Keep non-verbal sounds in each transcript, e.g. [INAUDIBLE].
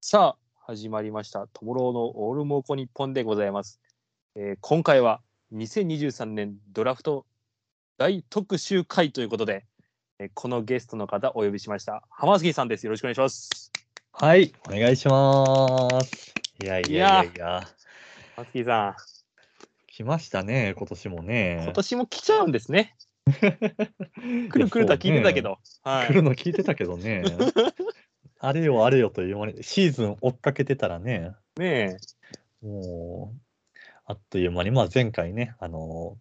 さあ始まりました「ともろうのオールモーコ日本」でございます、えー今回は2023年ドラフト大特集会ということで、えーこのゲストの方お呼びしました浜月さんですよろしくお願いしますはい、お願いします。いやいやいやいや、浜月さ来ましたね、今年もんね。今年も来ちゃうんですね年来る来るとは聞いてたけど、。そうはね来るいの聞いてたけど [LAUGHS] ね。あれよあれよという間に、シーズン追っかけてたらね、ねえもう、あっという間に、まあ前回ね、あの、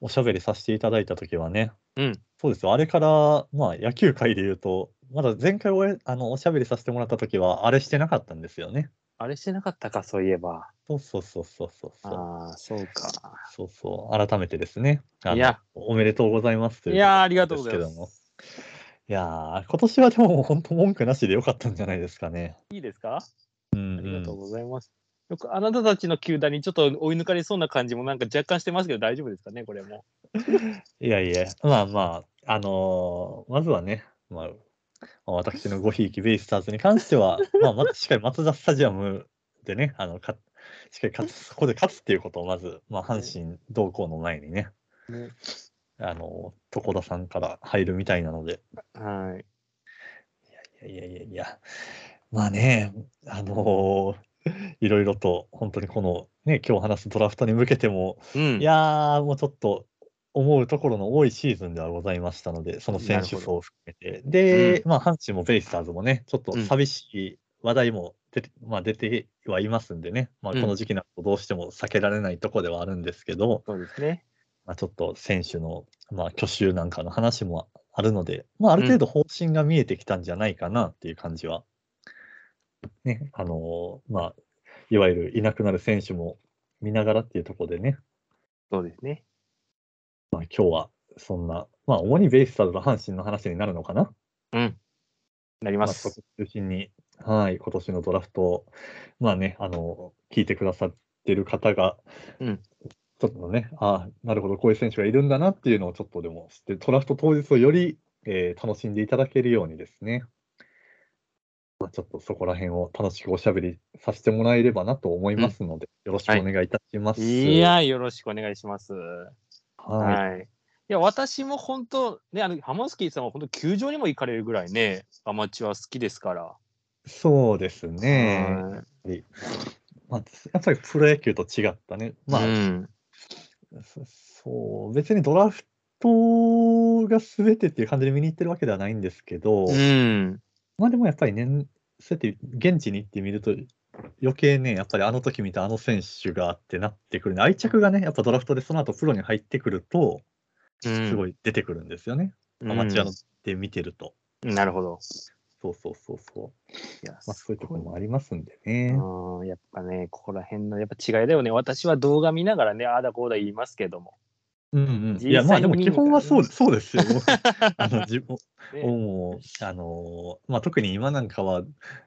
おしゃべりさせていただいたときはね、うんそうですよあれから、まあ野球界で言うと、まだ前回おえあのおしゃべりさせてもらったときは、あれしてなかったんですよね。あれしてなかったかそういえばそうそうそうそうそうそう。ああそうかそうそう、改めてですね。あのいやおめでとうございますといういやーありがとうございですけどまもすいやー今年はでも本当文句なしでよかったんじゃないですかね。いいですかうん、ありがとううんございます。よくあなたたちの球団にちょっと追い抜かれそうな感じもなんか若干してますけど大丈夫ですかねこれも。いやいや、まあまあ、あのーまずはね、まあ、まあ私のごひいきベイスターズに関し [LAUGHS] ては、まあ、まずしっかりマツダスタジアムでね、あのかしっか [LAUGHS] り勝つ、そこで勝つっていうことをまず、まあ、阪神同行の前にね、ねあのー、床田さんから入るみたいなので、はい。いやいやいや、まあね、あのー [LAUGHS] いろいろと本当にこのね、今日話すドラフトに向けても、うん。いやー、もうちょっと思うところの多いシーズンではございましたので、その選手層を含めて、で、まあ、阪神もベイスターズもね、ちょっとうん寂しい話題も出て,、まあ、出てはいますんでね、まあ、うんこの時期などどうしても避けられないとこではあるんですけど、そうですね。まあ、ちょっと選手の、まあ、去就なんかの話もあるので、まあ、ある程度方針が見えてきたんじゃないかなっていう感じは、ね、あのーまあ、いわゆるいなくなる選手も見ながらっていうところでね、そうですね。まあ、今日はそんな、まあ、主にベイスターズと阪神の話になるのかな、うん。なりままあ、そすこ。中心に、はい、今年のドラフトを、まあね、あの聞いてくださってる方が、うんちょっとね、ああ、なるほど、こういう選手がいるんだなっていうのをちょっとでも知って、ドラフト当日をより、えー楽しんでいただけるようにですね、まあ、ちょっとそこら辺を楽しくおしゃべりさせてもらえればなと思いますので、よろしくお願いいたします。いやよろしくお願いします。はい、はい。いや私も本当ねあの浜月さんは本当球場にも行かれるぐらいねアマチュア好きですから。そうですね。はいまあ、やっぱりプロ野球と違ったね、まあうんそそう、別にドラフトが全てっていう感じで見に行ってるわけではないんですけど、うん。まあでもやっぱり年、そうやって現地に行ってみると、余計ね、やっぱりあの時見たあの選手がってなってくるね、愛着がね、やっぱドラフトでその後プロに入ってくると、すすごいい出てくるんですよね、アマチュアので見てると。なるほど。そうそうそうそう、いやまあ、そういうところもありますんでね。うん、やっぱね、ここら辺のやっぱ違いだよね。私は動画見ながらね、ああだこうだ言いますけども。うんうん、い実やま際あでもに見る基本はそうかそうですよ。あの自分ねもうあのーまあ、特に今なんかは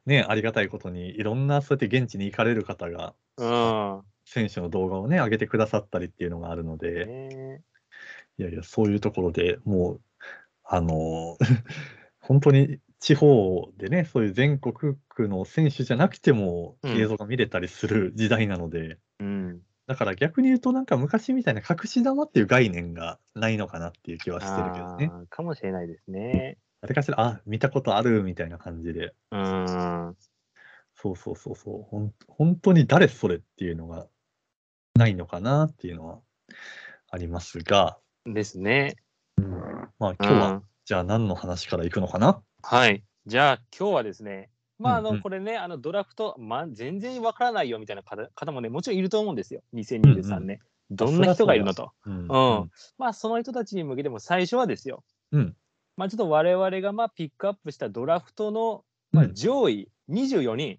ねありがたいことにいろんなそうやって現地に行かれる方がうん。選手の動画をね上げてくださったりっていうのがあるのでねいやいやそういうところでもうあのー [LAUGHS] 本当に地方でねそういう全国区の選手じゃなくてもうん映像が見れたりする時代なので、うん。だから逆に言うとなんか昔みたいな隠し玉っていう概念がないのかなっていう気はしてるけどね。あーかもしれないですね。誰かしら、あ、見たことあるみたいな感じで、うん。そうそうそうそう、ほん本当に誰それっていうのがないのかなっていうのはありますが、ですね。まあうん今日は、じゃあ何の話からいくのかなはい。じゃあ今日はですね、まああうんうの、んこれね、あのドラフト、まあ、全然わからないよみたいな方方もね、もちろんいると思うんですよ。2023年。どんな人がいるのと。うんうんまあその人たちに向けても最初はですよ、うんまあちょっと我々がまあピックアップしたドラフトのまあうん上位24人、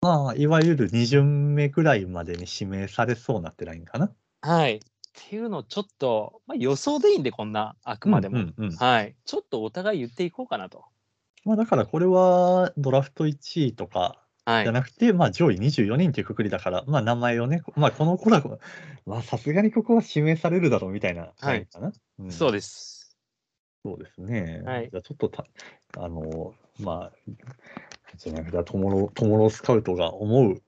まあ、いわゆる2巡目ぐらいまでに指名されそうなってラインかな。はいっていうのをちょっと、まあ、予想でいいんでこんなあくまでも、うんうんうんはいちょっとお互い言っていこうかなと。まあ、だからこれはドラフト1位とかはいじゃ、なくて、まあ、上位24人というくくりだから、まあ、名前をね、まあ、この子ら、まあ、さすがにここは指名されるだろうみたいな、はいかな。うんそうです。そうですね。はいじゃあ、ちょっとた、あの、まあ、じゃなくて、トモロ、トモロスカウトが [LAUGHS] 思う、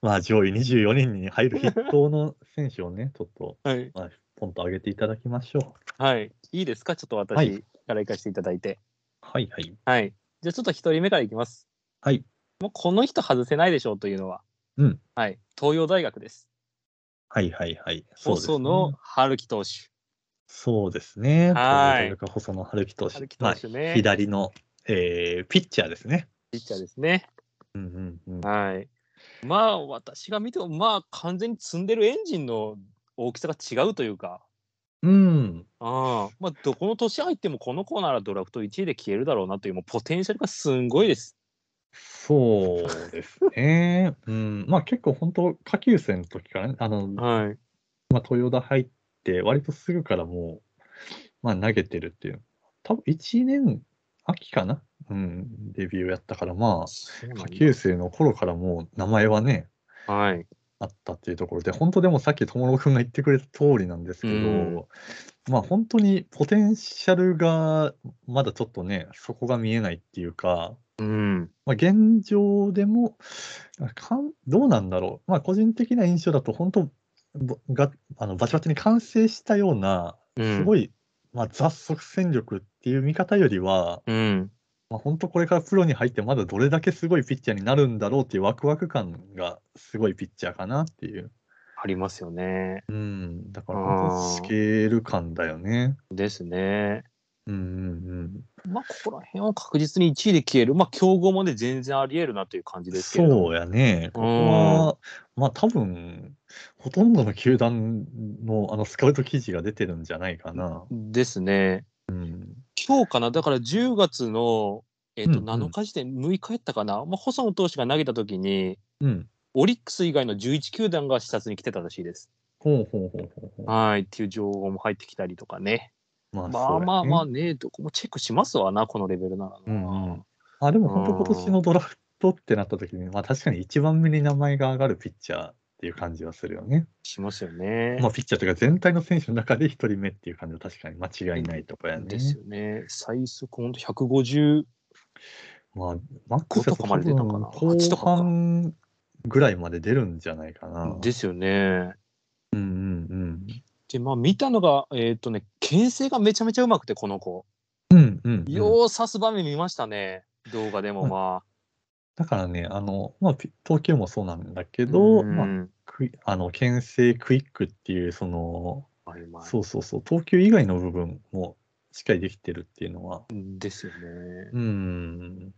まあ、上位24人に入る筆頭の選手をね、ちょっと、はい。まあ、ポンと上げていただきましょう。はい。いいですかちょっと私はいから行かせていただいて。はいはい。はい。じゃあちょっと一人目からいきます。はい。もうこの人外せないでしょうというのは。うん。はい。東洋大学です。はいはいはい。そうです細野春樹投手。そうですね。はいというか細野晴樹投手。春樹投手ねまあ左の、えーピッチャーですね。ピッチャーですね。うんうんうん。はい。まあ私が見てもまあ完全に積んでるエンジンの大きさが違うというか。うん。ああまあどこの年入ってもこの子ならドラフト1位で消えるだろうなというもうポテンシャルがすんごいです。そうですね。 [LAUGHS] うん。まあ結構本当、下級生の時からね、あの、はい。まあ、豊田入って、割とすぐからもう、まあ投げてるっていう。多分1年秋かなうん。デビューやったから、まあ、下級生の頃からもう名前はね、はい。あったっていうところで、本当でもさっき友野くんが言ってくれた通りなんですけど、うんまあ本当にポテンシャルがまだちょっとね、そこが見えないっていうか、うん。まあ、現状でもかん、どうなんだろう、まあ個人的な印象だと、本当ぼがあのバチバチに完成したような、すい。ごい、まあ、雑足戦力っていう見方よりは、うん。まあ、本当これからプロに入って、まだどれだけすごいピッチャーになるんだろうっていうワクワク感がすごいピッチャーかなっていう。ありますよね。うん、だからあー本当スケール感だよね。ですね。うんうんまあ、ここら辺は確実に1位で消える。まあ、競合まで全然あり得るなという感じうん。ですけれども。そうやね。ここは、まあ多分、ほとんどの球団のあのスカウト記事が出てるんじゃないかな。ですね。うん。今日かな、だから10月の、えっとうんうん7日時点、6日やったかな、まあ、細野投手が投げたときに、うん。オリックス以外の11球団が視察に来てたらしいです。ほうほうほうほうほはいっていう情報も入ってきたりとかね。う。まあ、まあまあまああ。ね、どこもチェックしますわな、このレベルならな。うんうんあ、でも本当今年のドラフトってなった時に、まあ確かに一番目に名前が上がるピッチャーっていう感じはするよね。しますよね。まあピッチャーというか全体の選手の中で一人目っていう感じは確かに間違いないとかやね。ですよね。最速、ほんと150まあ、マックス5とかまで出たのかな多分8とか後か半ぐらいまで出るんじゃないかな。ですよね。うんうんで、まあ見たのが、えっ、とね、牽制がめちゃめちゃうまくて、この子。うん。うんうん、うん。よう刺す場面見ましたね、動画でもまあ。だからね、あの、まあ、ピ投球もそうなんだけど、うんまあ、クイあの、牽制クイックっていう、その、ありますそうそうそう、投球以外の部分もしっかりできてるっていうのは、ですよね。うん、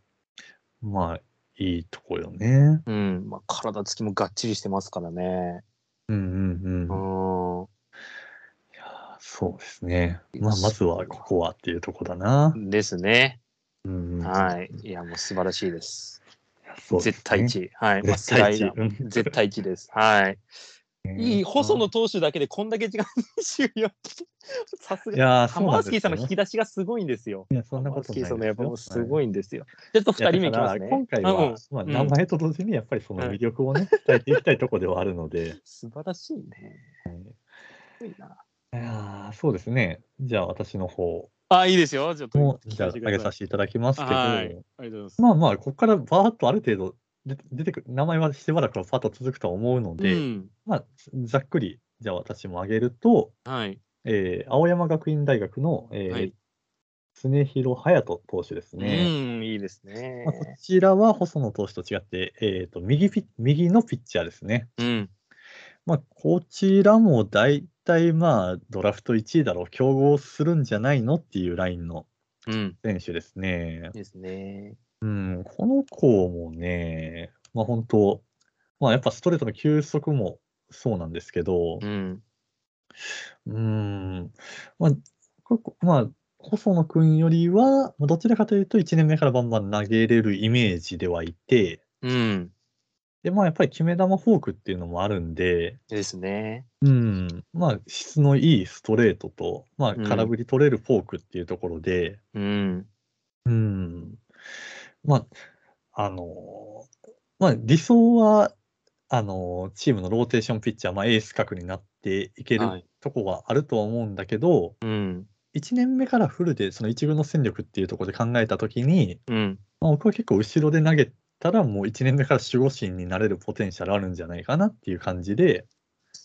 まあ、いいとこよね。うん、まあ、体つきもがっちりしてますからね。うんうんううん。ん、いやそうですね。まあ、まずはここはっていうとこだな。ですね。うんうん、はい。いや、もう素晴らしいです。そうですね絶対1位。はい。まあ、絶対一スライダーうん絶対1位です。はい。いい、細野投手だけでこんだけ違う24。さすいが。やハー、そうマなーんスでキーすさよんの引き出しがすごいんですよ。いや、そんなハマこースとキないーですさんよ。のやっぱもうすごい。いんですよ。じゃあちょっと2人目いきますね。いやだから今回は、うんまあ、うん名前と同時にやっぱりその魅力をね、伝えていきたいとこではあるので、素晴らしいね。すごいないやー [LAUGHS] そうですね。じゃあ、私の方あ、いいですよ。ちょっとも、聞じかゃあ、せて上くだげささい。せていただきますけど、はい。ありがとうございままあまあ、ここからバーっとある程度出て出てくる、名前はしばらくはパッと続くとは思うのす。で、うんまあ、ざっくり、じゃあ私も上げると、はい。えー青山学院大学の、えーはい常広隼人投手ですね。うん、いいですねまあ、。こちらは細野投手と違って、えー、と右ピ右のピッチャーですね。うん。まあ、こちらも大体まあドラフト1位だろう、競合するんじゃないのっていうラインのうん。選手ですね。ですね。うん、この子もね、まあ、本当、まあ、やっぱストレートの球速もそうなんですけど、うん。うーん。まあ、ここまあ、細野君よりは、まあどちらかというと、1年目からバンバン投げれるイメージではいて、うん。で、まあ、やっぱり決め球フォークっていうのもあるんで、ですね。うん、まあ、質のいいストレートと、まあ、うん空振り取れるフォークっていうところで、うん。うん、まあ、あの、まあ、理想は、あの、チームのローテーションピッチャー、まあ、エース格になっていけはるいとこはあるとは思うんだけど、うん。 1年目からフルでその1軍の戦力っていうところで考えたときに、うん。まあ、僕は結構後ろで投げたらもう1年目から守護神になれるポテンシャルあるんじゃないかなっていう感じで、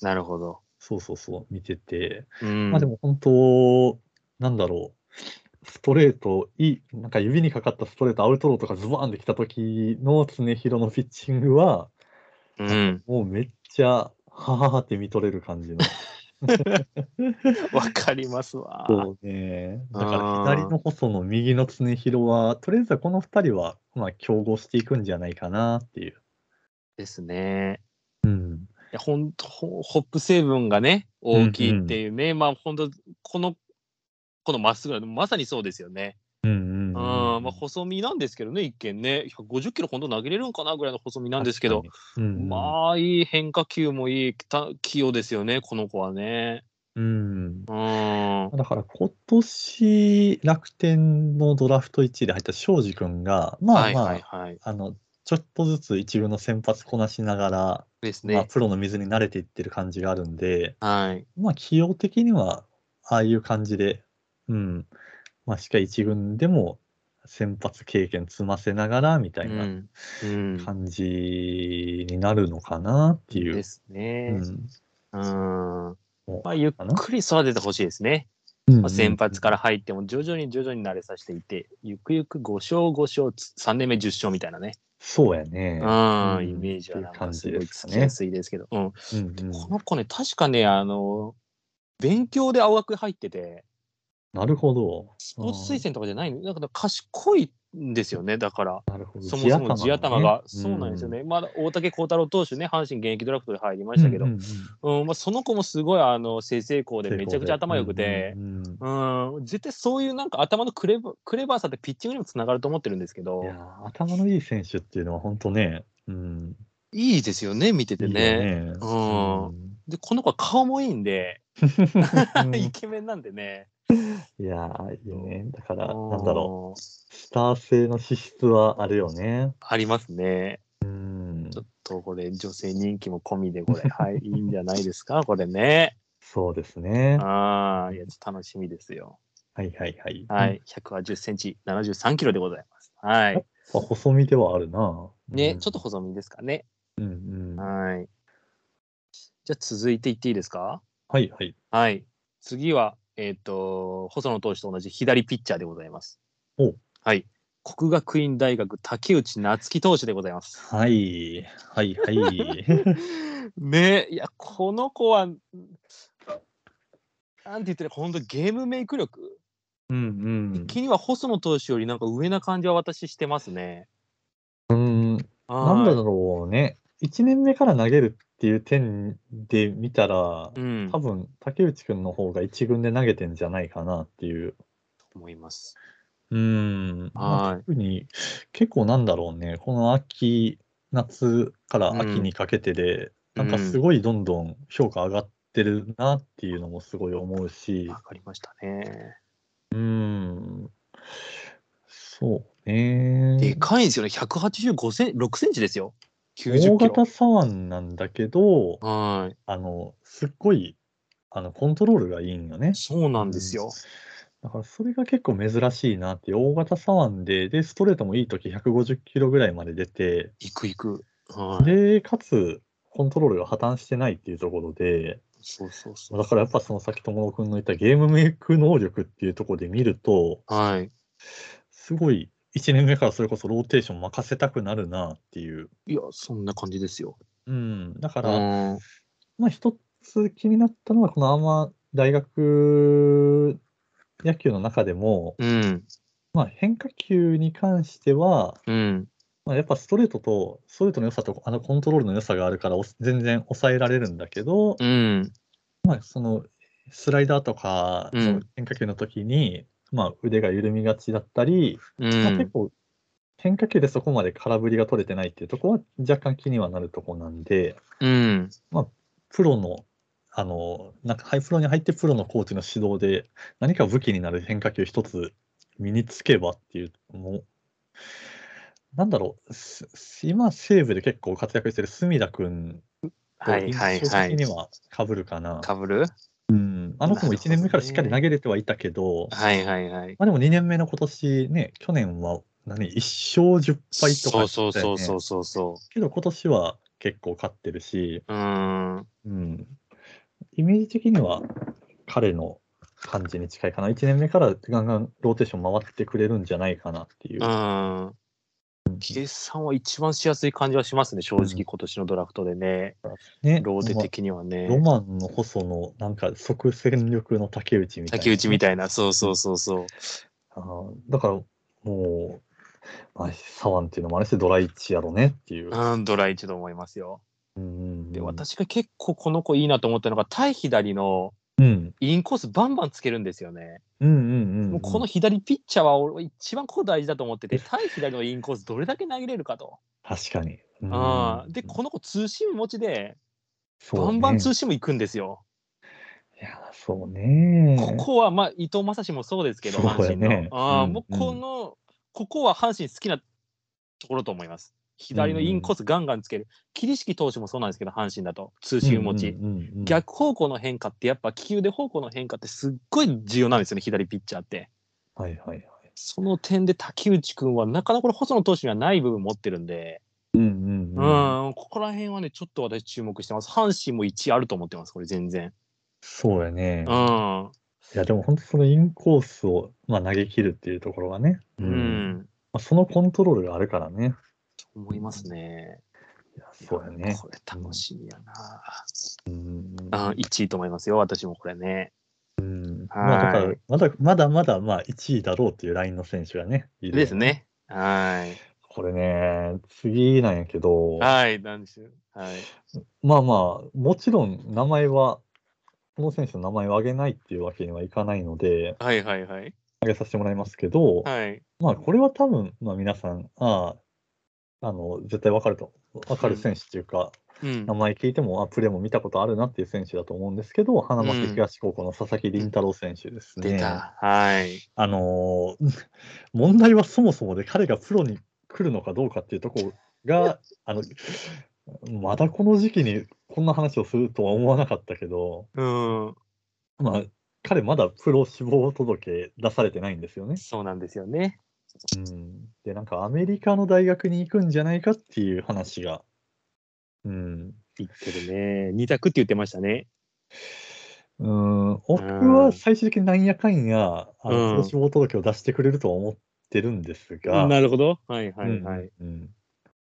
なるほど。そうそうそう、見てて、うん。まあでも本当、なんだろう、ストレート、いい、なんか指にかかったストレート、アウトローとかズバーンできた時の常広のピッチングは、うん。もうめっちゃ、はははって見とれる感じの。 [LAUGHS] わかりますわ。そう [LAUGHS] ね。だかあーら左の細野、右の常広は、とりあえずはこの2人は、まあ、競合していくんじゃないかなっていう。ですね。うん。いやほんとほホップ成分がね大きいっていうね、まあ本当このこのまっすぐなまさにそうですよね。うんううんん、うん、まあ細身なんですけどね一見ね150キロ本当投げれるんかなぐらいの細身なんですけど、確かに。うんうん、まあいい変化球もいいた器用ですよねこの子はね。うん。うん。だから今年、楽天のドラフト1位で入った庄司君が、まはあいまあ、はいはい。あの、ちょっとずつ一軍の先発こなしながら、ですまあ、ね。プロの水に慣れていってる感じがあるんで、はい。まあ、起用的には、ああいう感じで、うん、まあ、しっかり一軍でも先発経験積ませながらみたう。いなんうん、感じになるのかなっていう。ですね。うんうんもうまあ、ゆっくり育ててほしいですね。うんまあ、先発から入っても徐々に徐々に慣れさせていて、ゆくゆく5勝5勝つ、3年目10勝みたいなね、そうやね。うんうんイメージはなんかすごいつっていう感じですかきねやすいですけど、うんうんうんこの子ね、確かね、あの、勉強で青学入ってて、なるほど。スポーツ推薦とかじゃないの、だから賢いんですよね、だから。なるほど。そもそも地頭が、地そうなんですよ。うね、まだ大竹幸太郎投手ね、阪神現役ドラフトで入りましたけど、うんうんうんうんまあ、その子もすごいあの正々校でめちゃくちゃ頭良くて、うんうんうんうん絶対そういうなんか頭のクレバクレバーさってピッチングにもつながると思ってるんですけどいやー頭のいい選手っていうのは本当ね、うん、いいですよね見てていいよねね。うんでこの子は顔もいいんで、うんイケメンなんでね [LAUGHS] いやー、いいね。だから、うなんだろうう。スター性の資質はあるよね。ありますねうんちょ。っとこれ女性人気も込みで [LAUGHS] これはいいいんじゃないですかこれねそうですね。ああいやちょっと楽しみですよはいはいはい。はい1 8 0センチ7 3キロでございますはいうん。あ細身ではあるな。ね、うんちょっと。細身ですかねうんうん。ははい。じゃあ続いていっていいですかいはい。はい。次は、えっ、と、細野投手と同じ左ピッチャーでございます。おはい。国学院大学竹内夏樹投手でござい [LAUGHS] ます。はい。はいはい。 [LAUGHS] ねいや、この子は、なんて言ってるか、本当ゲームメイク力、うん気には細野投手よりなんか上な感じは私してますね。うん。うん。なんだろうね。1年目から投げるっていう点で見たら、う。うん。多分竹内くんの方が1軍で投げてんじゃないかなっていう。思います。うん。まあはい特に結構なんだろうね、この秋、夏からう秋んにかけてで、なんかうんすごいどんどん評価上がってるなっていうのもすごい思うしわ、かりましたね。うん、そうね。でかいんですよね。185セン6センチですよ。90大キロ型。左腕なんだけど、はあの、すっごい、あの、コントロールがいいんよねい。。そうなんですよ。だからそれが結構珍しいなっていう、大型左腕で、で、ストレートもいい時150キロぐらいまで出て、いくいく。はい。で、かつ、コントロールが破綻してないっていうところで、そうそうそだからやっぱそのさっき友野くんの言ったゲームメイク能力っていうところで見ると、う。はい。すごい1年目からそれこそローテーション任せたくなるなっていう。いや、そんな感じですよ。うん。だかうら、ん。まあ一つ気になったのは、このあんま大学野球の中でも、うん。まあ変化球に関しては、うん。まあ、やっぱストレートと、ストレートの良さと、あのコントロールの良さがあるから、お全然抑えられるんだけど、うん。まあ、そのスライダーとか、うんその変化球の時に、まあ、腕が緩みがちだったり、うまあ、結ん。構、変化球でそこまで空振りが取れてないっていうところは若干気にはなるところなんで、うん。プロの、あの、なんかハイプロに入ってプロのコーチの指導で、何か武器になる変化球一つ身につけばっていう、もう、なんだろう、す今西武で結構活躍してる隅田君とはいはい印象は的いに。は被るかな。かぶるうん、あの子も1年目からしっかり投げれてはいたけど、はいはいはい。まあ、でも2年目の今年ね、去年は何1勝10敗とかそうしてたよそねうそうそうそうそけど今年は結構勝ってるし、う。うーん。うん、イメージ的には彼の感じに近いかな。1年目からガンガンローテーション回ってくれるんじゃないかなっていうう。ーん。ゲさんは一番しやすい感じはしますね、正うん直今年のドラフトでね。ね、ローテ的にはね。ロマンの細野、なんか即戦力の竹内みたいな。竹内みたいな、そうそうそうそう。あーだからもう、まあ、サワンっていうのもあれしてドライチやろねっていう。うん、ドライチと思いますよ。うんで、、私が結構この子いいなと思ったのが、対左のうん、インコースバンバンつけるんですよね。うんうんうん、もうこの左ピッチャーは俺は一番こう大事だと思ってて、対左のインコースどれだけ投げれるかと。確かに。うんあで、この子ツーシーム持ちで、そうねバンバンツーシーム行くんですよ。いや、そうね。ここは、まあ、伊藤将司もそうですけど、そう阪や神の。ねああうんもうこの、ここは阪神好きなところと思います。左のインコースガンガンつける。桐敷投手もそうなんですけど、阪神だと、通信持ち。うんうんうんうん逆方向の変化って、やっぱ利き腕方向の変化ってすっごい重要なんですよね、左ピッチャーって。はいはいはい。その点で竹内君は、なかなかこれ、細野投手にはない部分持ってるんで、うんううんうん。ん、ここら辺はね、ちょっと私、注目してます。阪神も1あると思ってます、これ、全然。そうやね。ういん、や、でも本当そのインコースを、まあ、投げ切るっていうところがね。うまん、あ、そのコントロールがあるからね。と思いますね。いやそうやね。これ楽しみやな。うん。あ、1位と思いますよ、私もこれね。うんまあ、だかはら、まだまだまだ、まあ、1位だろうっていうラインの選手がね。いるよです。ね。はい。これね、次なんやけど、はい、なんですよ。はい。まあまあ、もちろん名前は、この選手の名前を挙げないっていうわけにはいかないので、はいはいはい。挙げさせてもらいますけど、はい。まあ、これは多分、まあ、皆さん、ああ、あの、絶対わかると、わかる選手っていうか、うん名。前聞いても、あ、プレーも見たことあるなっていう選手だと思うんですけど、花巻東高校の佐々木麟太郎選手ですね。出た。はい。あのー [LAUGHS] 問題はそもそもで彼がプロに来るのかどうかっていうところが、あの、まだこの時期にこんな話をするとは思わなかったけど、うん。まあ、彼まだプロ志望届出されてないんですよね。そうなんですよね。うん、で、なんかアメリカの大学に行くんじゃないかっていう話が、うん、言ってるね。二択って言ってましたね。うんう僕んは最終的になんやかんや、あうんのプロ志望届を出してくれるとは思ってるんですが、なるほど。はいはいはい。うんうん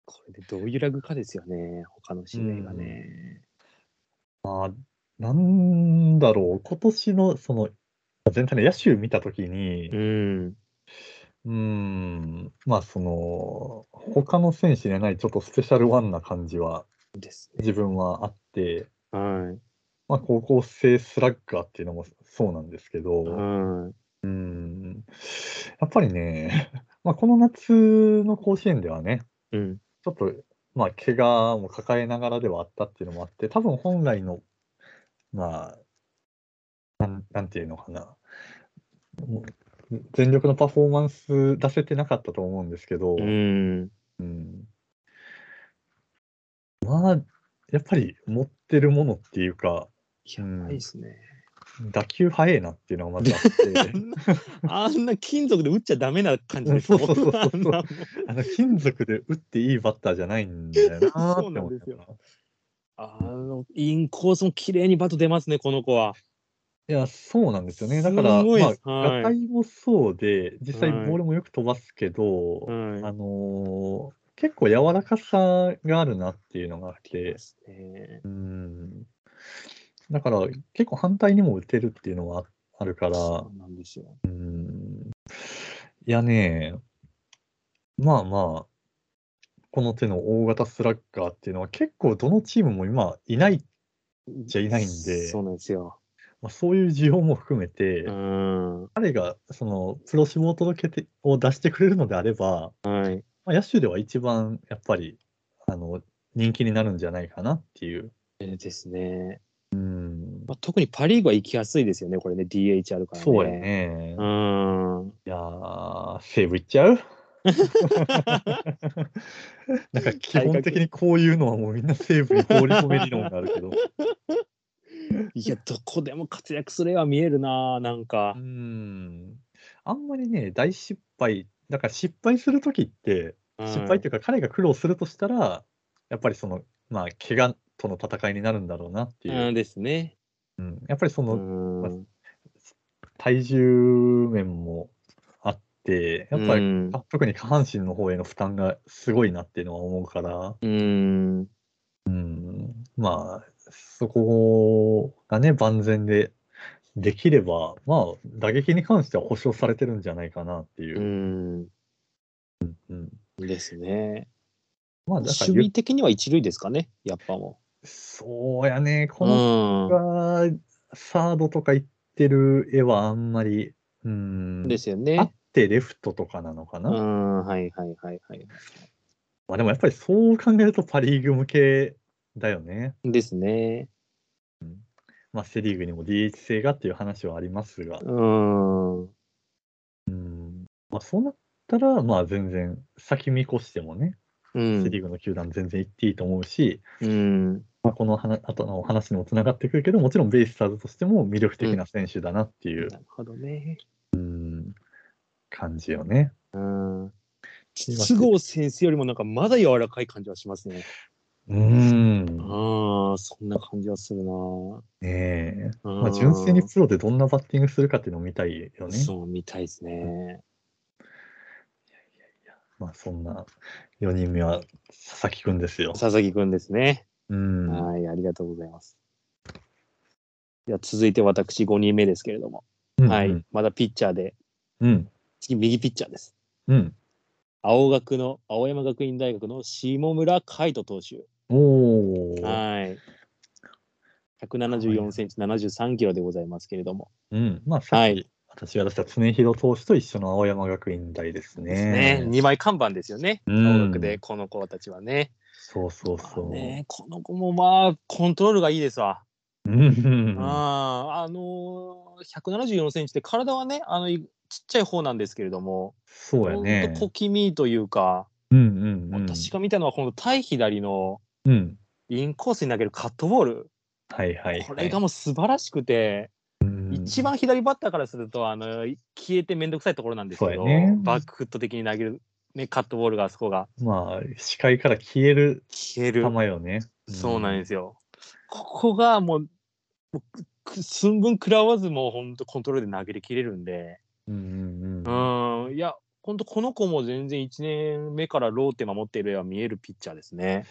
これでどう揺らぐかですよね。他の指名がね。なんだろう、今年のその全体の野手見たときにう、ん。うーん、まあその、他の選手にはないちょっとスペシャルワンな感じはですね。自分はあって、はい。まあ高校生スラッガーっていうのもそうなんですけど、うん。うーんやっぱりね、 [LAUGHS] まあ、この夏の甲子園ではね、うん。ちょっと、まあ、怪我も抱えながらではあったっていうのもあって、多分本来の、まあ、なんなんていうのかな、もう全力のパフォーマンス出せてなかったと思うんですけど、うん。うんまあ、やっぱり持ってるものっていうか、やうんばいですね。打球速えなっていうのがまずあって。あんな金属で打っちゃダメな感じですよ。そうそうそうそうあんなもんあの金属で打っていいバッターじゃないんだよなーって思っそうたなな。 [LAUGHS] あのインコースも綺麗にバット出ますね、この子は。いや、そうなんですよね。だから、すごいまあで、すはい打開もそうで、実際ボはいールもよく飛ばすけど、はいあのー結構柔らかさがあるなっていうのがあってで、すねうん。だから、結構反対にも打てるっていうのはあるから、そうなんですよ。いやね、まあまあ、この手の大型スラッガーっていうのは結構どのチームも今いない、じゃいないんでそうなんですよ。まあ、そういう需要も含めて、うん。は彼がそのプロ志望届けてを出してくれるのであれば、い。まあ、野手では一番やっぱりあの人気になるんじゃないかなっていう。えーですね。うん、まあ、特にパ・リーグは行きやすいですよね、これね、DH あるからね。そうや。ね。うん。いやー、西武いっちゃう [LAUGHS] [LAUGHS] なんか基本的にこういうのはもうみんな西武に放り込め理論があるけど、いや、どこでも活躍すれば見えるな、なんかう。ん。あんまりね、大失敗、だから失敗するときって、うん失敗っていうか、彼が苦労するとしたら、やっぱりその、まあ、怪我との戦いになるんだろうなっていう、うんですね。うんやっぱりそうのん。体重面もあって、やっぱり、うんあ特に下半身の方への負担がすごいなっていうのは思うから、うん。うん、まあ、そこがね、万全でできれば、まあ、打撃に関しては保証されてるんじゃないかなっていうう。ん。うんですね。まあ、だ守から備的には一塁ですかね、やっぱもそうやね、う。こうのん。がサードとか行ってる絵はあんまり、うん、ですよあっね。てレフトとかなのかうな。ん、はいはいはいはい。まあでもやっぱりそう考えるとパ・リーグ向けだよね。ですね。まあ、セ・リーグにも DH 制がっていう話はありますが、うん。ううんまあ、そうなったら、まあ全然先見越してもね、セ・ん。リーグの球団全然行っていいと思うし、うん。まあ、この話後のお話にもつながってくるけど、もちろんベイスターズとしても魅力的な選手だなっていうなるほどね。感じよね。うん。いま筒す香先生よりもなんかまだ柔らかい感じはしますね。うん。ああ、そんな感じはするな。ねえ。うんまあ、純粋にプロでどんなバッティングするかっていうのを見たいよね。そう、見たいですね。まあ、そんな4人目は佐々木くんですよ。佐々木くんですね。うん。はい、ありがとうございます。では続いて私5人目ですけれども、うんは。い、まだピッチャーで、うん。次右ピッチャーです。うん。青学の青山学院大学の下村海斗投手。おお。はい。174センチ、73キロでございますけれども。うん。まあ、さっき、はい。私が出した常広投手と一緒の青山学院大ですですね。ね。 2枚看板ですよね。うん青学で、この子たちはね。そうそうまあそう。ねこの子もまあ、コントロールがいいですわ。うん。あああのー、174センチで体はねあのいちっちゃい方なんですけれども、そうやねほん。と小気味というか、うんうんうん。私が見たのはこの対左のうん。インコースに投げるカットボール、はいはい、はい。これがもう素晴らしくて、うん一番左バッターからするとあの消えて面倒くさいところなんですけど、そうやねバックフット的に投げる、ね、カットボールがあそこがまあ、視界から消える消え球る、よね。。そうなんですすよ。ここがもうもうく寸分食らわずもう本当コントロールで投げれきれるんで。うんうんうん。うん、いや、本当この子も全然1年目からローテ守っているようは見えるピッチャーですね。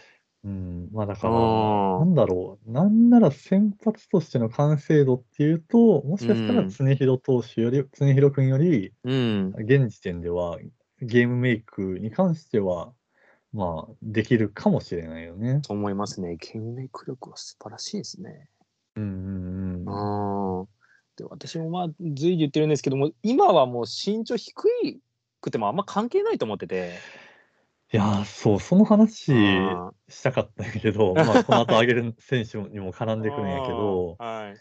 うん、まあだから、うんなんだろう、なんなら先発としての完成度っていうと、もしかしたうらん常広投手より、常広君より、うん、現時点ではゲームメイクに関しては、まあ、できるかもしれないよね。と思いますね。ゲームメイク力は素晴らしいですね。うんうんううん。ん。で、私もまあ、随時言ってるんですけども、今はもう身長低いくてもあんま関係ないと思ってて。いやー、そう、その話うんしたかったんや [LAUGHS] けど、まあ、この後上げる選手にも絡んでくるんやけど、はい。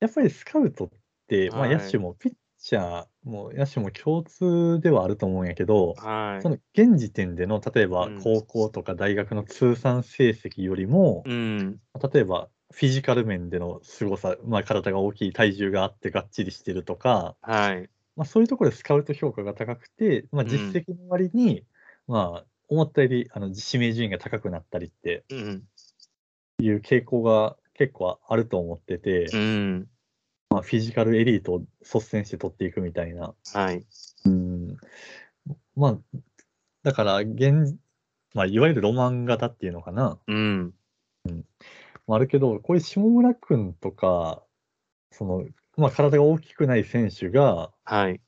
やっぱりスカウトって、まあ、はい野手もピッチャーも野手も共通ではあると思うんやけど、はいそ。の現時点での例えばうん高校とか大学の通算成績よりも、うん。例えばフィジカル面での凄さ、まあ、体が大きい体重があってがっちりしてるとか、はい。まあ、そういうところでスカウト評価が高くて、まあ、うん実績の割に、まあ、思ったよりあの指名順位が高くなったりってうん。いう傾向が結構あると思ってて、うん。まあ、フィジカルエリートを率先して取っていくみたいな。はい。うんまあ、だから現、まあ、いわゆるロマン型っていうのかな。うん。もあるけど、こういう下村君とか、その、まあ、体が大きくない選手が、はい。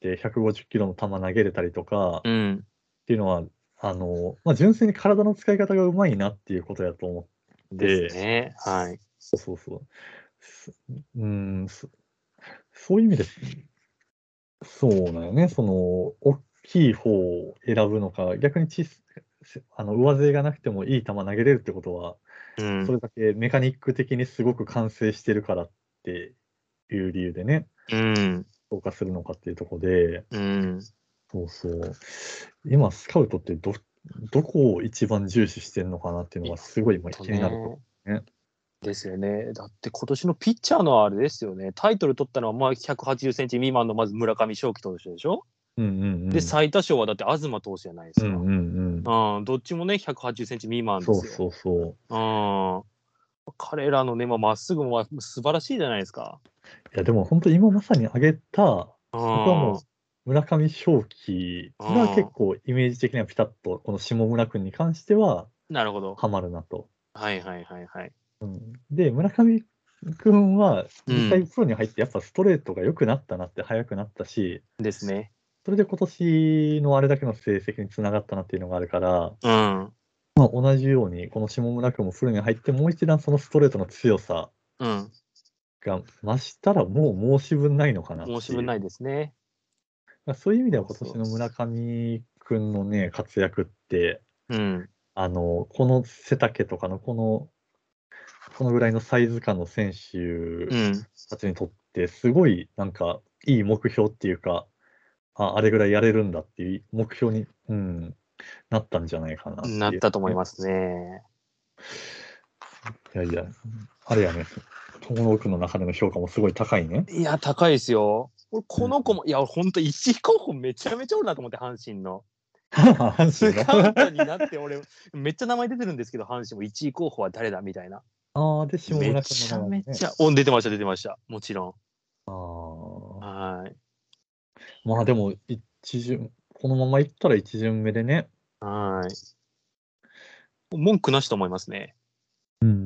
で150キロの球投げれたりとかっうん。ていうのは、あの、まあ、純粋に体の使い方がうまいなっていうことやと思でですね。はい。う。そうそう。すうん、そそういう意味です。そうなんよね。その、大きい方を選ぶのか、逆に小さあの上背がなくてもいい球投げれるってことは、うんそれだけメカニック的にすごく完成してるからっていう理由でね、うん。評価するのかっていうところで、うん。そうそう。今、スカウトってど、どこを一番重視してるのかなっていうのがすごい今気になるところ。ねですよね。だって今年のピッチャーのあれですよね。タイトル取ったのはまあ180センチ未満のまず村上正輝投手でしょ。うんうんうん。で、最多勝はだって東投手じゃないですうか。んうんうんどっちもね、180センチ未う満ん。でそうすよ。そううそう。ん彼らのね、まあまっすぐもまあ素晴らしいじゃないですか。いや、でも本当今まさに挙げた、うん僕はもう村上正輝が結構イメージ的にはピタッと、この下村君に関してはなるほど。ハマるなと。はいはいはいはい。で、村上君はうん実際プロに入ってやっぱストレートが良くなったなって速くなったし、ですね。それで今年のあれだけの成績につながったなっていうのがあるから、うん。まあ、同じようにこの下村君もプロに入ってもう一段そのストレートの強さうん。が増したらもう申し分ないのかなっていう申し分ないですね。まあそういう意味では今そう年の村上君のね、活躍って、うん。あの、この背丈とかのこの、このぐらいのサイズ感の選う手ん。たちにとって、すごいなんか、いい目標っていうか、あ、あれぐらいやれるんだっていう目標に、うん、なったんじゃないかなっていうなったと思いますね。いやいや、あれやね、友野君の中での評価もすごい高い [LAUGHS] ね。いや、高いですよ。俺この子も、いや、ほんと、1位候補めちゃめちゃおるなと思って、阪神 [LAUGHS] の。阪ス神カウが。トになって、俺、めっちゃ名前出てるんですけど、阪神も1位候補は誰だみたいな。ああ、で、下め村君の名ちゃ前めねちゃ、お出てました、出てました。もちろあん。ーはい。まあでも、一巡、このままいったら一巡目でね。はい。文句なしと思いますね。うんうんう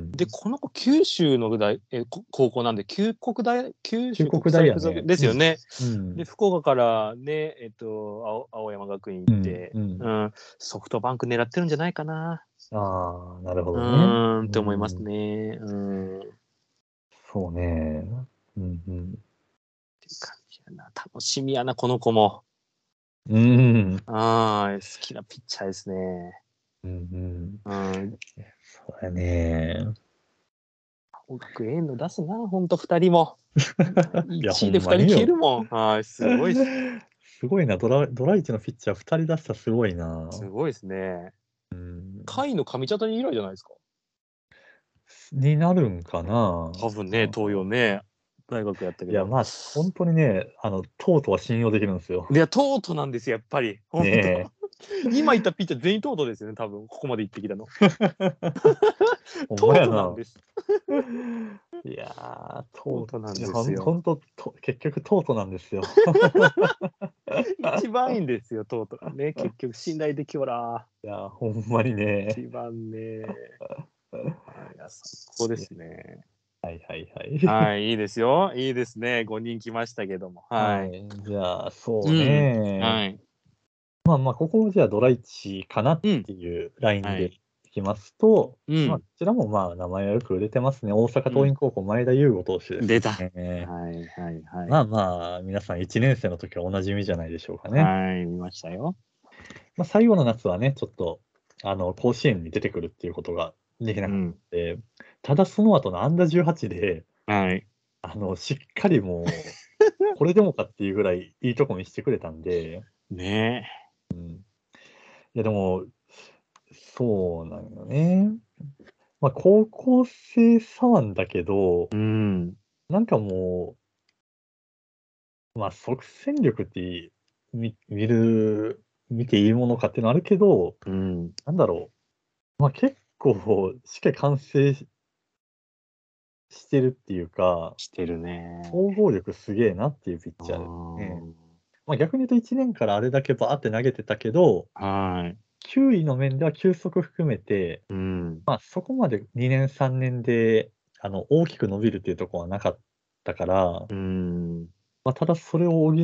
ん。で、この子、九州の大えこ高校なんで、九国大、九州九国大やね附属ですよね。うん、で、福岡からね、えっと、青青山学院行って、うんうんうんソフトバンク狙ってるんじゃないかな。ああ、なるほうどね。ーん、って思いますね。うん。っていうそうね。うんうん。感じやな。楽しみやな、この子も。うんあー好きなピッチャーですね。うん。うんうん。そうだね。音楽ええの出すな、ほんと2人 [LAUGHS] も。いや1位で2ほんま人によ消えるもん。はい、すごいっす。すごいな。ドラドライチのピッチャー2人出したらすごいな。すごいですね。うん甲斐の上茶谷以来じゃないですか。になるんかな。多分ね、東洋ね、大学やったけど。いや、まあ、本当にね、あの、とうとうは信用できるんですよ。いや、とうとうなんですよ、やっぱり。ほんとね今言ったピッチャー全員とうとうですよね、多分ここまで行ってきたの。 [LAUGHS] え。とほうんとまやうなんです。いやー、ととうとうなんうでいやすほんよ。本当と、結局、とうとうな [LAUGHS] んですよ。一番いいんですよ、とうとう。ね、結局、信頼できおら。いやー、ほんまにね。一番ね。いや、最高ですね。はいはいはい。 [LAUGHS] はい、いいですよ。いいですね。5人来ましたけども。は。はいい。じゃあ、そうね。はい。まあまあ、ここもじゃあ、ドライチかなっていうラインはでいいきますと、うんまあ、こちらもまあ、名前はよく売れてますね。大阪桐蔭高校、前田優吾投手です、ね出た。はい、えーはい、はい。まあまあ、皆さん1年生の時はおなじみじゃないでしょうかね。はい、見ましたよ。まあ、最後の夏はね、ちょっと、あの、甲子園に出てくるっていうことができうなくん。て、ただその後のアンダー18で、はい。あの、しっかりもう、これでもかっていうぐらいいいとこ見せてくれたんで、ねいやでも、そうなんよね。まあ、高校生左腕だけどえ。、うん。なんかもう、まあ、即戦力って見見る、見ていいものかっていうのはあるけど、うん。なんだろう。まあ、結構、しっかり完成ししてるっていうか、してるね。総合力すげえなっていうピッチャーで。うんまあ、逆に言うと1年からあれだけバーって投げてたけど、はい。球威の面では球速含めて、うん。まあ、そこまで2年、3年であの大きく伸びるっていうところはなかったから、うん。まあ、ただそれを補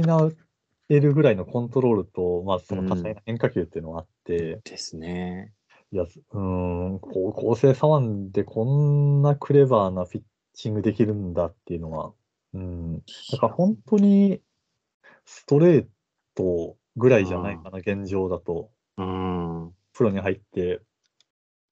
えるぐらいのコントロールと、まあ、その多彩な変化球っていうのはあって、ですね。いや、うーん、高校生左腕でこんなクレバーなピッチングできるんだっていうのは、うん、だから本当にストレートぐらいじゃないかな、現状だと。うん。プロに入って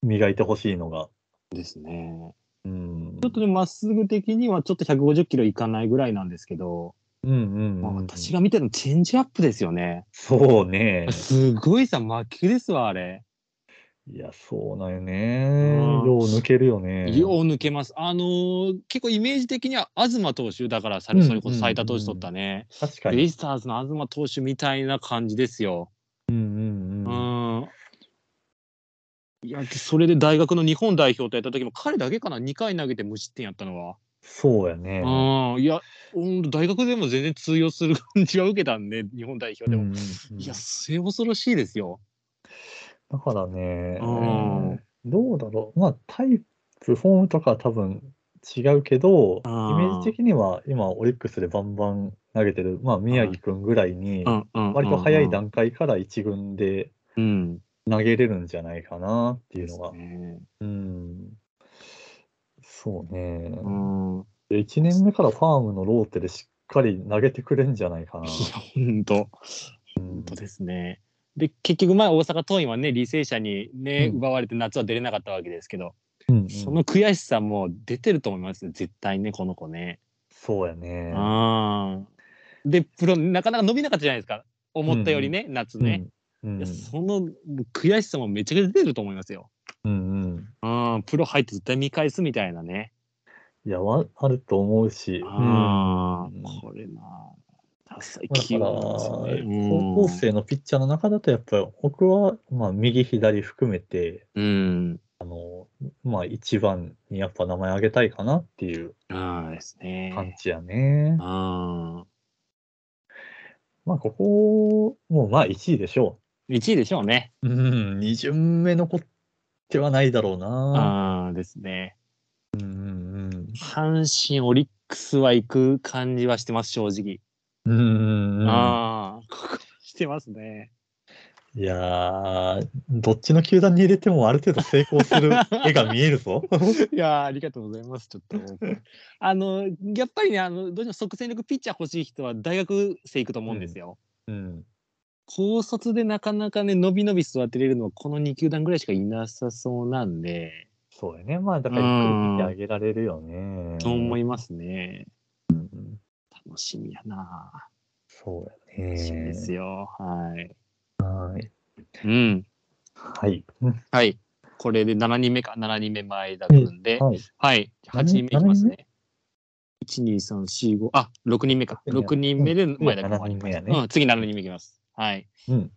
磨いてほしいのが。ですね。うん。ちょっとね、まっすぐ的にはちょっと150キロいかないぐらいなんですけど、うんうん、まあ、うん。私が見てるのチェンジアップですよね。そうね。すごいさ、魔球ですわ、あれ。いや、そうなんよね。うんよう抜けるよね。よう抜けます。あのー結構イメージ的には東投手だからさうんそれこそ最多投手取ったね。確かベイに。スターズの東投手みたいな感じですよ。うんうんううん。ん。いやそれで大学の日本代表とやった時も彼だけかな2回投げて無失点やったのは。そうやね。うん。いやうん大学でも全然通用する感じは受けたんで日本代表でも。うんうんうんいや末恐ろしいですよ。だからねうん、どうだろう。まあ、タイプ、フォームとかは多分違うけど、イメうんージ的には今、オリックスでバンバン投げてる、まあ、宮城くんぐらいに、んうん割と早い段段階から一軍でうん。投げれるんじゃないかなっていうのが。ねうん。そうね。うん。 1年目からファームのローテでしっかり投げてくれんじゃないかな。いや本当。うん本当ですね。で結局まあ大阪桐蔭はね履正社にね、うん奪われて夏は出れなかったわけですけど、うんうんその悔しさも出てると思いますね絶対ねこの子ね。そうやね。あーでプロなかなか伸びなかったじゃないですか思ったよりね、夏ね、うんいうやんその悔しさもめちゃくちゃ出てると思いますよ。うんうんうんプロ入って絶対見返すみたいなね。いや、わあると思うし、うんあうんーこれな。ダサいだから、器用なんですよね高校生のピッチャーの中だと、やっぱり僕は、まあ、右、左含めて、うん、あの、まあ、一番にやっぱ名前あげたいかなっていううん、ああですね。感じやね。あまあ、ここ、もうまあ、1位でしょ1位でしょうね。う。うん、2巡目残ってはないだろうな。ああですね。うんうんうん阪神、オリックスは行く感じはしてます、正直。うんうんうんああ、ここしてますね。いやー、どっちの球団に入れてもある程度成功する絵が見え [LAUGHS] るぞ。 [LAUGHS] いやーありがとうございます、ちょっと。 [LAUGHS] あの、やっぱりね、あのどうしても即戦力ピッチャー欲しい人は大学生行くと思うんですよ。うん高卒でなかなかね、伸び伸び育てれるのは、この2球団ぐらいしかいなさそうなんで、そうやね。まあ、だからゆっくり見てあげられるよね。と思いいますね。楽しみやな。そうや楽しみねで。すよ。はい。はい。うん。はい。はい。これで7人目か、7人目前田君で、はい。はい、8何人目いきますね。1、2、3、4、5、あ、6人目か。6人目で前田君終わ7り人目やうね。ん、次7人目いきます。はい。うん。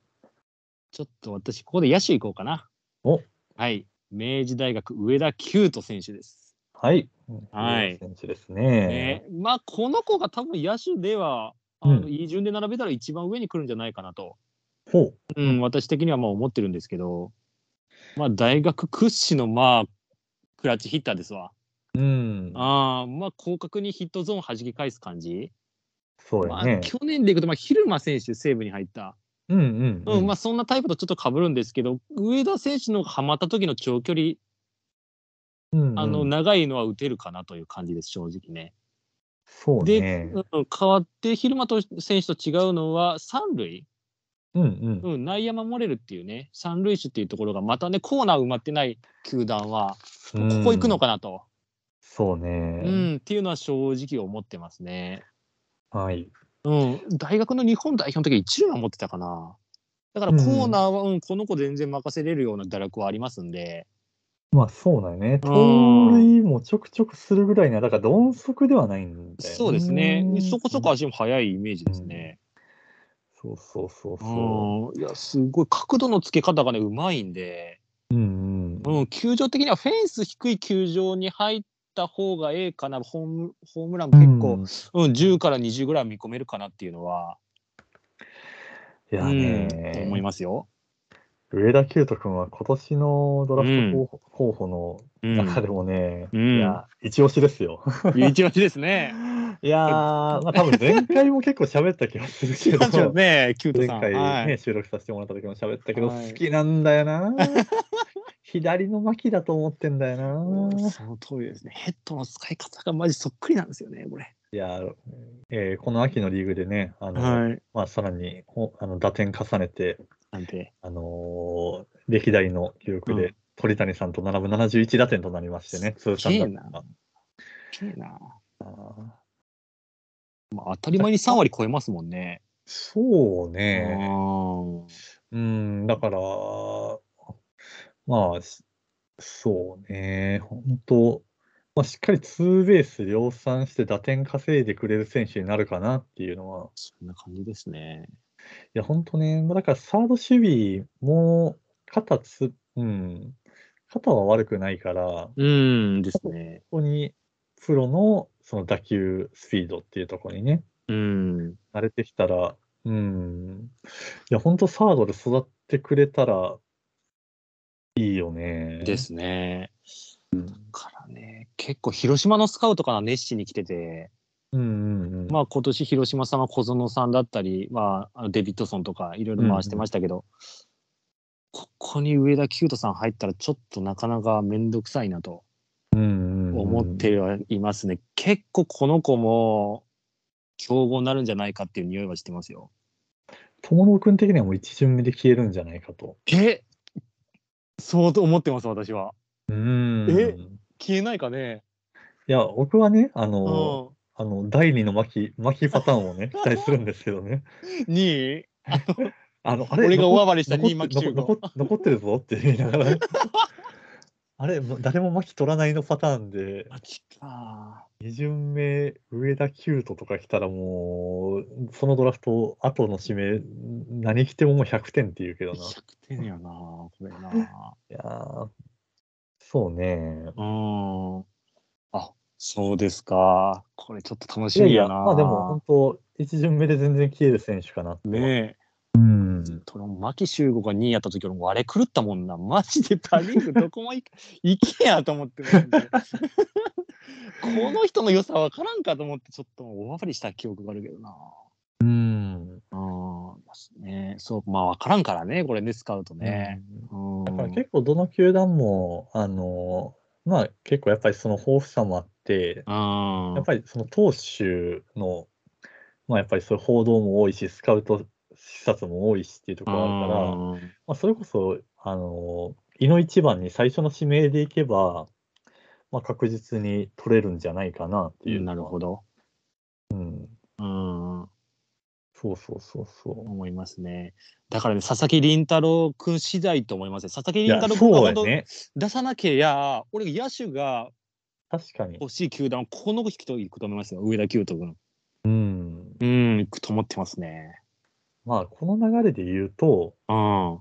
ちょっと私、ここで野手行こうかな。おはい。明治大学上田九斗選手です。はい。はい選手ですねね。、まあ、この子が多分野手では、あのうんいい順で並べたら一番上に来るんじゃないかなと、ほう。うん、私的にはまあ思ってるんですけど、まあ、大学屈指の、まあ、クラッチヒッターですわ。うん。ああ、まあ、広角にヒットゾーン弾き返す感じ。そうまあ、やね。去年でいくと、まあ、昼間選手、西武に入った。うんうん。うん、まあ、そんなタイプとちょっと被るんですけど、上田選手のハマった時の長距離、うんうんあの、長いのは打てるかなという感じです、正直ね。そうね。うん、変わって、昼間と選手と違うのは、三塁、うんうん。うん、内野守れるっていうね、三塁手っていうところが、またね、コーナー埋まってない球団は、こうんこ行くのかなと、そううん、ね。っていうのは正直思ってますね。はい。うん、大学の日本代表の時は一塁は持ってたかな。だからうんコーナーは、うんこの子全然任せれるような堕落はありますんで、まあそうだよね。う盗ん塁もちょくちょくするぐらいな、だから鈍足ではないんだよね。そうですね、そこそこ足も速いイメージですね。そうそうそううそん、いや、すごい角度のつけ方がね、うまいんで、う。うんうん。うん、球場的にはフェンス低い球場に入った方がええかな、ホームホームランも結構、うん10から20ぐらいは見込めるかなっていうのは、いやね、うん、と思いますよ。上田清人君は今年のドラフト候補,、候う補の中ん、でもね、 [LAUGHS] うんいや、一押しで [LAUGHS] すよ。一押しですね。いやー、まあ多分前回も結構喋った気がするけど、ね、キュート前さん。回ね、はい収録させてもらった時も喋ったけど、はい好きなんだよ [LAUGHS] な。左の巻きだと思ってんだよな。その通りですね。ヘッドの使い方がマジそっくりなんですよね、これ。いやー、えーこの秋のリーグでね、あのい。まあ、さらにほあの打点重ねて、なんて。あのー歴代の記録うで鳥谷さんと並ぶ71打点となりましてね、通算すげえ打な点がきれいな。あーまあ、当たり前に3割超えますもんね。そううね。んうん、だから、まあ、しそうね、本当、まあ、しっかりツーベース量産して打点稼いでくれる選手になるかなっていうのは、そんな感じですね。いや、本当ね、まあだからサード守備も肩つ、うん、肩は悪くないから、本うんですね。当にプロのその打球スピードっていうところにね、うん。慣れてきたら、うん、いや、本当サードで育ってくれたらいいよね。ですね。だからね、結構広島のスカウトから熱心に来てて、うんうんうん。まあ今年広島さんは小園さんだったり、まああのデビッドソンとかいろいろ回してましたけど、ここに上田清人さん入ったらちょっとなかなかめんどくさいなと思思ってはいますね。結構この子も強豪になるんじゃないかっていう匂いはしてますよ。友野君的にはもう一巡目で消えるんじゃないかと。えそうと思ってます私は。うんえ消えないかね。いや、僕はね、あうの、ん。あの第二の巻き、巻きパターンを [LAUGHS] ね、期待するんですけどね。 2位あの、あれ、俺が大残っ暴れした2位残っ巻き中残っ華。残ってるぞって言いながら、 [LAUGHS] あれ、もう誰も巻き取らないのパターンで、巻きか。 2巡目、上田キュートとか来たらもう、そのドラフト、後の指名、何来てももう100点って言うけどな。い100点やな、これな。やーそうね。うん。あ、そうですか。これちょっと楽いしやいみや、やな。まあでも本当、一巡目で全然消える選手かなって。ねうん。え、との牧秀悟が2位やった時俺もあれ狂ったもんな。マジで他人区どこも行け行けやと思って。マジでこの人の良さわからんかと思ってちょっと大暴れした記憶があるけどな。うん。うん、ですね。そう、まあわからんからね、これね、スカウトね。うん。だから結構どの球団も、あの、まあ結構やっぱりその豊富さもあって、うんやっぱりその投手の、まあやっぱりそういう報道も多いし、スカウト視察も多いしっていうところがあるから、まうんあそれこそ、あの、井の一番に最初の指名でいけば、まあ確実に取れるんじゃないかなっていう。なるほど。うん。うん、そうそうそうそう。思いますね。だからね、佐々木麟太郎君次第と思いますね。佐々木い麟や太郎君がそう本や当ね。出さなきゃや、俺野手が確かに。欲しい球団、この人行くと思いますよ。上田清人君。うん。うん、行くと思ってますね。まあ、この流れで言うと、うん。うん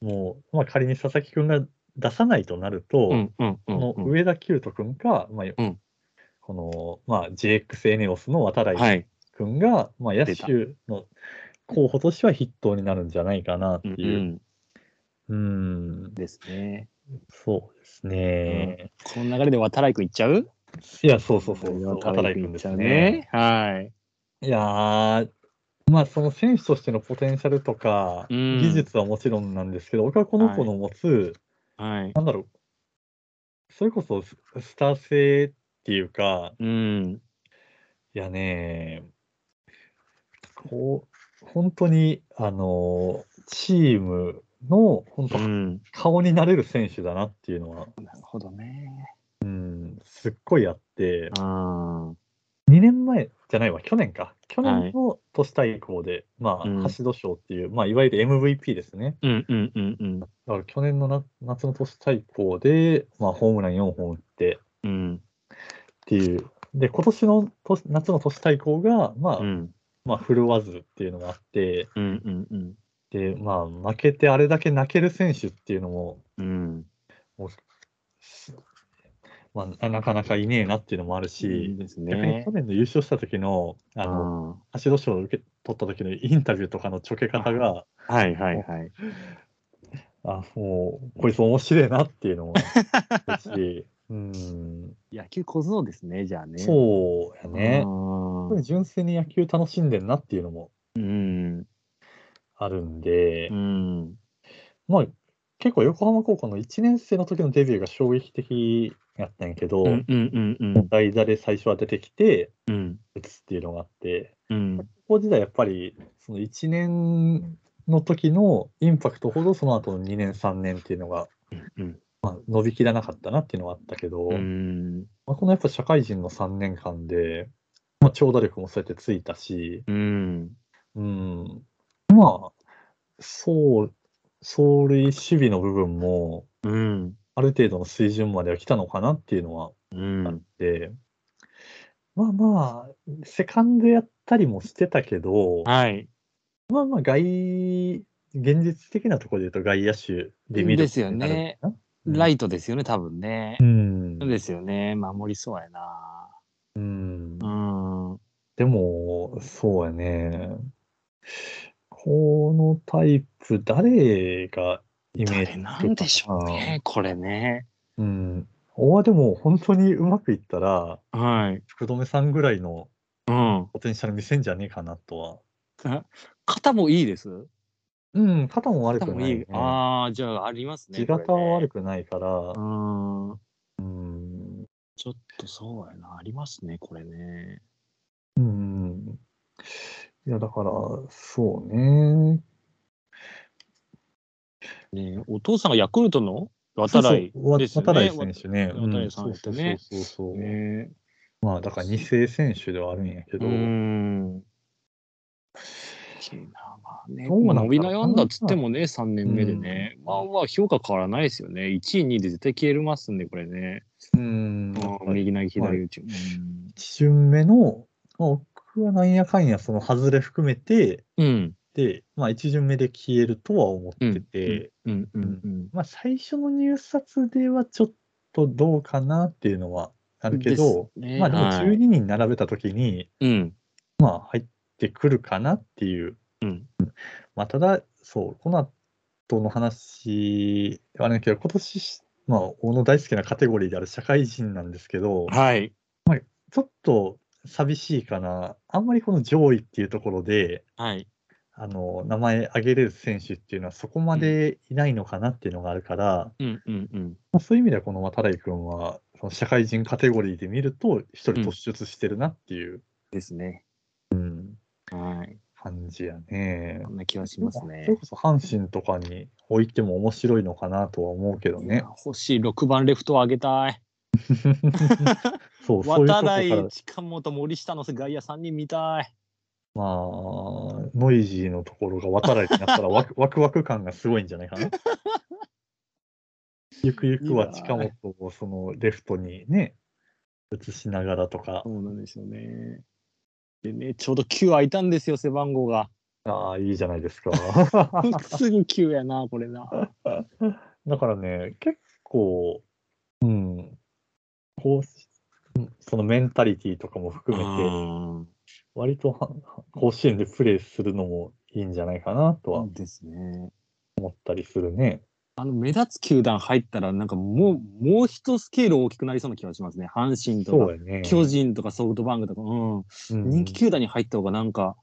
もう、まあ、仮に佐々木くんが出さないとなると、うんうんうこのん。上田清人くんか、まあ、んこの、まあ、GX エネオスの渡は来い。くんが、まあ、野出た手の候補としては筆頭になるんじゃないかなってうん、ういう。ん。うん、ですね。そうですね。この流れで渡来君行っちゃういや、そうそうそうそう、渡来君くん行っちゃうね。はい。いやー、まあ、その選手としてのポテンシャルとか、うん技術はもちろんなんですけど、僕はこの子の持つ、はい。なんだろう、それこそススター性っていうか、うん。いやね、こう、本当に、あのー、チームの、本う当、ん。な顔になれる選手だなっていうのは、るほどね。うん、すっごいあって、うん。 2年前じゃないわ、去年か。去年の都市対抗で、まうあ、ん橋戸賞っていう、まあ、いわゆる MVP ですね。うんうんうんうん。だから去年のな夏の都市対抗で、まあ、ホームラン4本打ってうん。っていう。で、今年の都夏の都市対抗が、まあ、うんまあ、振るわずっていうのもあって、うんうんうん。で、まあ、負けてあれだけ泣ける選手っていうのも、うん。すまあ、ななかなかいねえなっていうのもあいるいし、です逆にね去。年の優勝した時の、うあの、んは橋戸賞を受け取った時のインタビューとかのちょけ方が、いはいはい。あ、もう、こいつ面白いなっていうのもある [LAUGHS] し、うん、野球小僧ですね、じゃあね。そうやうね。ん本当に純粋に野球楽しんでんなっていうのもうん。あるんで、うん。まあ、結構横浜高校の1年生の時のデビューが衝撃的やったんやけど、うんうんうん代打で最初は出てきて、うん。打つっていうのがあって、うん。高校時代やっぱり、その1年の時のインパクトほど、その後の2年、3年っていうのが、うんまあ、伸びきらなかったなっていうのはあったけど、うん。まあ、このやっぱ社会人の3年間で、まあ、長打力もそうやってついたし、うん。うん、まあ、そう、走塁守備の部分も、ううん。ある程度の水準までは来たのかなっていうのはうん。で、まあまあ、セカンドやったりもしてたけど、はい。まあまあ外、現実的なところで言うと外野手で見るですよね。ライイトですよね、多分ねう。ん。そうですよね。守りそうやな。うんう。ん。でも、そうやね。このタイプ、誰がイメージ誰なんでしょうね、これね。つけたかな。うん。おはでも本当にうまくいったら、はい。福留さんぐらいのうん。ポテンシャル見せんじゃねえかなとは。肩もいいです。うん、肩も悪肩くもないい、い。ああ、じゃあありますね。地形は悪く。くないからう、ん。うん、ちょっとそうやな。ありますね、これね。うん。いや、だから、そうね。ねお父さんがヤクルトの渡来そうですそうよね。渡来選手ね。渡渡来さんやったねそうそうそうそうそう、ねまあ、だから二世選手ではあるんやけど、うん。けどなまあね、どうなんだろうな伸び悩んだっつってもね、3年目でね、まあまあ評価変わらないですよね。1位、2位で絶対消えますんで、これね。うん、うん右投げ、左打ち。うん一巡目の、まあ、僕はなんやかんや、その外れ含めて、うん。で、まあ、一巡目で消えるとは思ってて、うん。うん。うん。まあ、最初の入札ではちょっとどうかなっていうのはあるけど、ですねまあでもはい12人並べたときに、うん。まあ入ってくるかなっていう。うんまあただ、そう、この後の話、あれだけど、今年し、まあ、小野大好きなカテゴリーである社会人なんですけど、はい。ちょっと寂しいかな。あんまりこの上位っていうところで、はい。あの、名前挙げれる選手っていうのはそこまでいないのかなっていうのがあるから、うん。うん。うん。まあ、そういう意味では、この渡来君は、その社会人カテゴリーで見ると、一人突出してるなっていうですね。はい。感じやねこ。んな気はしますねそれ。こそ阪神とかに置いても面白いのかなとは思うけどいやね。星6番レフトを上げたい。そう、そういうとこ渡から、来、近本、森下の外野3人見たい。まあ、ノイジーのところが渡来に [LAUGHS] なったらワク、ワクワク感がすごいんじゃないかな。ゆくゆくは近本をそのレフトにね、移しながらとかそ、うなんですよね。でね、ちょうど9空いたんですよ、背番号が。 [LAUGHS] ああ、いいじゃないですか。 [LAUGHS] すぐ9やな、これな。だからね、結構、うん、こうし、そのメンタリティとかも含めて、割とは甲子園でプレーするのもいいんじゃないかなとは思ですね。ったりするね。あの目立つ球団入ったら、なんかもう、もう一スケール大きくなりそうな気がしますね。阪神とそうか、やね。巨人とかソフトバンクとか、うん。うん人気球団に入った方がなんか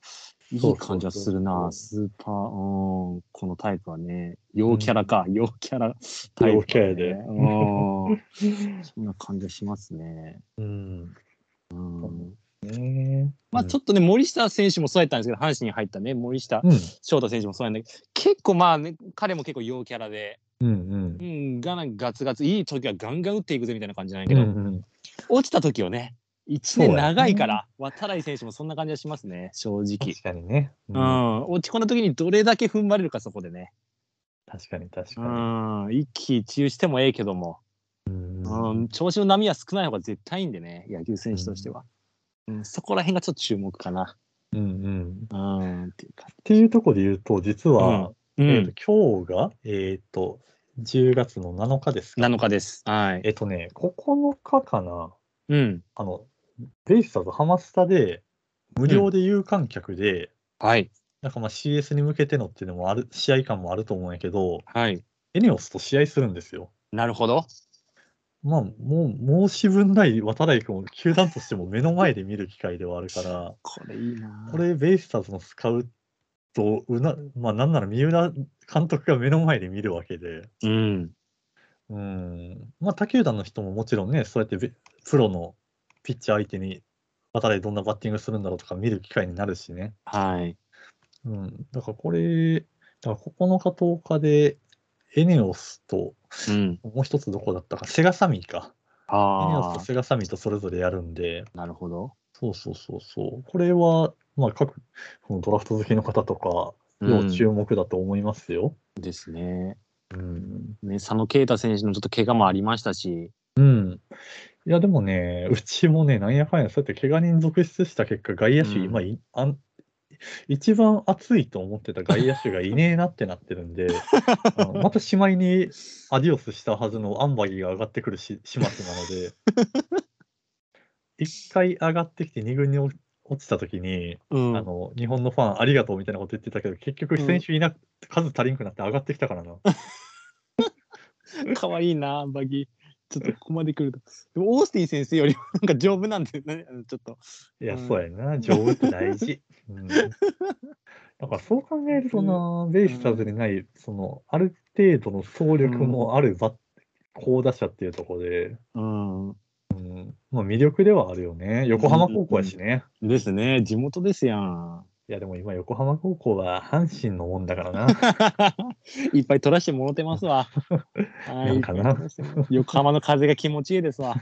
いそいうそうそう感じはするな、スーパー、うん、このタイプはね、陽キャラか、陽キャラタイプだね、陽キャやで [LAUGHS] うん。そんな感じはしますね。うん。うん、ねまあちょっとね、森下選手もそうやったんですけど、阪神に入ったね、森下うん。翔太選手もそうやんだけど、結構まあね、彼も結構陽キャラで、うんうんう。ん、がなガツガツ、いい時はガンガン打っていくぜみたいな感じなんやうけんど、うん、落ちた時をね、1年長いから、渡来選手もそんな感じはしますね、正直確。かにね。う、うんん、落ち込んだ時にどれだけ踏ん張れるかそこでね、確かに確うかん、一喜一憂してもええけども、に。うんうん、調子の波は少ない方が絶対いいんでね野球選手としては、うんそこら辺がちょっと注目かな、うんうん。っうん、っていう感ていうところで言うと、実は、じ、うえんー、と今日が、えっ、と、10月の7日ですか7日ですはい、えっとね、9日かな、うん、あの、ベイスターズハマスタで、無料で有観客で、はいなんかまあ CS に向けてのっていうのもある、試合感もあると思うんやけど、はいエネオスと試合するんですよ。なるほどまあ、もう、申し分ない渡来君を球団としても目の前で見る機会ではあるから、これいいなこれ、ベイスターズのスカウト、うな、まあ、なんなら三浦監督が目の前で見るわけで、うんうん、まあ、他球団の人ももちろんね、そうやってベプロのピッチャー相手に、渡りどんなバッティングするんだろうとか見る機会になるしね。はいうん、だからこれ、だから9日、10日で、エネオスと、うんもう一つどこだったか、セガサミーか。エネあオスとあセガサミーとそれぞれやるんで、なるほど、そうそうそうそう。これは、まあ、各、このドラフト好きの方とか、う要ん、注目だと思いますよ。ですねうん。ね、佐野啓太選手のちょっと怪我もありましたし、うん。いや、でもね、うちもね、なんやかんや、そうやって怪我人続出した結果、外野手、うん今いあん、一番熱いと思ってた外野手がいねえなってなってるん [LAUGHS] で、あのまたしまいにアディオスしたはずのアンバギーが上がってくるし始末なので、一回上がってきて二軍に落落ちたときに、うんあの、日本のファンありがとうみたいなこと言ってたけど、結う局、ん選手いなく、数足りんくなって上がってきたからな。 [LAUGHS] かわいいな、バギー。ちょっとここまで来ると。でも、オースティン先生よりも [LAUGHS] なんか丈夫なんでね、あのちょっと。いや、うんそうやな。丈夫って [LAUGHS] 大事。うん、だからそう考えるとな、ベイスターズにない、その、ある程度の総力もあるバッ、好打者っていうところで、うん。まあ魅力ではあるよね。横浜高校やしね。ですね、地元ですやん。いや、でも今横浜高校は阪神のもんだか [LAUGHS] らな。 [LAUGHS] いっぱい取らしてもろてます [LAUGHS] わ。はないんかなっぱい取らしてもろて横浜の風が気持ちいいです [LAUGHS] わ。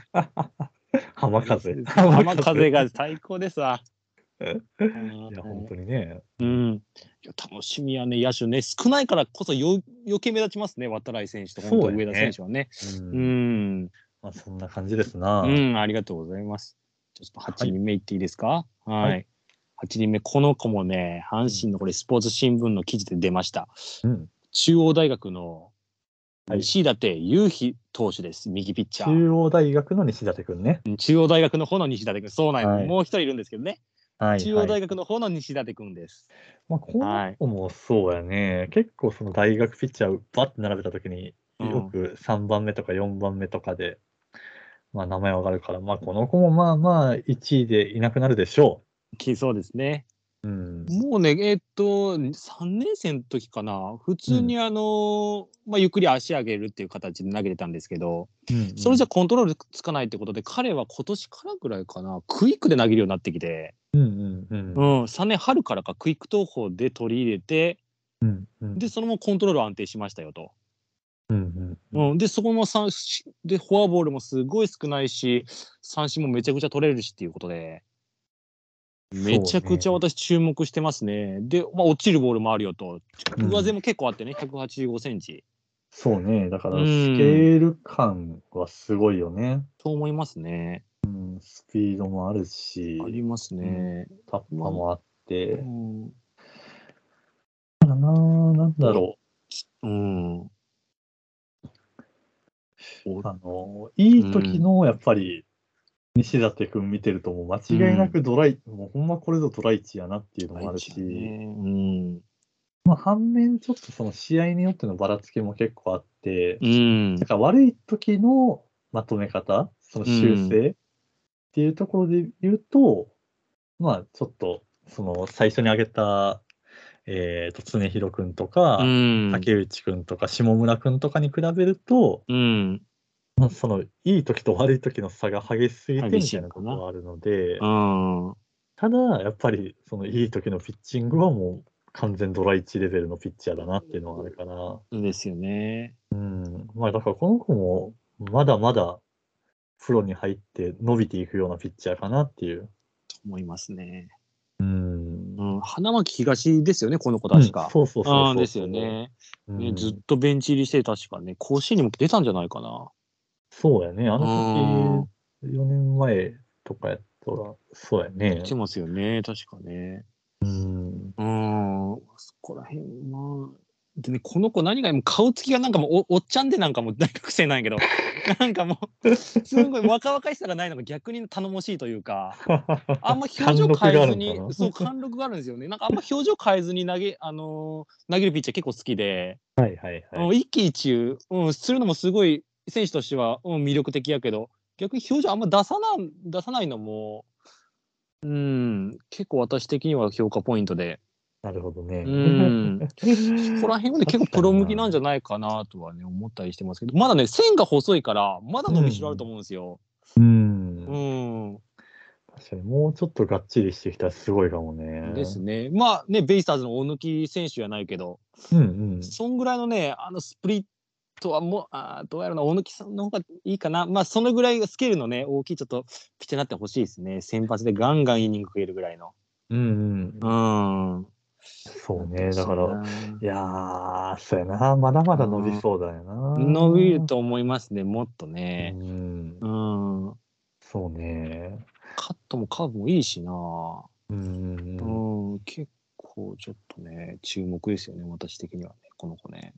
浜風。浜風が最高ですわ。 [LAUGHS] いや、本当にね。うん、いや楽しみやね、野手ね、少ないからこそよ余計目立ちますね、渡来選手とそう本だ当よね上田選手はね。うんうん、まあ、そんな感じですな。うん、ありがとうございます。ちょっと8人目いっていいですか、はい、はい8人目、この子もね、阪神のこれ、スポーツ新聞の記事で出ました。うん中央大学のはい西舘勇飛投手です、右ピッチャー。中央大学の西舘くんね。うん中央大学の方の西舘君、そうなんよ、はいもう一人いるんですけどね、はい、中央大学の方の西舘君です。まあ、こはいの子もそうやね、結構その大学ピッチャーをバッて並べたときに、うんよく3番目とか4番目とかで、まあ、名前上がるから、まあ、この子もまあまあ1位でいなくなるでしょきそうですね。う。うん。もうね、えーっと、3年生の時かな、普通にあのーまあ、ゆっくり足上げるっていう形で投げてたんですけど、それじゃゃ、コントロールつかないってことで、彼は今年からぐらいかな、クイックで投げるようになってきて、うんうんうんう。ん、3年春からか、クイック投法で取り入れて、うんうんで、そのままコントロール安定しましたよと。うんうんうん、で、そこの三振で、フォアボールもすごい少ないし、三振もめちゃくちゃ取れるしっていうことで、めちゃくちゃそうね私注目してますね。で、まあ、落ちるボールもあるよと、うん上背も結構あってね、185センチ。そうね、だからうんスケール感はすごいよね。と思いますね。うん、スピードもあるしあ、りますね。タッパもあって。うん。だな、なんだろう。うん。おあの、いい時の、やっぱり、西舘君見てると、もう間違いなくドライ、もうほんまこれぞドライチやなっていうのもあるし、うん。まあ反面ちょっとその試合によってのばらつきも結構あって、うんなん。か悪い時のまとめ方、その修正っていうところで言うと、まあちょっと、その最初に挙げた、えっ、と、常広君とか、うん。竹内君とか下村君とかに比べると、うん。まあ、そのいい時と悪い時の差が激しすぎて激みしいたいのなかこなとがあるのでう、ん。ただやっぱりそのいい時のピッチングはもう完全ドラ1レベルのピッチャーだなっていうのがあるから、ですよね。うん、まあだからこの子もまだまだプロに入って伸びていくようなピッチャーかなっていう。と思いますね。うん、うん。花巻東ですよね、この子確か。うんそうそうそうそうあーですよね。うんね、ずっとベンチ入りして確かね、甲子園にも出たんじゃないかな。そうやね。ああの時4年前とかやったら、そうやね出。てますよね、確かね。うん、うん、そこら辺は。でね、この子何が、もう顔つきがなんかもうおおっちゃんでなんかもう大学生なんやけど、 [LAUGHS] なんかもう、すごい若々しさがないのが逆に頼もしいというか、あんま表情変えずに [LAUGHS] 貫禄があるのか、なそう、貫禄があるんですよね。なんかあんま表情変えずに投げ、あのー投げるピッチャー結構好きで、はいはいはい。うん一喜一憂、うん、するのもすごい選手としては、うん、魅力的やけど逆に表情あんま出さなん出さないのも、うん、結構私的には評価ポイントで、なるほどね。 [LAUGHS] うん、ここら辺はね結構プロ向きなんじゃゃないかなとはね思ったりしてますけどまだね線が細いからまだ伸びしろあると思うんですよ。うん、うん確かにもうちょっとがっちりしてきたらすごいかもね。ですねまあねベイスターズの大貫選手やないけどうんうん。そんぐらいのねあのスプリットはもうあーどうやらな大貫さんの方がいいかなまあそのぐらいスケールのね大きいちょっとピッチャーになってほしいですね先発でガンガンイニング増えるぐらいのうんうんう。んそうね、だから、いやー、そうやな、まだまだ伸びそうだよな。伸びる。と思いますね、もっとうね。ん、うん。そうね。カットもカーブもいいしな。うんう、ん、結構ちょっとね、注目ですよね、私的にはね、この子ね。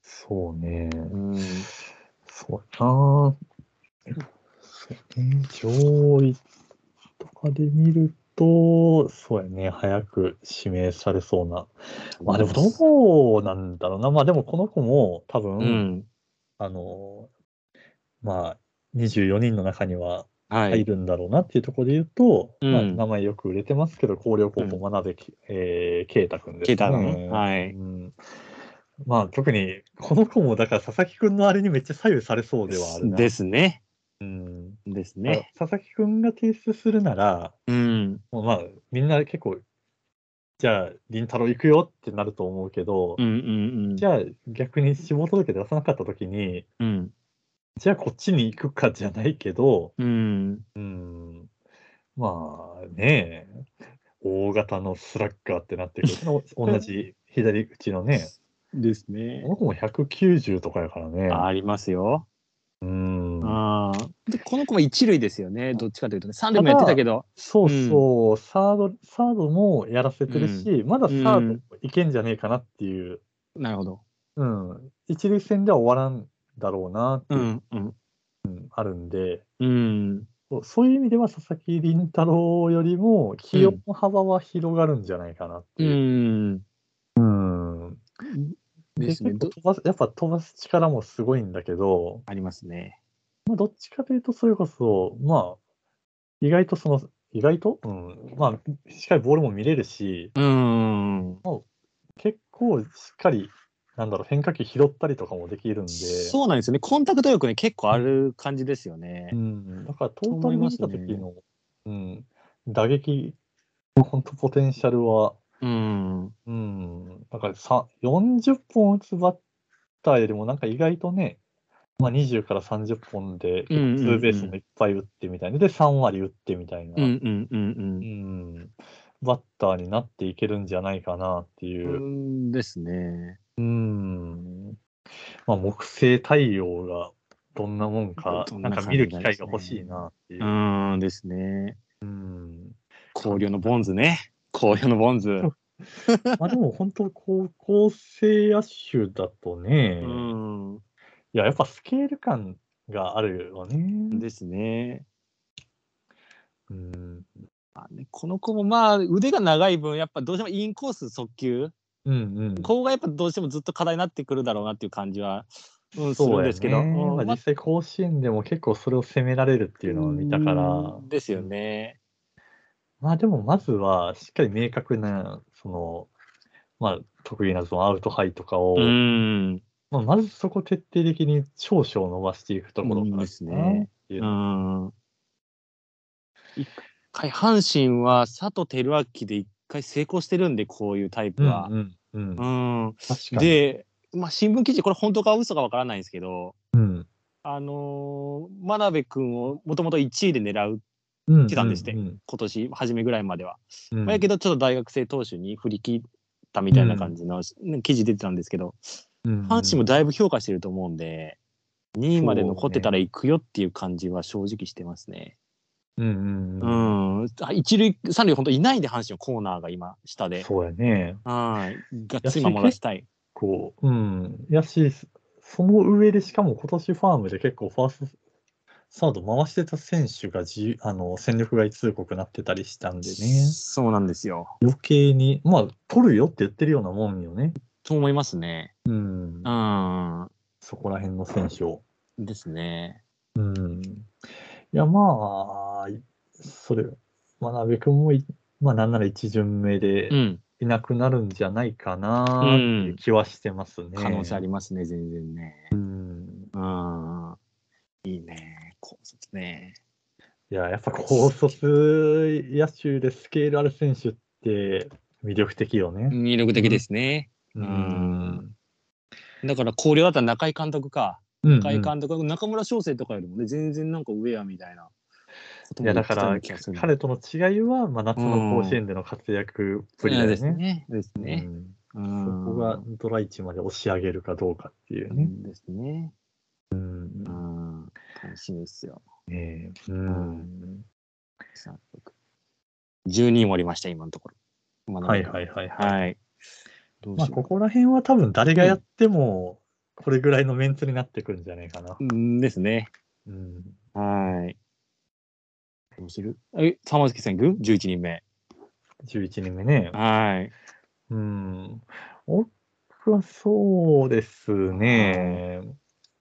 そうね。うん。そうやな。そうね、上位とかで見ると、そうやね、早く指名されそうな。まあでも、どうなんだろうな。まあでも、この子も多分、うん。あの、まあ、24人の中にはは入い。るんだろうなっていうところで言うと、うんまあ、名前よく売れてますけど、広陵高校真鍋き、えー、啓太君です啓太君はいうんまあ、特に、この子も、だから佐々木君のあれにめっちゃ左右されそうではあるな。ですね。うんですね。佐々木君が提出するなら、うん。もうまあ、みんな結構、じゃあ、凛太郎行くよってなると思うけど、うんうんうん。じゃゃあ、逆に志望届け出さなかったときに、うん。じゃあこっちに行くかじゃないけど、うん。うん、まあね大型のスラッガーってなって [LAUGHS] くると同じ左口のね、ですねこ。の子も190とかやからね。ありますよ。うん、ああ。で、この子は一類ですよね。どっちかというとね。三塁もやってたけど。そうそう、サード、サードもやらせてるし、まだサードもいけんじゃねえかなっていう、なるほど。うん、一塁戦では終わらんだろうなってういう、んうん。あるんで、うん。そうそういう意味では佐々木麟太郎よりも起用の幅は広がるんじゃないかなってういう。ん。うんでですね。ど飛ばすやっぱ飛ばす力もすごいんだけど、ありますね。まあ、どっちかというと、それこそ、まあ、意外とその、意外と、うん、まあ、しっかりボールも見れるし、うん。結構しっかり、なんだろう、変化球拾ったりとかもできるんで、そうなんですよね。コンタクト力ね、結構ある感じですよねう。ん、だからトータル見たと思時いまの、うん、打撃、本当ポテンシャルは、うん。うん、なんかさ40本打つバッターよりも、なんか意外とね、まあ、20から30本で、ツうんうんうんーベースもいっぱい打ってみたいな、で、3割打ってみたいな、うんうんうんうんう。んバッターになっていけるんじゃないかなっていう、うんですね。うんまあ、木星対応がどんなもんか、どんななん感かじ見る機会が欲しいなっていうう。んですね。うん紅葉のボンズね。紅葉のボンズ。まあでも本当、高校生野手だとね、うん。いや、やっぱスケール感があるよね。ですね。うん。まあねこの子もまあ腕が長い分やっぱどうしてもインコース速球うんうん。ここがやっぱどうしてもずっと課題になってくるだろうなっていう感じは、うん、すそうるやんねですけど、うんまあ、まあ実際甲子園でも結構それを攻められるっていうのを見たから、うんですよね。まあでもまずはしっかり明確な、その、まあ得意なそのアウトハイとかを、うん。まあ、まずそこ徹底的に少々伸ばしていくところからですねっていうう。ん。一回阪神は佐藤輝明で一回成功してるんでこういうタイプうんは。うんうん。うん、確かに。で、まあ、新聞記事これ本当か嘘かわからないんですけど、うん。あのー真鍋君をもともと1位で狙ううん。来たんですってうん。今年初めぐらいまでは、うんまあやけどちょっと大学生投手に振り切ったみたいな感じの、ね記事出てたんですけどうん阪神もだいぶ評価してると思うんで、2位まで残ってたら行くよっていう感じは正直してますね。うんううんうん。ん、あ一塁三塁本当いないんで阪神のコーナーが今下で、そうやね。はい、がっつり守らせたい。こう、うん。やし、その上でしかも今年ファームで結構ファースト、サード回してた選手が自由あの戦力外通告なってたりしたんでね、そうなんですよ。余計に、まあ、取るよって言ってるようなもんよね。と思いますね。うんう。ん。そこら辺の選手を。ですね。うん。いや、まあ、いそれ、真鍋君もい、まあ、なんなら一巡目でうん。いなくなるんじゃないかなっていう気はしてますね。可能性ありますね、全然ね。うん。うん。いいね。高卒ね。いや、やっぱ高卒野手でスケールある選手って魅力的よね。魅力的ですね。ううん。だから、広陵だったら中井監督か。うん中井監督、中村翔成とかよりもね、全然なんか上やみたいなこといもや、言だってかたようらな気がする、彼との違いは、まあ、夏の甲子園での活躍っぷりだよですね。ね。ですね。うんそそこがドラ1まで押し上げるかどうかっていうね。ですね。うんうん。楽しみですよ。ねえうんさあ10人おりました、今のところ。まだはいはいはいはい。はい。どうまあ、しよここら辺は多分誰がやっても、これぐらいのメンツになってくるんじゃないかなう。。うんですね。うん、はい。どうするえ、玉月さん行く ?11 人目。 11人目ね。はい。うん。僕はそうですね。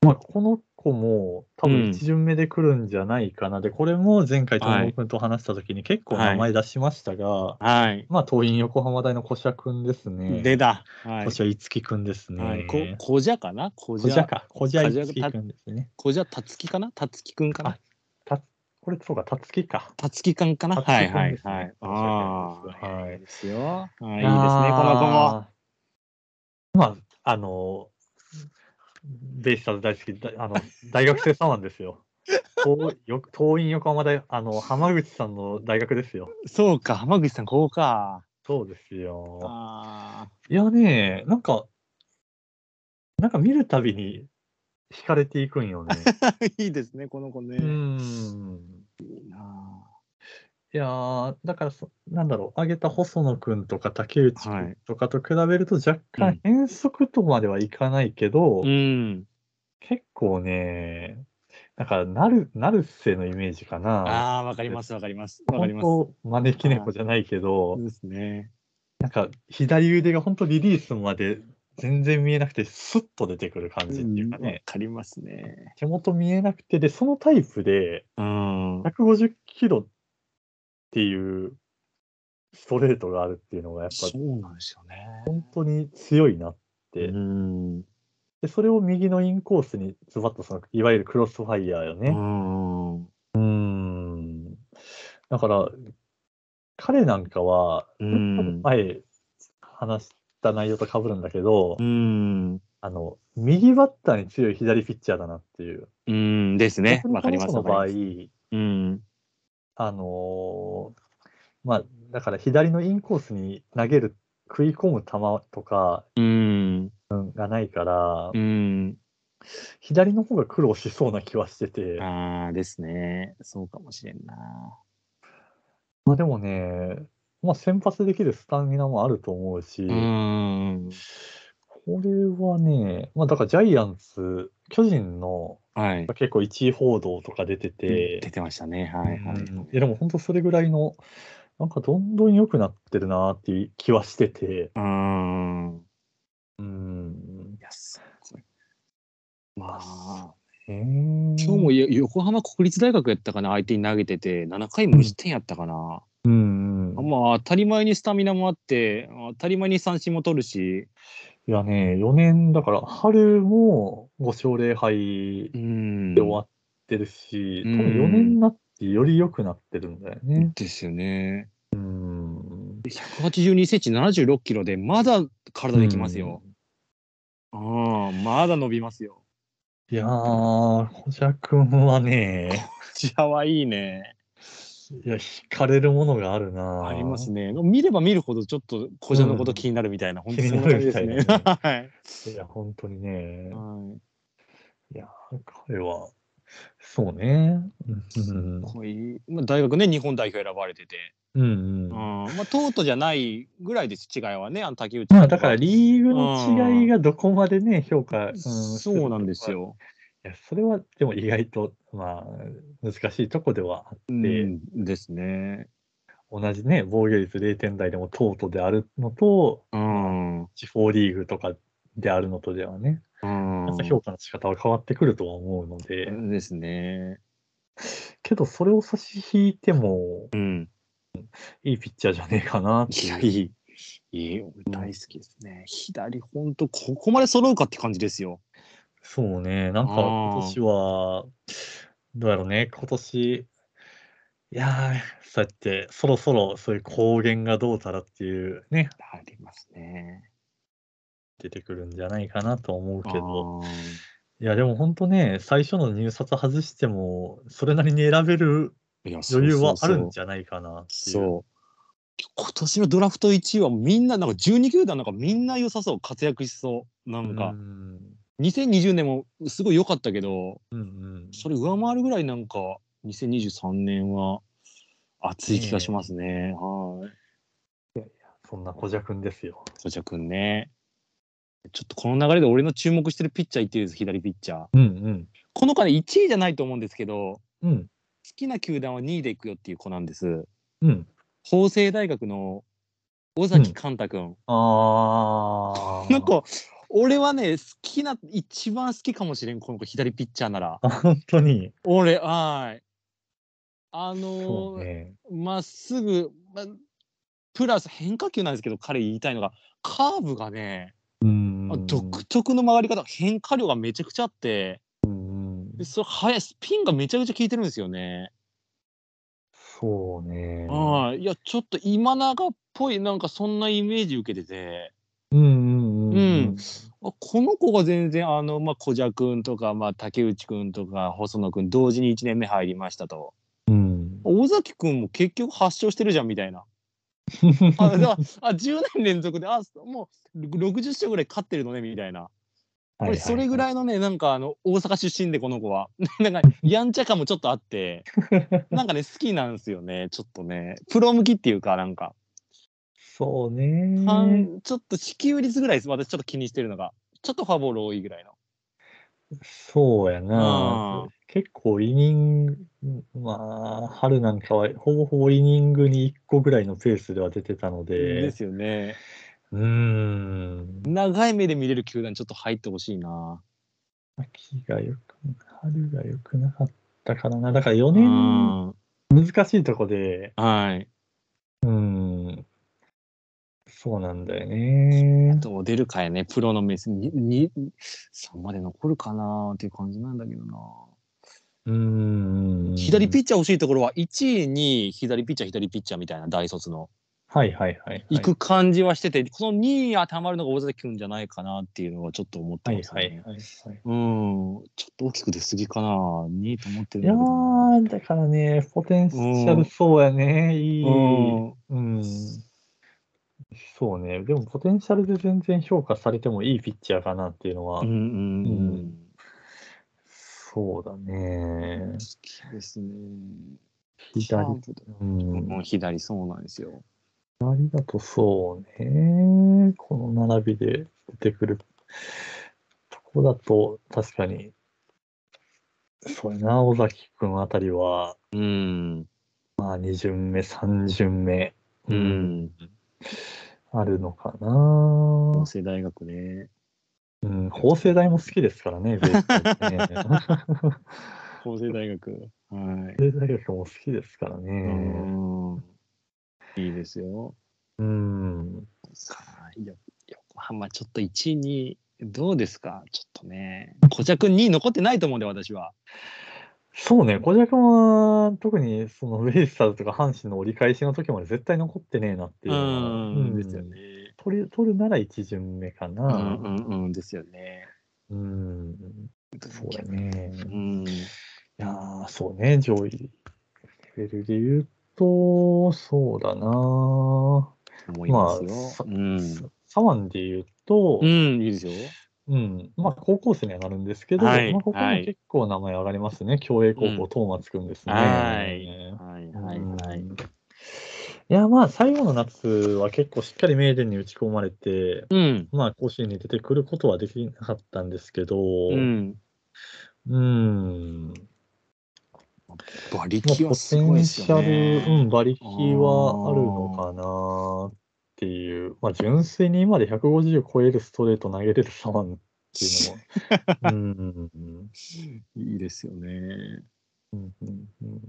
まあ、この子も多うん分1巡目で来るんじゃないかな。で、これも前回、友野君と話したときに結構名前出しましたが、はい。まあ、桐蔭横浜大の古謝君ですね。出た。はい古。謝樹君ですね。はい。こ、こじゃかなこ古じ謝ゃ。か。古謝樹君ですね。こじゃたつきかなたつきくんかなあたこれ、そうか、たつきか。たつきくんかなたつはきいくはんいですねはい。申しあ訳あ。ないいですはいいですよ。はい。いいですね。こいの子も。子も。まあ、あの、ベイスターズ大好き、だ [LAUGHS] あの大学生さんなんですよ。東よ東院横浜大、あの、浜口さんの大学ですよ。そうか、浜口さん、こうか。そうですよ。あいやね、なんか、なんか見るたびに惹かれていくん [LAUGHS] よね。あ。いいですね、この子ね。うーん。いいなあいやーだからそ、なんだろう、上げた細野君とか竹内はい君とかと比べると若う干ん変則とまではいかないけど、うん。結構ね、なんか、なる、なるせのイメージかな。ああ、わかります、わかります。わかり本ます。当招き猫じゃないけどそう、ですね。なんか、左腕が本当リリースまで全然見えなくて、スッと出てくる感じっていうかわね、かりますね。手元見えなくて、で、そのタイプで、うん。 150キロっていうストレートがあるっていうのが、やっぱそ、うなんですよね。本当に強いなって。うん。で、それを右のインコースにズバッとその、いわゆるクロスファイヤーよね。うん。うーんだから、彼なんかは、うん前話した内容と被るんだけど、うん。あの、右バッターに強い左ピッチャーだなっていう。うんですね。わかります。そのわ場か合ります。、うん。あのーまあ、だから左のインコースに投げる、食い込む球とかうん。がないから、うん。左の方が苦労しそうな気はしてて、ああ、ですね。そうかもしれんな。まあでもね、まあ先発できるスタミナもあると思うし、うん。これはね、まあだからジャイアンツ、巨人のはい。結構1位報道とか出てて、出てましたね。はいはい。うんいやでも本当それぐらいの、なんかどんどん良くなってるなっていう気はしてて、うん。うん、いや、すごい。まあ、今今日もよ横浜国立大学やったかな、相手に投げてて、7回無失点やったかな。うん、うんまあ、当たり前にスタミナもあって、当たり前に三振も取るし、いやね、4年だから、春も5勝0敗うん。で終わってるし、うん多分4年になってより良くなってるんだよね。ですよね。うん、 182センチ、76キロで、まだ体できますよ。ああ、まだ伸びますよ。いやー、小じゃくんはね、じゃはいいね。いや、惹かれるものがあるなありますね。見れば見るほど、ちょっと、小じゃのこと気になるみたいな、本当にそんな感じですね気になるみたい。はい。いや、本当 [LAUGHS] にね。はいいや、彼は、そうね。うん。こういうまあ、大学ね、日本代表選ばれてて。うん、うん。まあまあ、トートじゃないぐらいです、違いはね、あの竹内あ、だからリーグの違いがどこまでね、評価、うん、そうなんです。よ。いや、それは、でも意外と、まあ、難しいとこではあって、うん、ですね。同じね、防御率0点台でもトートであるのと、うん。うん地方リーグとかであるのとではね、やっぱ評価の仕方は変わってくるとは思うので、ですね。けどそれを差し引いてもうん。いいピッチャーじゃねえかなっていいや、ういい。いい、俺大好きですね。左、ほんと、ここまで揃うかって感じですよ。そうね、なんか今年は、どうやろうね、今年、いやー、そうやって、そろそろそういう高原がどうたらっていうね、ありますね。出てくるんじゃないかなと思うけど、あーいや、でも本当ね、最初の入札外しても、それなりに選べるいや余裕はあるんゃじゃないかなっていう。そう。今年のドラフト1位はみんな、なんか12球団なんかみんな良さそう、活躍しそう。なんか、うん2020年もすごい良かったけど、うんうん、それ上回るぐらいなんか、2023年は熱い気がしますね。はい。そんな小じゃくんですよ。そちゃくんね。ちょっとこの流れで俺の注目してるピッチャー言っていいです、左ピッチャー。うんこの子ね、1位じゃないと思うんですけど、うん。うん好きな球団は2位でいくよっていう子なんです。うん。法政大学の尾崎寛太君。ああ。なんか、俺はね、好きな、一番好きかもしれん、この子、左ピッチャーなら。あ、本当に。俺、はい。あそのうーね。まっすぐ、まプラス変化球なんですけど、彼言いたいのが、カーブがね、うんあ。独特の曲がり方、変化量がめちゃくちゃあって、うんでそれ速い、スピンがめちゃくちゃ効いてるんですよね。そうね。はい、いや、ちょっと今永っぽい、なんかそんなイメージ受けてて、うんうんうんうんあこの子が全然、あの、まあ、小蛇くんとか、まあ、竹内くんとか、細野くん、同時に1年目入りましたと。うん。尾崎くんも結局発症してるじゃんみた [LAUGHS] いな。あだからあ10年連続で、あもう60勝ぐらい勝ってるのねみたいな。これそれぐい。らいのね、なんかあの大阪出身で、この子は。 [LAUGHS] なんか、やんちゃ感もちょっとあ [LAUGHS] って、なんかね、好きなんですよね、ちょっとね。プロ向きっていうか、なんか。そうね。半ちょっと支給率ぐらいです、私ちょっと気にしてるのが。ちょっとフォアボール多いぐらいの。そうやう。なん結構イニング、まあ、春なんかはほぼほぼイニングに1個ぐらいのペースでは出てたのでで、すよね。うーん、長い目で見れる球団ちょっと入ってほしいな。秋がよく、春が良くなかったからな。だから4う年、ん。難しいとこで、はい。うーん、そうなんだよね。どう出るかやね、プロのメスに、に、3まで残るかなっていう感じなんだけどな。うーん。左ピッチャー欲しいところは、1位に左ピッチャー、左ピッチャーみたいな、大卒の。はいはいはいはい。行く感じはしてて、この2位に当てはまるのが大崎くんじゃないかなっていうのはちょっと思ってはいますね。はいはういはい。ん、ちょっと大きく出すぎかな、2位と思ってるいんだやけどな。ー、だからね、ポテンシャルそうやね。いい。うんうん。そうね。でも、ポテンシャルで全然評価されてもいいピッチャーかなっていうのは、うんうんう。うんそうだね好。きですね。左カーブでうんもう左そうなんですよ。左だとそうね。この並びで出てくるとこだと、確かに、そうやな、尾崎くんあたりは、うん。まあ、2巡目、3巡目、う、ん。あるのかな。法政大学ね。うん、法政大も好きですからね、ベースボールね法政大学。はい。法政大学も好きですからね。うん。いいですよ。うん。はいよ横浜ちょっと1位にどうですかちょっとね。小尺2位残ってないと思うんで私は。そうね、小島君は、特にそのベイスターズとか阪神の折り返しの時まで絶対残ってねえなっていうのは。うんですよね。取る取るなら1巡目かうんな。うんうんですよね。うん。そうだね。ういん。やーそうね、上位レベルで言うと、そうだな。思いますよ。まうん。サワンで言うと、うん、いいですよ。うん、まあ高校生にはなるんですけど、はいまあ、ここもはい結構名前上がりますね、共栄高校、うんトーマツくんですね。はいうんはいはいはい。いや、まあ最後の夏は結構しっかり名電に打ち込まれて、うん。まあ甲子園に出てくることはできなかったんですけど、うん。うん、馬まあ力ポはテすごいでンすシャよル、うん、ね。馬力はあるのかなっていう、まあ純粋に今で150超えるストレート投げれるサワンっていう [LAUGHS] のも、うん。いいですよね。うんうんうん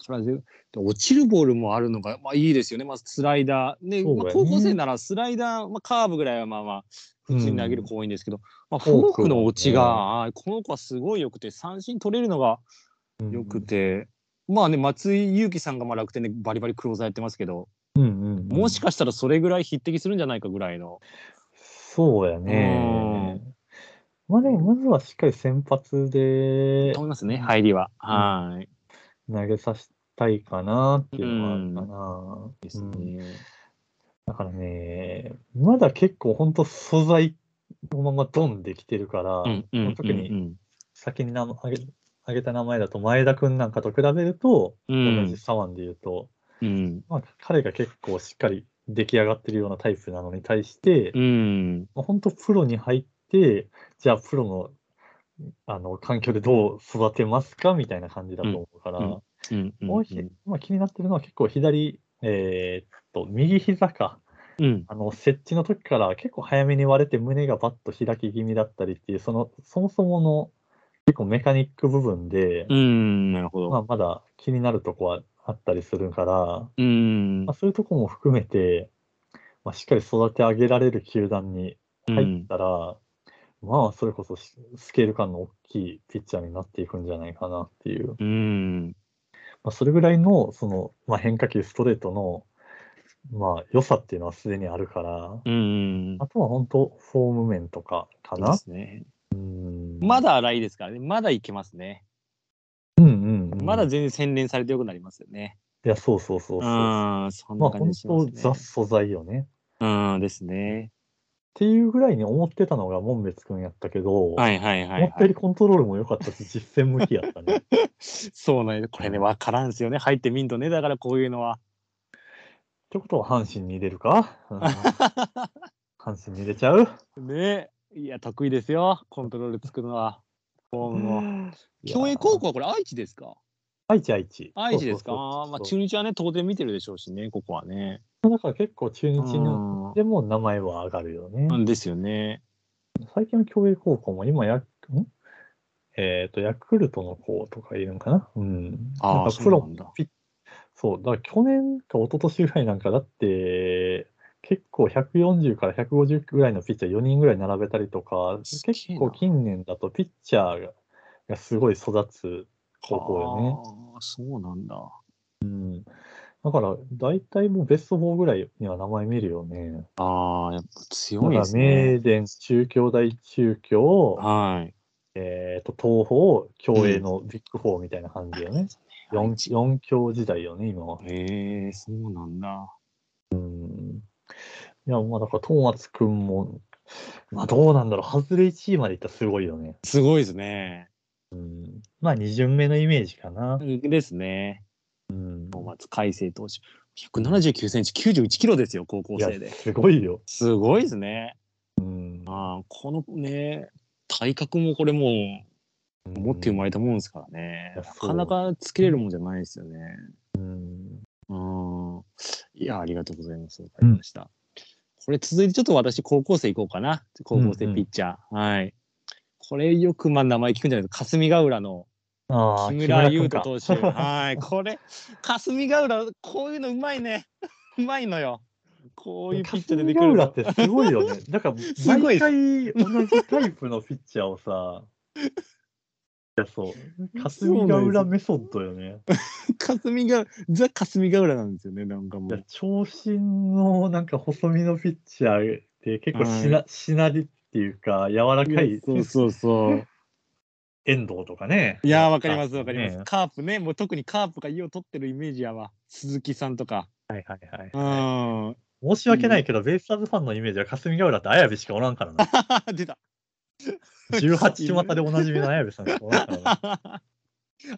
力強いで落ちるボールもあるのが、まあ、いいですよね、まあ、スライダー、ねそうだよまあ、ね高校生ならスライダー、まあ、カーブぐらいはまあまあ普通に投げる子多いんですけど、まあ、フフォークォークの落ちが、ねあーこの子はすごいよくて三振取れるのがうんよくて、まあね松井裕樹さんがまあ楽天でバリバリクローザーやってますけど、うんうんうんもしかしたらそれぐらい匹敵するんじゃないかぐらいの。そうやね。まあでも、まずはしっかり先発でと思いますね入りは。はい投げさせたいかなっていうのはあるかな。ですうんね。だからね、まだ結構本当素材のままドンできてるから、うんうんうん特うにん先に名前挙げ挙げた名前だと前田くんなんかと比べると、うん同じ左腕で言うと、うんまあ、彼が結構しっかり出来上がってるようなタイプなのに対して、うんまあ、本当プロに入って、じゃあプロのあの環境でどう育てますかみたいな感じだと思うから、うんうんうんもうひ今気になってるのは結構左、えーっと、右膝か。うんあの設置の時から結構早めに割れて胸がバッと開き気味だったりっていうそのそもそもの結構メカニック部分で、うんなるほまど。あ、まだ気になるとこはあったりするから、うんまあ、そういうとこも含めて、まあ、しっかり育て上げられる球団に入ったら、まあそれこそしスケール感の大きいピッチャーになっていくんじゃないかなっていう。うんまあ、それぐらいのその、まあ、変化球ストレートの、まあ、良さっていうのはすでにあるから、うんあとは本当フォーム面とかかでな。すね。うんま、だ荒いですからね。まだいけますね。うんうんうん、まだい全然洗練されてよくなりますよね。やそうそうそうそう。まあうん、そんな感本じします当ね。ザ素材よね。っうんですね。ていうぐらいに思ってたのが門別君やったけど、はいはいはい、思ったよはりい。コントロールも良かったし実践向きやった [LAUGHS] ね。そうなんです。これね、わからんですよね。入ってみんとね、だからこういうのは。ってことは阪神に入れるか、うん阪神に入れちゃうねいや、得意ですよ。コントロールつくのは。フォームも。い [LAUGHS] や共栄高校はこれ愛知ですか愛知愛知。愛知ですかそうそうそうそうああーまあ中日はね、当然見てるでしょうしね、ここはね。だから結構中日のうでも名前は上がるよね。ん。ですよね。最近の競泳高校も今ヤク、んえっ、と、ヤクルトの子とかいるのかなうん。あーなんかそうなんだピッそう、だから去年か一昨年ぐらいなんかだって、結構140から150ぐらいのピッチャー4人ぐらい並べたりとか、す結げえな構近年だとピッチャーががすごい育つ高校よね。ああ、そうなんだ。だから大体もうベスト4ぐらいには名前見るよね。ああ、やっぱだ強かいでらすね。名電、中京大中京、はい。えー、と東宝、競泳のビッグ4みたいな感じよね。うん四四強時代よね、今は。へえそうなんだ。いや、まあだから、トーマツくんも、まあどうなんだろう、外れ1位までいったらすごいよね。すごいですね。うん、まあ2巡目のイメージかな。ですね。うん、松海星投手。179センチ、91キロですよ、高校いや生で、。すごいよ。すごいですね。うん、あーこのね、体格もこれもう、持って生まれたもんですからね。いやなかなかつけれるもんじゃないですよね。うんうん。いや、ありがとうございます。わかりました。これ続いてちょっと私、高校生行こうかな。高校生ピッチャー。はい。これよくまあ名前聞くんじゃないですか。霞ヶ浦のああ、木村優君斗か投手。はい、これ、霞ヶ浦、こういうのうまいね。 [LAUGHS] うまいのよ。こういうピッチャー出てく霞ヶる浦のっ。てすごいよね。だか [LAUGHS] らすごい毎回同じタイプのピッチャーをさ、 [LAUGHS] いやそう、霞ヶ浦メソッドよね。霞ヶ浦、ザ・霞ヶ浦なんですよね、なんかもいやう。長身のなんか細身のピッチャーって結構しな,、しなりっていうか柔らかいそうそうそう。遠藤とかね。いやー、わかります、わかります。ねカープね、もう特にカープが家を取ってるイメージやわ。鈴木さんとか。はいはいうん。 [LAUGHS] はい。申し訳ないけど、ベイスターズファンのイメージは霞ヶ浦って綾部しかおらんか [LAUGHS] らな。出た。 18巷でおなじみの綾部さんしかおらんからな。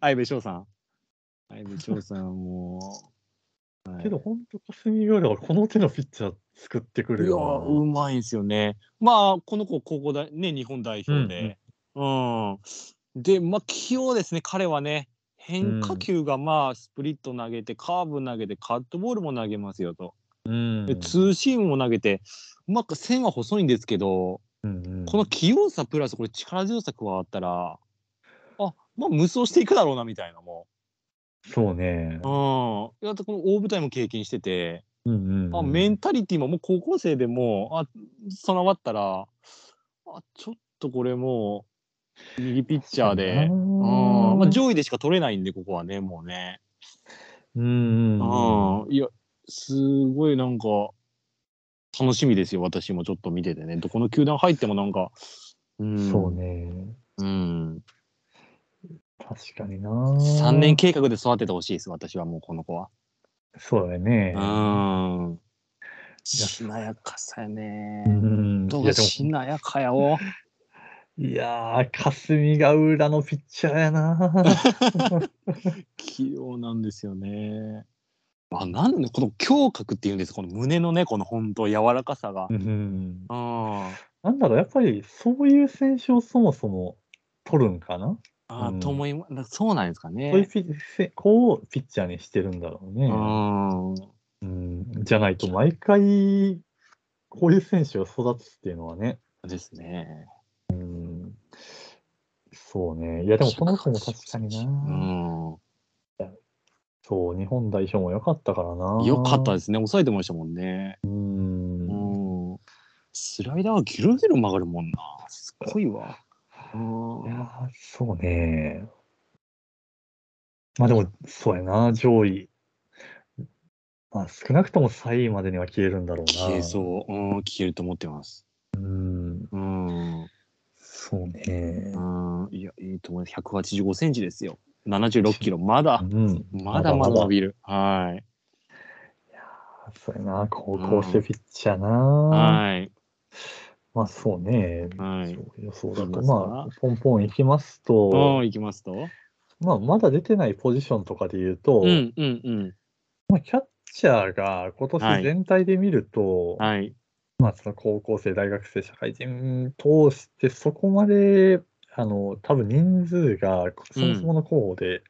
相部翔さん。相部翔さんもう。 [LAUGHS] はいけど本当霞ヶ浦はこの手のピッチャー作ってくいやるーうよまいんですよね。まあこの子高校だね日本代表で、うんでまあ器用ですね彼はね変化球がまあスプリット投げてカーブ投げてカットボールも投げますよと、な。うんでツーシームも投げてまあ線は細いんですけどうんうんこの器用さプラスこれ力強さ加わったらあまあ無双していくだろうなみたいなもそうねう。うんいやだってこの大舞台も経験してて。うんうんうんあメンタリティももう高校生でもうあ備わったらあちょっとこれもう右ピッチャーで、うんまあ、上位でしか取れないんでここはねもうね、うんうんうんうん、いやすごいなんか楽しみですよ私もちょっと見ててねどこの球団入ってもなんか、うん、そうね。うん、確かにな。 3年計画で育ててほしいです、私はもうこの子は。そうだよね。うーん。しなやかさやねう。ん。どいうやでもしなやかやを。いやー、霞ヶ浦のピッチャーやな。器用なんですよね。あ、なんでねこの胸郭っていうんですこの胸のねこの本当柔らかさが。うんあなんだろう、やっぱりそういう選手をそもそも取るんかな、あうんーと思いまそうなんですかそういうね。ピッせ子をピッチャーにしてるんだろううね。ん。うん、じゃないと、毎回、こういう選手を育つっていうのはね、ですね。そうね。いや、でもこの子も確かにな。うそう、日本代表も良かったからな。ん。よかったですね。抑えてましたもんね。う。うんん。スライダーはギロギロ曲がるもんな。すっごいわ。ういやん。ー、そうね。まあでも、そうやな、上位。まあ、少なくとも3位までには消えるんだろうな。消えそう。うん。消えると思ってます。うん。うん。そうね。うん。いやいいと思います。185センチですよ。76キロ。まだ。うん。まだまだ伸いびる。はい。やそうやな、高校生ピッチャーな。はい。まあ、そうね。はい。予想だいきまと、すかまあ、ポンポンいきますうん、と、いきますと。まあ、まだ出てないポジションとかで言うと、うん、うん、うん。まあ、キャッチャーが今はい年全体で見ると、はい。まあ、その高校生、大学生、社会人通して、そこまで、あの、多分人数が、そもそもの候補で、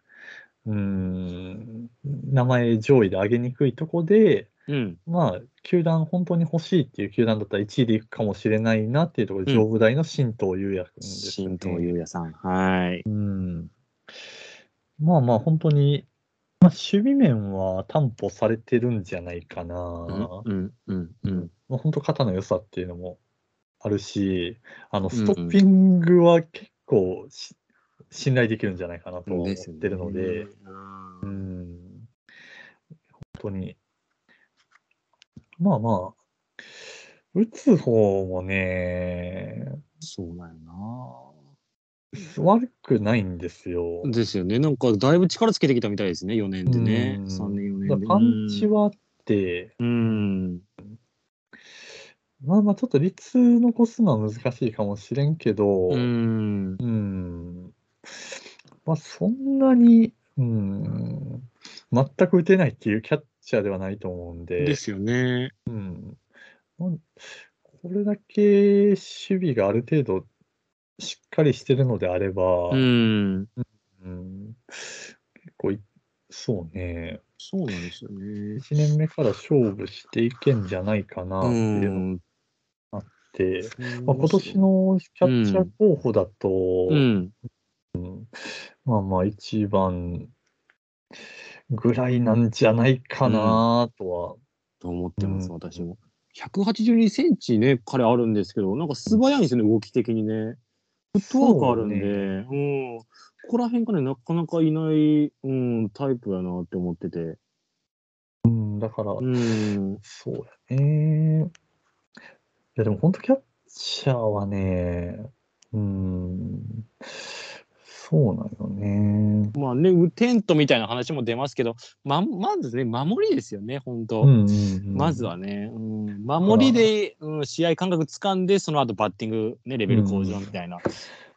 うーん、名前上位で上げにくいとこで、うん。まあ、球団、本当に欲しいっていう球団だったら1位でいくかもしれないなっていうところで、うん上武大の新藤優也君です、新ね。藤優也さん。はい。うん。まあまあ、本当に、まあ、守備面は担保されてるんじゃないかな。うん、うん、うん。まあ、本当肩の良さっていうのもあるし、あのうんうスんトッピングは結構し、信頼できるんじゃないかなと思っですよねてるので、うんうん、本当に、まあまあ、打つ方もね、そうなんよ悪くないんですよ。な。ですよね。なんか、だいぶ力つけてきたみたいですね。4年でねう。ん3年、4だ年で。パンチは。はあって、うん。まあまあ、ちょっと率残すのは難しいかもしれんけど、うん。うんまあ、そんなに、うん、全く打てないっていうキャッチャーではないと思うんで、ですよね。うんまあこれだけ守備がある程度しっかりしてるのであれば、うん。うん結構い、そうね、そうなんですよね。 1年目から勝負していけんじゃないかなってういうのがん。あって、まあ、今年のキャッチャー候補だと、うん。まあまあ一番ぐらいなんじゃないかなとは。と思ってます、うん私も。182センチね、彼あるんですけど、なんか素早いんですよね、動き的にね。フットワークあるんで、そううん。ここら辺がね、なかなかいない、うん、タイプやなって思ってて。うん、だから、うん。そうやね。いやでも本当キャッチャーはね、うん、そうなんよね。まあね、うテントみたいな話も出ますけど、ま、まずね、守りですよね、本当、うんうんうんまずはね、うん、守りで、うん、試合感覚掴んで、その後バッティング、ね、レベル向上みたいな。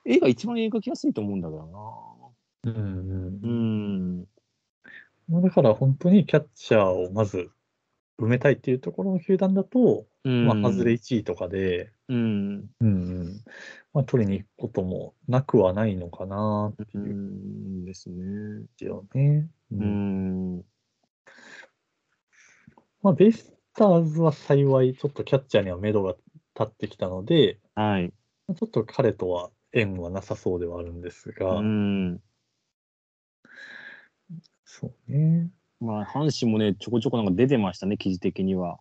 絵が一番描きやすいと思うんだけどうんうんな。うん。まあだから本当にキャッチャーをまず埋めたいっていうところの球団だと、うん、まあ、外れ1位とかで、うん。うんうんまあ、取りに行くこともなくはないのかなってういうんですね。ですよね。うう、ん。まあ、ベイスターズは幸い、ちょっとキャッチャーには目処が立ってきたので、はい。まあちょっと彼とは縁はなさそうではあるんですうが、ん。そうね。まあ、阪神もね、ちょこちょこなんか出てましたね、記事的には。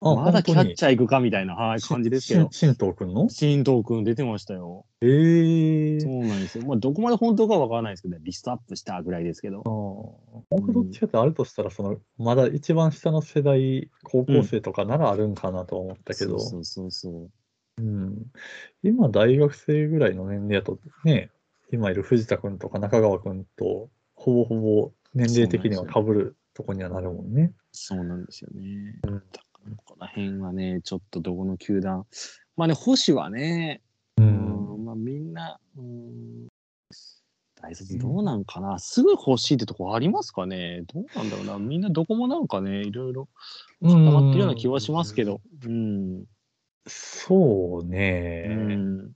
あまだキャッャチャー行くかみたいなはい感じですけ [LAUGHS] ど。新藤君の新藤君出てましたよ。ええそうなんですよ。まあ、どこまで本当かわからないですけど、ね、リストアップしたぐらいですけどあ。あ僕どっちかってあるとしたら、その、まだ一番下の世代、高校生とかならあるんかなと思ったけど、そうそうそうそう。うん今、大学生ぐらいの年齢だとね、今いる藤田君とか中川君と、ほぼほぼ年齢的には被るとこにはなるもんね。そうなんですよね。だからこの辺はね、ちょっとどこの球団、まあね、保守はね、ううんまあ、みんな、うん、大卒どうなんかな、すぐ欲しいってとこありますかね、どうなんだろうな、みんなどこもなんかね、いろいろ固まってるような気はしますけど、うん、そうね、うん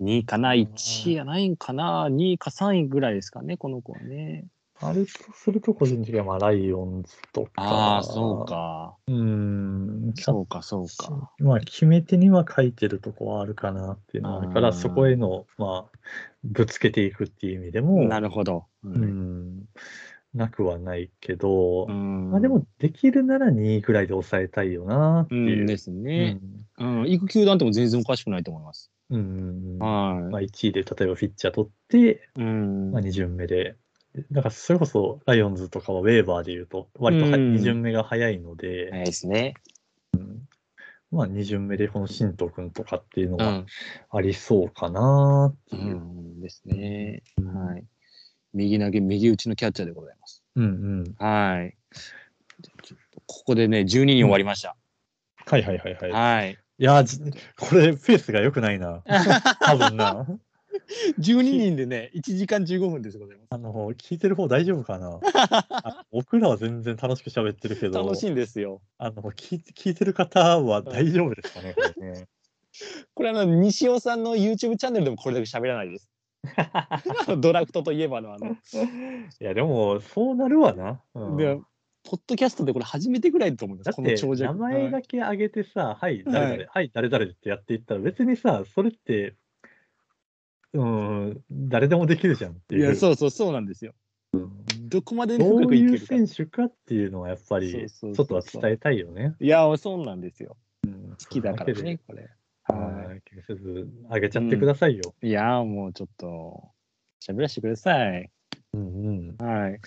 2位かな、1位やないんかな、2位か3位ぐらいですかね、この子はね。あれとすると個人的にはまあライオンズとか。ああ、そう。か、うん。そうか、そうか。まあ、決め手には書いてるとこはあるかなっていうのはあるかあら、ーそこへの、まあ、ぶつけていくっていう意味でも、なるほど。うう。ん、なくはないけど、うんまあでも、できるなら2位くらいで抑えたいよなってういんう。ですうね。んうん、行く球団でも全然おかしくないと思います。うんまはあ、1位で例えばフィッチャー取って、い。うんまあ、。2巡目で、だからそれこそライオンズとかはウェーバーで言うと、割とはうん2巡目が早いので、早いですね。まあ2巡目でこの新藤君とかっていうのうがん。ありそうかなってういう。ん、ですね。はい。右投げ、右打ちのキャッチャーでございます。うんうん。はい。ちょっとここでね、12人終わりました。はいはいはいはい。はい。いやーじこれ、ペースが良くな [LAUGHS] いな。多分な。 12人でね、1時間15分ですございまあの、聞いてる方大丈夫かなあ僕らは全然楽しく喋ってるけす。ど、楽しいんですよ。あの聞いて、聞いてる方は大丈夫ですかね、これね。これあの、西尾さんの YouTube チャンネルでもこれだけ喋らない [LAUGHS] です。あのドラフトといえばのあの、 [LAUGHS] いや、でも、そうなるわな。うんでポッドキャストでこれ初めてぐらいだと思うんでだす、っこのて長尺。名前だけ挙げてさ、はい、はい誰々、はい、誰々ってやっていったら、別にさ、それって、うん、誰でもできるじゃんっていいう。や、そうそう、そうなんですよ。どこまでど深うくいいけうるか。い選手かっていうのは、やっぱり、ちそょうっそうそうとそうは伝えたいよね。や、そうなんですよ。好好きだからね、。これ。はい、気にせず、あげちゃってくださいよ。いや、もうちょっと、喋らせてください。うんうん。はい。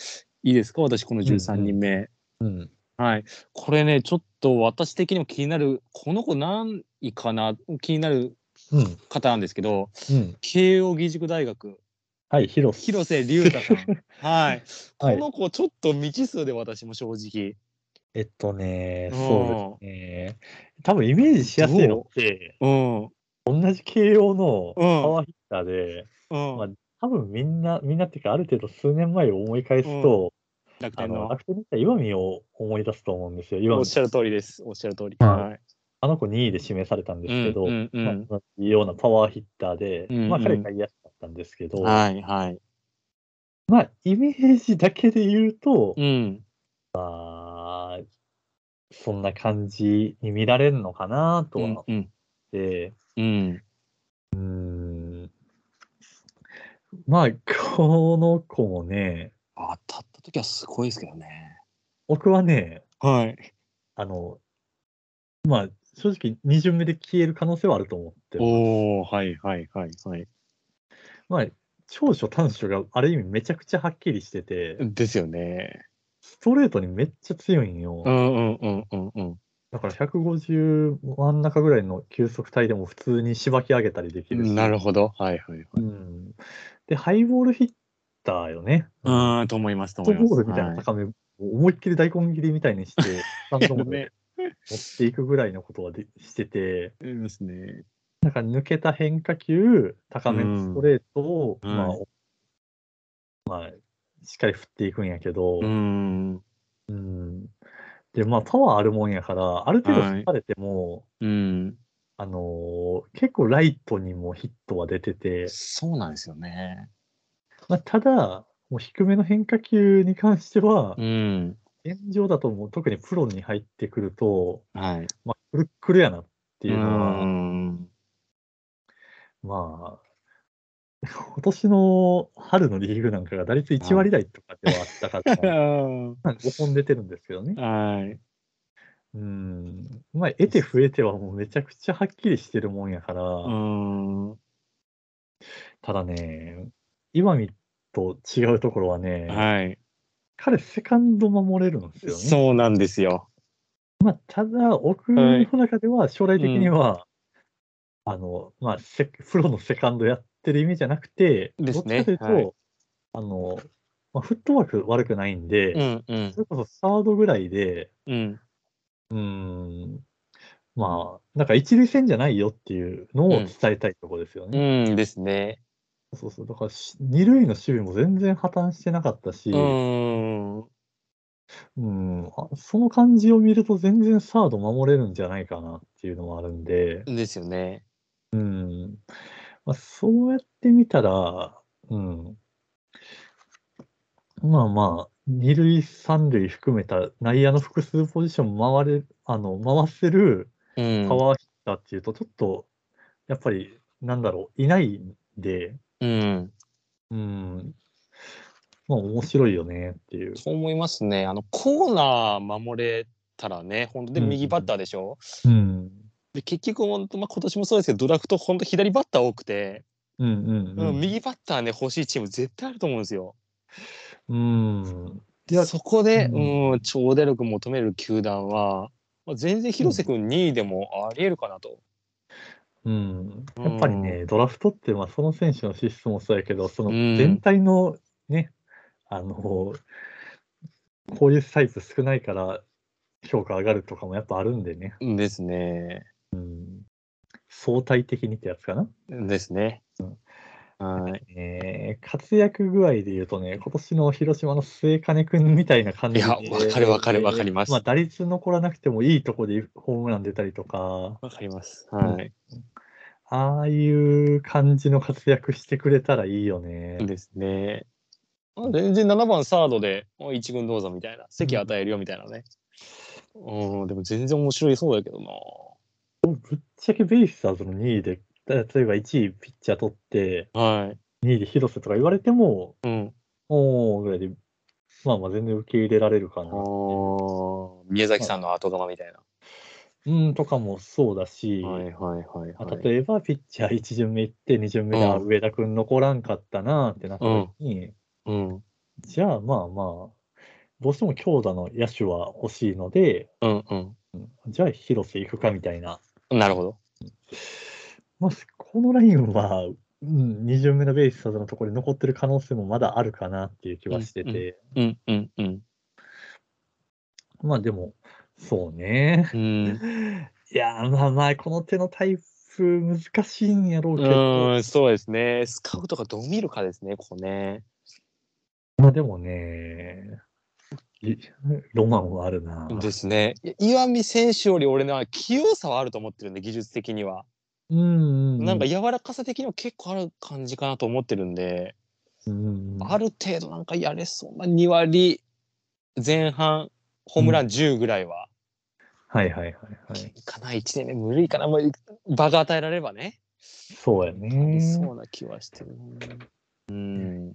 いいですか、私、この13人目。うん、はい。これね、ちょっと私的にも気になる、この子何位かな、気になるうん、方なんですけど、うん。慶応義塾大学、はい、広瀬。広瀬隆太 [LAUGHS] さん。はい。はこい。の子、ちょっと未知数で、私も正直。えっとね、うんそうですね。多分イメージしやすいのって、うん。う同じ慶応のパうんワーヒッターで、まあん。多分みんな、みんなっていうか、ある程度数年前を思い返すと、楽あ天の、の。楽天に行った岩見を思い出すと思うんですよ。岩お見っしゃる通りです。おっしゃる通り。はいはい。あの子2位で指名されたんですけど、うんうんうんまあ同じようなパワーヒッターで、うんうんまあ彼が癒しだったんですけど、はいはい。まあイメージだけで言うと、うん。まあ、そんな感じに見られるのかなとは思っうん。て、うん。うんまあ、この子もね、当たった時はすごいですけどね。僕はね、はい。あの、まあ、正直2巡目で消える可能性はあると思ってますおおはいはいはいはい。まあ、長所短所がある意味めちゃくちゃはっきりしてて、ですよね。ストレートにめっちゃ強いんよ。うんうんうんうんうん。だから150真ん中ぐらいの球速帯でも普通にしばき上げたりできるし。なるほど。はいはいはい。うん、で、ハイボールヒッターよね。うフッーん、と思いますと思トいます。ボールみたいなはい高め、思いっきり大根切りみたいに [LAUGHS] して、スタンドまでね持っていくぐらいのことはでしてて、いますね。なんか抜けた変化球、高めのストレートを、うんまあ、はまあ、しっかり振っていくんやけど、うーん。うんで、まあ、パワーあるもんやから、ある程度はい引っ張れても、うん。あのー結構ライトにもヒットは出てて、そうなんですよね。まあ、ただ、もう低めの変化球に関してはう、ん。現状だともう特にプロに入ってくると、はい。っまあ、くるっくるやなってていうのは、ん。まあ、 [LAUGHS] 今年の春のリーグなんかが打率1割台とかではあったから、は5本出てるんですけどね。い。うん。まあ、得て増えてはもうめちゃくちゃはっきりしてるもんやから、うーん。ただね、岩見と違うところはね、はい。彼、セカンド守れるんですよね。そうなんですよ。まあ、ただ、奥の中では将来的には、あの、まあ、セプロのセカンドやっってる意味じゃなくて、ですねどっちかというと、はいあの、まあ、フットワーク悪くないんで、うんうんそれこそサードぐらいで、うんうーん、まあ、なんか一塁線じゃないよっていうのを伝えたいところですよね。うんですね。そうそう、だからし二塁の守備も全然破綻してなかったし、うーんうんあその感じを見ると全然サード守れるんじゃないかなっていうのもあるんで、ですよね。うんまあ、そうやって見たら、うん、まあまあ、二塁、三塁含めた内野の複数ポジション回れあの回せるうんパワーヒッターっていうと、ちょっとやっぱり、なんだろう、いないんで、うんうん、まあ面白いよねっていう。そう思いますね。あのコーナー守れたらね、本当でうんうん右バッターでしょ。うんで結局本当まあ今年もそうですけどドラフト本当左バッター多くて、うんうんううんん、右バッターね欲しいチーム絶対あると思うんですよ。うん、いでやそこで、うんうん、長打力求める球団は、まあ、全然広瀬君2位でもありえるかなと。うん、うんやっぱりね、ドラフトって、まあ、その選手の資質もそうやけど、そのうん全体のね、あの、こういうタイプ少ないから評価上がるとかもやっぱあるんでね、ですね。相対的にってやつかな。ですね。はい。えー活躍具合で言うとね、今年の広島の末金君みたいな感じで。いやわかるわかるわかりますまあ、打率残らなくてもいいとこでホームラン出たりとか、わかります。はい。ああいう感じの活躍してくれたらいいよね。ですね。まあ全然7番サードでもう一軍どうぞみたいな席与えるよみたいなね。うん、でも全然面白いそうだけどな。ぶっちゃけベイスターズの2位で、例えば1位ピッチャー取って、はい。 2位で広瀬とか言われても、うん。おーぐらいで、まあまあ全然受け入れられるかあな。ー宮崎さんの後釜みたいうん、とかもそうだし、な。はいはいはいまあはい。例えばピッチャー1巡目行って、2巡目で、うんあ上田君残らんかったなってなった時に、うん。じゃあまあまあ、どうしても強打の野手は欲しいので、うんうじゃあ広瀬行くかみたいな。ん。なるほど。まあ、このラインは、うん、2巡目のベイスターズのところに残ってる可能性もまだあるかなっていう気はしてて。うんうんうん。まあでも、そうね。うん。いやー、まあまあ、この手のタイプ難しいんやろうけど、うん、そうですね。スカウトがどう見るかですね、ここね。まあでもね、いロマンはあるな。ですね。い岩見選手より俺のは器用さはあると思ってるんで、技術的には。うんうんうん。なんか柔らかさ的には結構ある感じかなと思ってるんで、うんうん、ある程度なんかやれそうな2割前半、ホームラン10ぐらいは、はいはいはいはい。いかな、1年目無理かな、まあ、場が与えられればね、そうやありね。そうな気はしてるな。うん。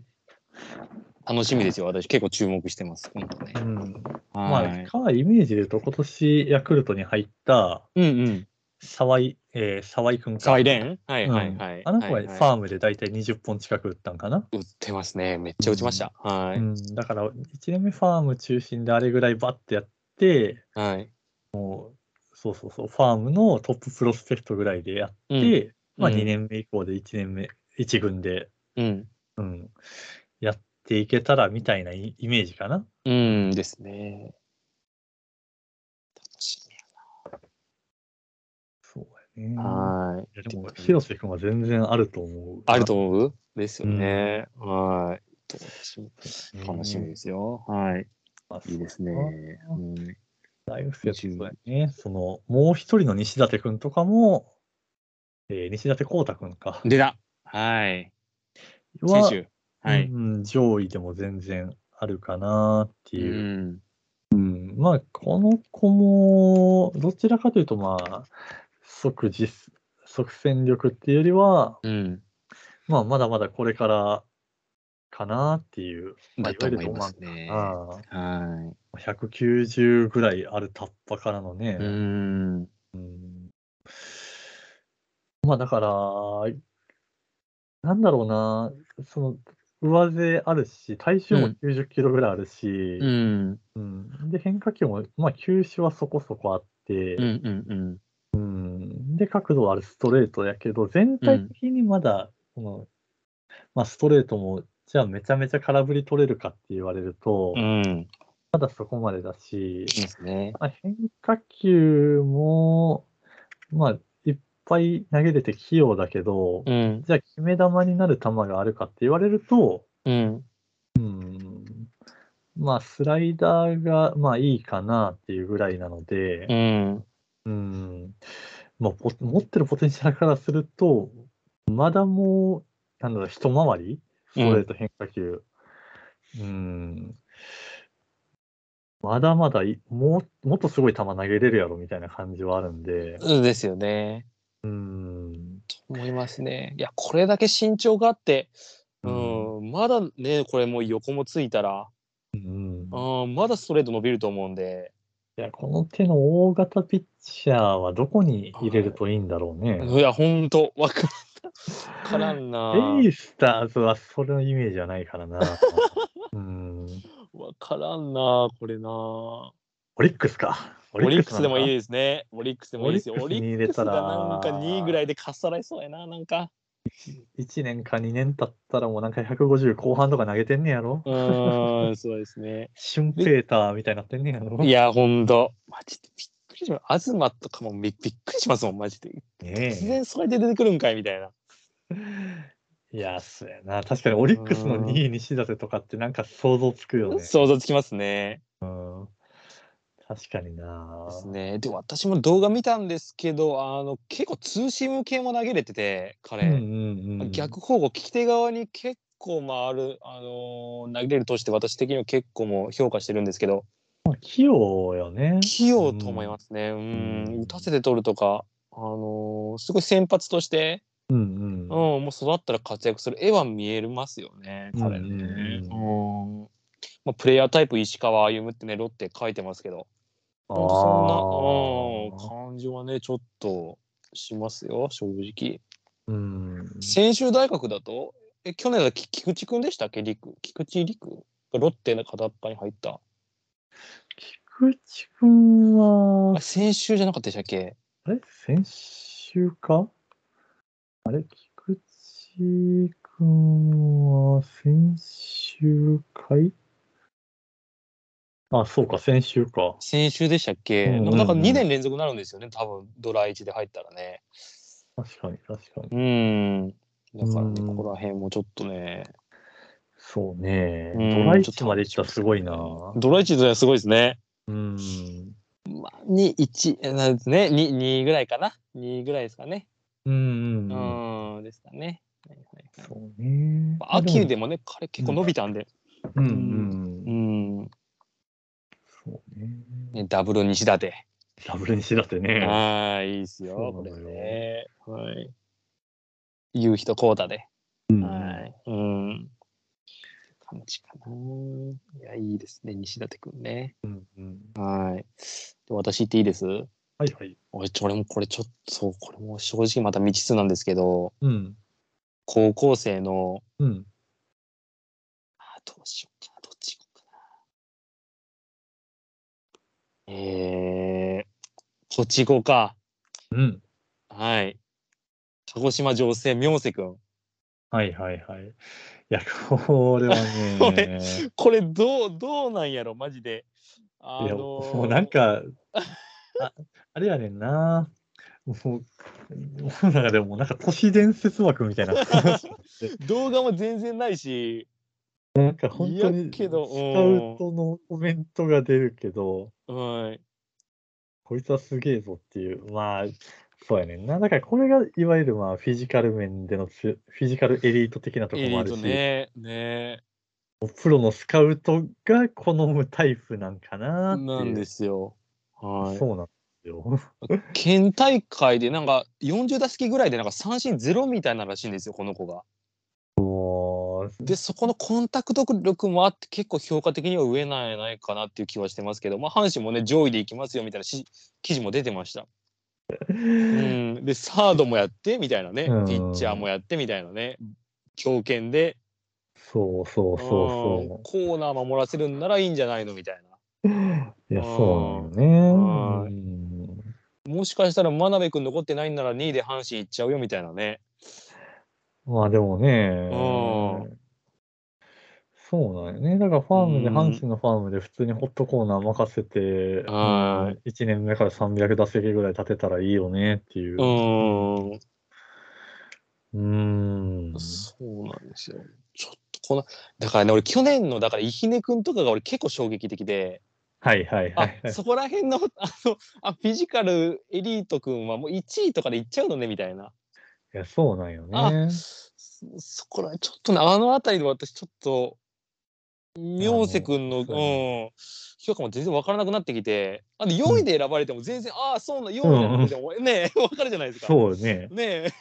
楽しみですよ、私結構注目してます、本当ねう。ん、まはあ、い。かはイメージで言うと、今年ヤクルトに入ったうんうん。沢井、えー、沢井君か。サイレンはいうんはいはい。あの子ははいいファームで大体20本近く打ったんかな。打ってますね。めっちゃ打ちました。はうい。ん、だから1年目ファーム中心であれぐらいバッてやってはい。そうそうそうファームのトッププロスペクトぐらいでやって、まあ、うん2年目以降で1年目1軍でうん。やっていけたらみたいなイイメージかな。うんですね。楽しそうやねみ。。はいやい。でも広瀬君は全然あると思う。あると思うですよね。はい。楽しみですよ。はい。うんいいですね。うん大学生やってそうやね。そのもう一人の西舘君とかも、えー西舘光太君か。出た。はい。は選手。はい。うん、上位でも全然あるかなってういう。ん。うんまあ、この子も、どちらかというと、まあ、即実、即戦力っていうよりは、うん。まあ、まだまだこれからかなっていう、まだあいとわゆる思いますね。はあい。あ190ぐらいあるタッパからのね、うん。まあだから、なんだろうな、その、上背あるし、体重もうん90キロぐらいあるし、うん。うん、で、変化球も、まあ、球種はそこそこあって、うんうんうん。うんで、角度あるストレートやけど、全体的にまだ、このまあ、ストレートも、じゃあめちゃめちゃ空振り取れるかって言われると、うん。まだそこまでだし、ですね。まあ、変化球も、まあ、いっぱい投げれて器用だけど、うん。じゃあ決め球になる球があるかって言われると、うん。まあ、スライダーが、まあ、いいかなっていうぐらいなのでう、ん。うん、まあ、ポ持ってるポテンシャルからすると、まだもう、なんだろう、一回り、ストレート変化球。うん。まだまだいもう、もっとすごい球投げれるやろみたいな感じはあるんで、ですよね。うん。思いますね。いや、これだけ身長があって、うん、まだね、これもう横もついたら、うん。うん、まだストレート伸びると思うんで、いや、この手の大型ピッチャーはどこに入れるといいんだろうね。いや、ほんと、わかんわからんな。ベイスターズはそれのイメージはないか [LAUGHS] らな。うん。わからんな、これな。オオリックスか。オリックスでもいいいですね。オリックスでもいいですよ。オオリリックスに入ッれクスたがらなんか2位ぐらいでかっさらいそうやな、なんか。 1年か2年経ったらもうなんか150後半とか投げてんねやろうー [LAUGHS] ん、そうですね。シュンペーターみたいになってんねやろいや、ほんと。マジでびっくりします。東とかもびびっくりしますもん、マジで。ね突然それで出てくるんかいみたいな。えいや、そうやな。確かにオリックスの2位西舘とかってなんか想像つくよね。想像つきますね。うん確かになですね。で、私も動画見たんですけど、あの、結構ツーシーム系も投げれてて、うん彼。うんうん。逆方向、利き手側に結構回る、あのー投げれる投手って私的には結構もう評価してるんですけど、器用よね。器用と思いますね。うんう、ん打たせて取るとか、あのーすごい先発として、うんうんうん。、もう育ったら活躍する絵は見えますよね、彼ね。ううんまあ、プレイヤータイプ石川歩ってね、ロッテ書いてますけど、あほんとそーんな、うん、感じはね、ちょっとしますよ、正直。うん。専修大学だと、え去年だとき菊池君でしたっけ、陸。菊池陸がロッテの片っ端に入った。菊池くんはあ、専修じゃなかったでしたっけあれ先週かあれ菊池くんは先週かいあ、そうか、先週か。専修でしたっけ、うんうんうんなんか2年連続になるんですよね、多分ドラ1で入ったらね。確かに、確かに。うん。だからね、うんここら辺もちょっとね、そうね。うんドライチまで行ったらすごいな。ドラ1というのはすごいですね。うん。 2、1、なんですね、2、2ぐらいかな。2ぐらいですかね。うんううん。ん、ん、ですかね。はいはいはいそうね。まあ秋でもね、彼結構伸びたんで、うんう。うんん、そうね。ね、ダブル西舘。ダブルにしだってね。ああ、いいですよ、そこうなれのよね。はい。夕日とコータで。うんはい。うん。感じかな。いや、いいですね、西舘くんね。うんうん。はい。で私言っていいですはいはい。俺、ちょ俺もこれちょっと、そう、これも正直また未知数なんですけど、うん。高校生の、うん。あどうしようかな、どっち行こうかな。えー、こっち行こうか。うん。はい。鹿児島情勢、明瀬くん。はいはいはい。いや、これは [LAUGHS] こねれ、これ、どう、どうなんやろ、マジで。あいや、のーもうなん、か、ああれやねんな。もう、僕の中でもなんか都市伝説枠みた [LAUGHS] いな。動画も全然ないし、なんか本当いやに、スカけウどうんトのコメントが出るけど、はい。こいつはすげえぞっていう。まあ、そうやねんな。だからこれが、いわゆるまあ、フィジカル面でのつ、フィジカルエリート的なとこえもあーるし、とね、ね、プロのスカウトが好むタイプなんかなっていう。なんですよ。はい。そうなんですよ。県大会でなんか40打席ぐらいでなんか三振ゼロみたいならしいんですよこの子が。もうでそこのコンタクト力もあって結構評価的には上なんやないかなっていう気はしてますけど、まあ、阪神もね上位でいきますよみたいなし記事も出てました。うん、でサードもやってみたいなねうんピッチャーもやってみたいなね強肩でそうそうそううんそコーナー守らせるんならいいんじゃないのみたいな。う。いや、うんそうなのようね。うんもしかしたら真鍋君残ってないんなら2位で阪神行っちゃうよみたいなね。まあでもねう、そうなんよね。だからファームで、うん阪神のファームで普通にホットコーナー任せて、は1年目から300打席ぐらい立てたらいいよねっていうう。ーん。うーん。そうなんですよ。ちょっとこの、だからね、俺去年の、だから、いひねくんとかが俺結構衝撃的で、はいはいはあいはい。そこら辺の、あの、あ、フィジカルエリートくんはもう1位とかでいっちゃうのね、みたいな。いや、そうなんよねあ。そそこら、ちょっとね、あの辺りの私、ちょっと、明瀬くんの、うんあのそうや、評価も全然分からなくなってきて、あの4位で選ばれても全然、ああ、そうな、4位なんだでも、ね [LAUGHS] え、分かるじゃないですか。そうね。ねえ。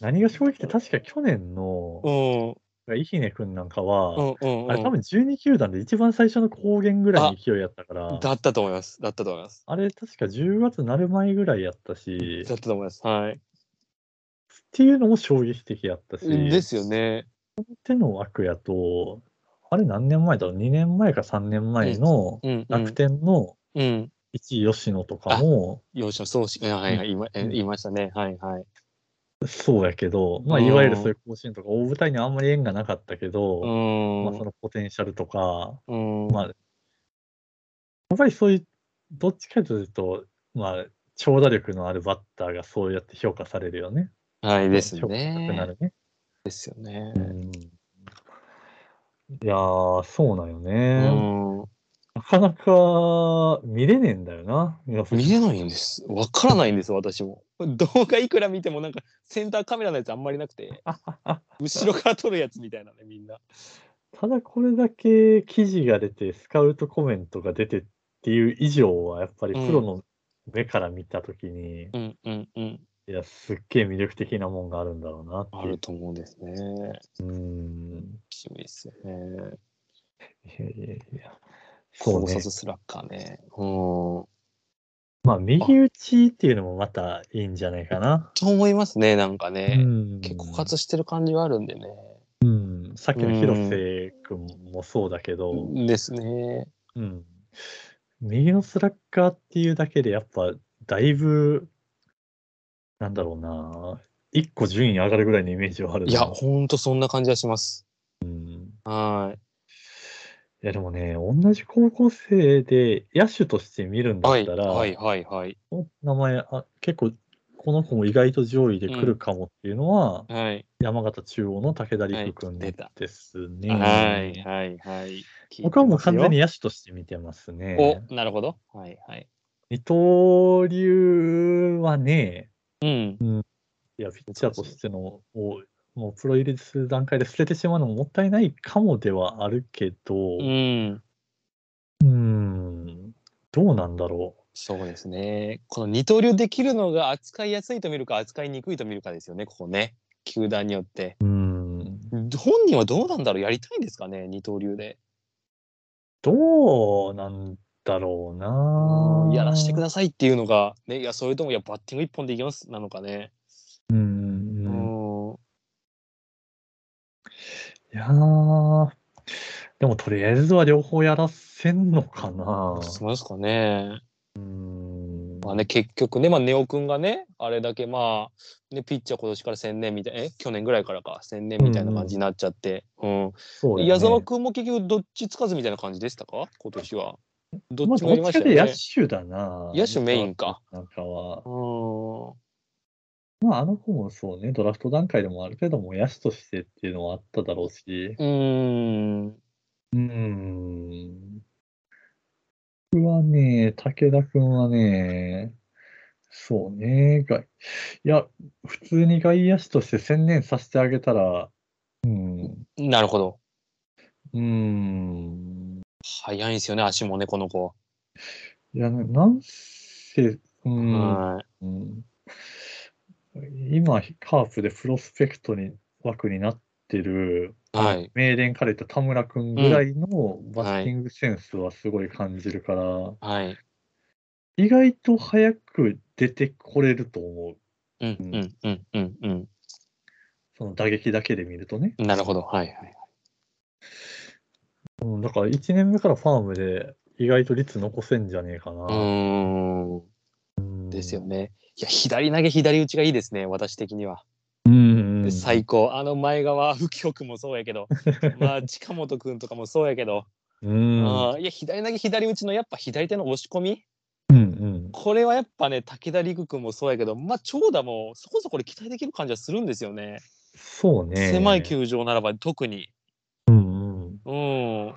何が正直って確か去年のう、ん。イヒネ君なんかうは、んうん、うん。あれ多分12球団で一番最初の高原ぐらいの勢いやったから、だったと思います。だったと思います。あれ確か10月なる前ぐらいやったし、だったと思います。はい。っていうのも衝撃的やったし、ですよね。手の枠やと、あれ何年前だろう ?2 年前か3年前のうん、うん。楽天のうん。 1位吉野とかも、よし、そうし、はいはい、言いまえうん言いましたね。はいはい。そうやけど、まあうんいわゆるそういう甲子園とか大舞台にあんまり縁がなかったけうど、ん。まあそのポテンシャルとか、うん。まあやっぱりそういう、どっちかというと、まあ、長打力のあるバッターがそうやって評価されるよね。はいです評価高くね。なるね。ですよね。うんいやー、そうなんようね。ん。なかなか見れねえんだよな、見見れないんです。わからないんです、私も。動画いくら見ても、なんか、センターカメラのやつあんまりなく [LAUGHS] て、後ろから撮るやつみたいなね、みんな。ただこれだけ記事が出て、スカウトコメントが出てっていう以上は、やっぱりうんプロの目から見たときに、うんうんうん。いや、すっげえ魅力的なもんがあるんだろうなってあいるう。と思うんですね。うん。厳しいですよね。いやいやいや。そう高ね。卒スラッガーね。うん。まあ、右打ちっていうのもまたいいんじゃないかな。と思いますね、なんかね。うん結構枯渇してる感じはあるんでね。うん、さっきの広瀬君もそうだけど、ですね。うん右のスラッガーっていうだけで、やっぱだいぶ、なんだろうな、一個順位上がるぐらいのイメージはあるないや、ほんとそんな感じはします。うんはいやでもね、同じ高校生で野手として見るんい。だはっい、たら、はい、はい、はい。この名前あ、結構、この子も意外と上位で来るかもっていうのは、はい、山形中央の武田陸君はい出たですね。はい、はい、はい。僕はもう完全に聞い野手として見てますてねますよ。。お、なるほど。はい、はい。二刀流はね、うん。いや、ピッチャーとしてのを、もうプロ入りする段階で捨ててしまうのももったいないかもではあるけど、う。うんーん、どうなんだろそうですね。この二刀流できるのが扱いやすいと見るか、扱いにくいと見るかですよね、ここね。球団によって。う。うーん、本人はどうなんだろうやりたいんですかね二刀流で。どうなんだろうなうん。やらしてくさださいっていうのが、ね、いや、それとも、いや、バッティング一本でいきますなのかね。い。うん、ううん、いん。やー、でもとりあえずは両方やらせんのかな。そうですかね。うんまあね、結局ね、まあ、ネオくんがね、あれだけまあ、ね、ピッチャー今年から1000年みたいな、え、去年ぐらいからか、1000年みたいな感じになっちゃって、うん。そうだよね矢沢くんも結局どっちつかずみたいな感じでしたか今年は。どまっあ、ちもやりどましったちよかでね。野手だな。野手メインか。なんかは。うん。まあ、あの子もそうね、ドラフト段階でもある程度もう野手としてっていうのはあっただろうし。うーん。うーん。僕はね、武田君はね、そうね、外いや、普通に外野手として専念させてあげたら、うん、うなるほど。ーん。早いんですよね、足もね、この子。いや、ななんせ、うん、はい。うん今、カープでプロスペクトに枠になってる、はい名電から言った田村君ぐらいのバッティングセンスはすごい感じるから、はい。意外と早く出てこれると思う。うん、うん、うん、うん、うその打撃だけで見るとね。ん。なるほど。はい、はい。うん、だから1年目からファームで意外と率残せんじゃねえかな。うーん。うんですよね。いや、左投げ、左打ちがいいですね、私的には。うんううんで最高あの前川右京君もそうやけ [LAUGHS] どまあ近本君とかもそうやけど、うんあーいや左投げ左打ちのやっぱ左手の押し込みうんうんこれはやっぱね武田陸君もそうやけどまあ長打もそこそこで期待できる感じはするんですよね、そうね。狭い球場ならば特にうんうん。うんいや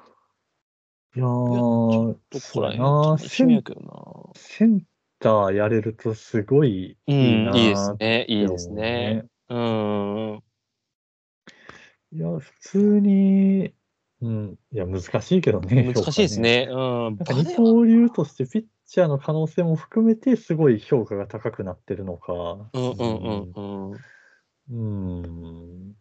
ー、どこそうらやな辺趣セ味やンけどセンターやれるとすごいなういいんないいでーすっねいてい思うですね。うんいや、普通に、うん、いや、難しいけどね。難しいですねうん評バ価レね。なんかー二は刀流としてピッチャーの可能性も含めて、すごい評価が高くなってるのか。うんうんうんうんうん。うん。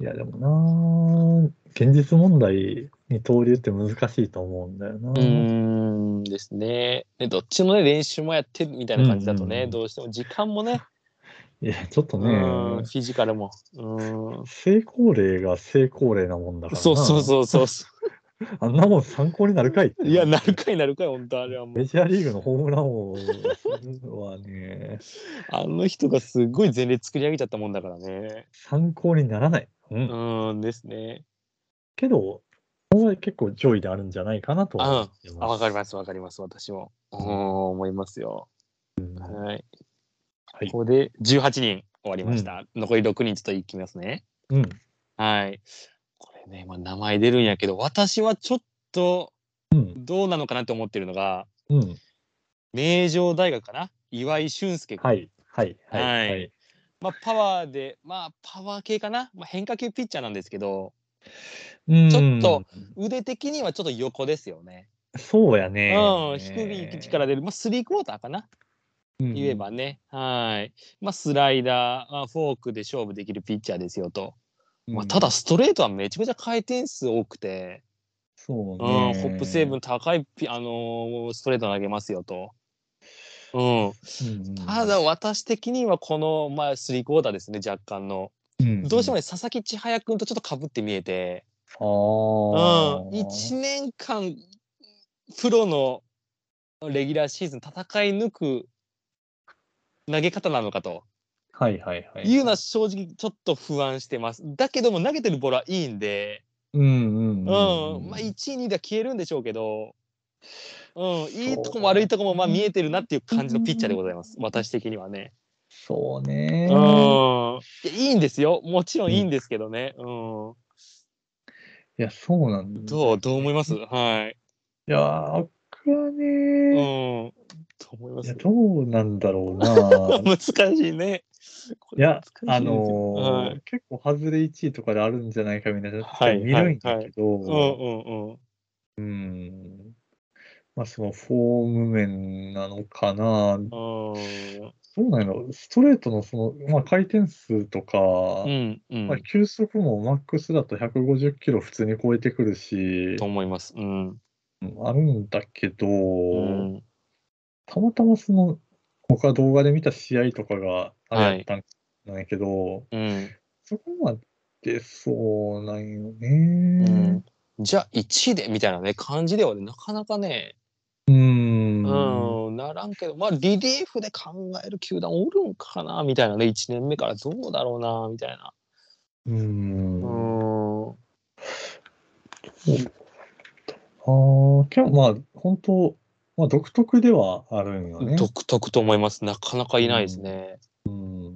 いや、でもな、現実問題、二刀流って難しいと思うんだよな。うーんですね。ねどっちもね練習もやってみたいな感じだとね、うんうんどうしても時間もね、いや、ちょっとうーん、ねフ、ィジカルも。うーん成功例が成功例なもんだからな。そうそうそうそうそあんなもん参考になるかいってう。いや、なるかいなるかい、本当あれはもうメ。ジャーリーグのホームラン王はね、あの人がすごい前例作り上げちゃったもんだからね。参考にならない。う。うんーんですね。けど、これは結構上位であるんじゃないかなとは思って。あ、わかりますす、わかります、私も。うーん、思いますよ。はい。はいここで18人終わりました。残り6人ちょっといきますね。うん。はい。これね、まあ、名前出るんやけど、私はちょっとうん。どうなのかなって思ってるのが、うん。名城大学かな岩井俊介君、はい。はい。はい。はいはいまあ、パワーでまあパワー系かな、まあ、変化球ピッチャーなんですけどうんちょっと。腕的にはちょっと横ですよね、そうやね。うん低い力で、まあ、スリークォーターかなうん言え。ばね、はいまあスライダー、まあ、フォークで勝負できるピッチャーですよと、まあ、ただうん、ストレートはめちゃくちゃ回転数多くて、そううんね。ホップ成分高いピ、あのーストレート投げますよと。うん、うん。ただ私的にはこの、まあ、スリークォーターですね若干の、うん、どうしてもね、佐々木千早君とちょっとかぶって見えて、うん、ああ。 1年間、プロのレギュラーシーズン戦い抜く投げ方なのかとはいはいはい。いうのは正直ちょっと不安してます。だけども、投げてるボールはいいんで、うんうんうん、うんうん。まあ、1位、2位では消えるんでしょうけど、うん、いいとこも悪いとこもまあ見えてるなっていう感じのピッチャーでございます、私的にはね。そううねん、い。やいいんですよ、もちろんいいんですけどね。うんいや、そうなんだ。どうどう思いますはい。いやー、僕はうん。ね、どう思いまいや、すどうなんだろ [LAUGHS] うな。難しいね。こいれや難し、いですよあのーはい結構外れ1位とかであるんじゃないかみたいな、はい見るんだけど、うんうんうん。うん。まあ、そのフォーム面なのかな。どうんうなんやろストレートのその、まあ、回転数とか、うんうまあ、ん。球速もマックスだと150キロ普通に超えてくるしと、思います。うん。うんあるんだけど、うんたまたまその、他動画で見た試合とかがあれやったんなんやけど、うん。そこまでそうなんようねん。じゃあ1位でみたいなね感じではねなかなかね、うーん。うん、ならんけど、まあリリーフで考える球団おるんかなみたいなね、1年目からどうだろうなみたいな。うー。うんあん。うあ、けどまあ、本当まあ、独特ではあるんよね。独特と思います。なかなかいないですね。うん。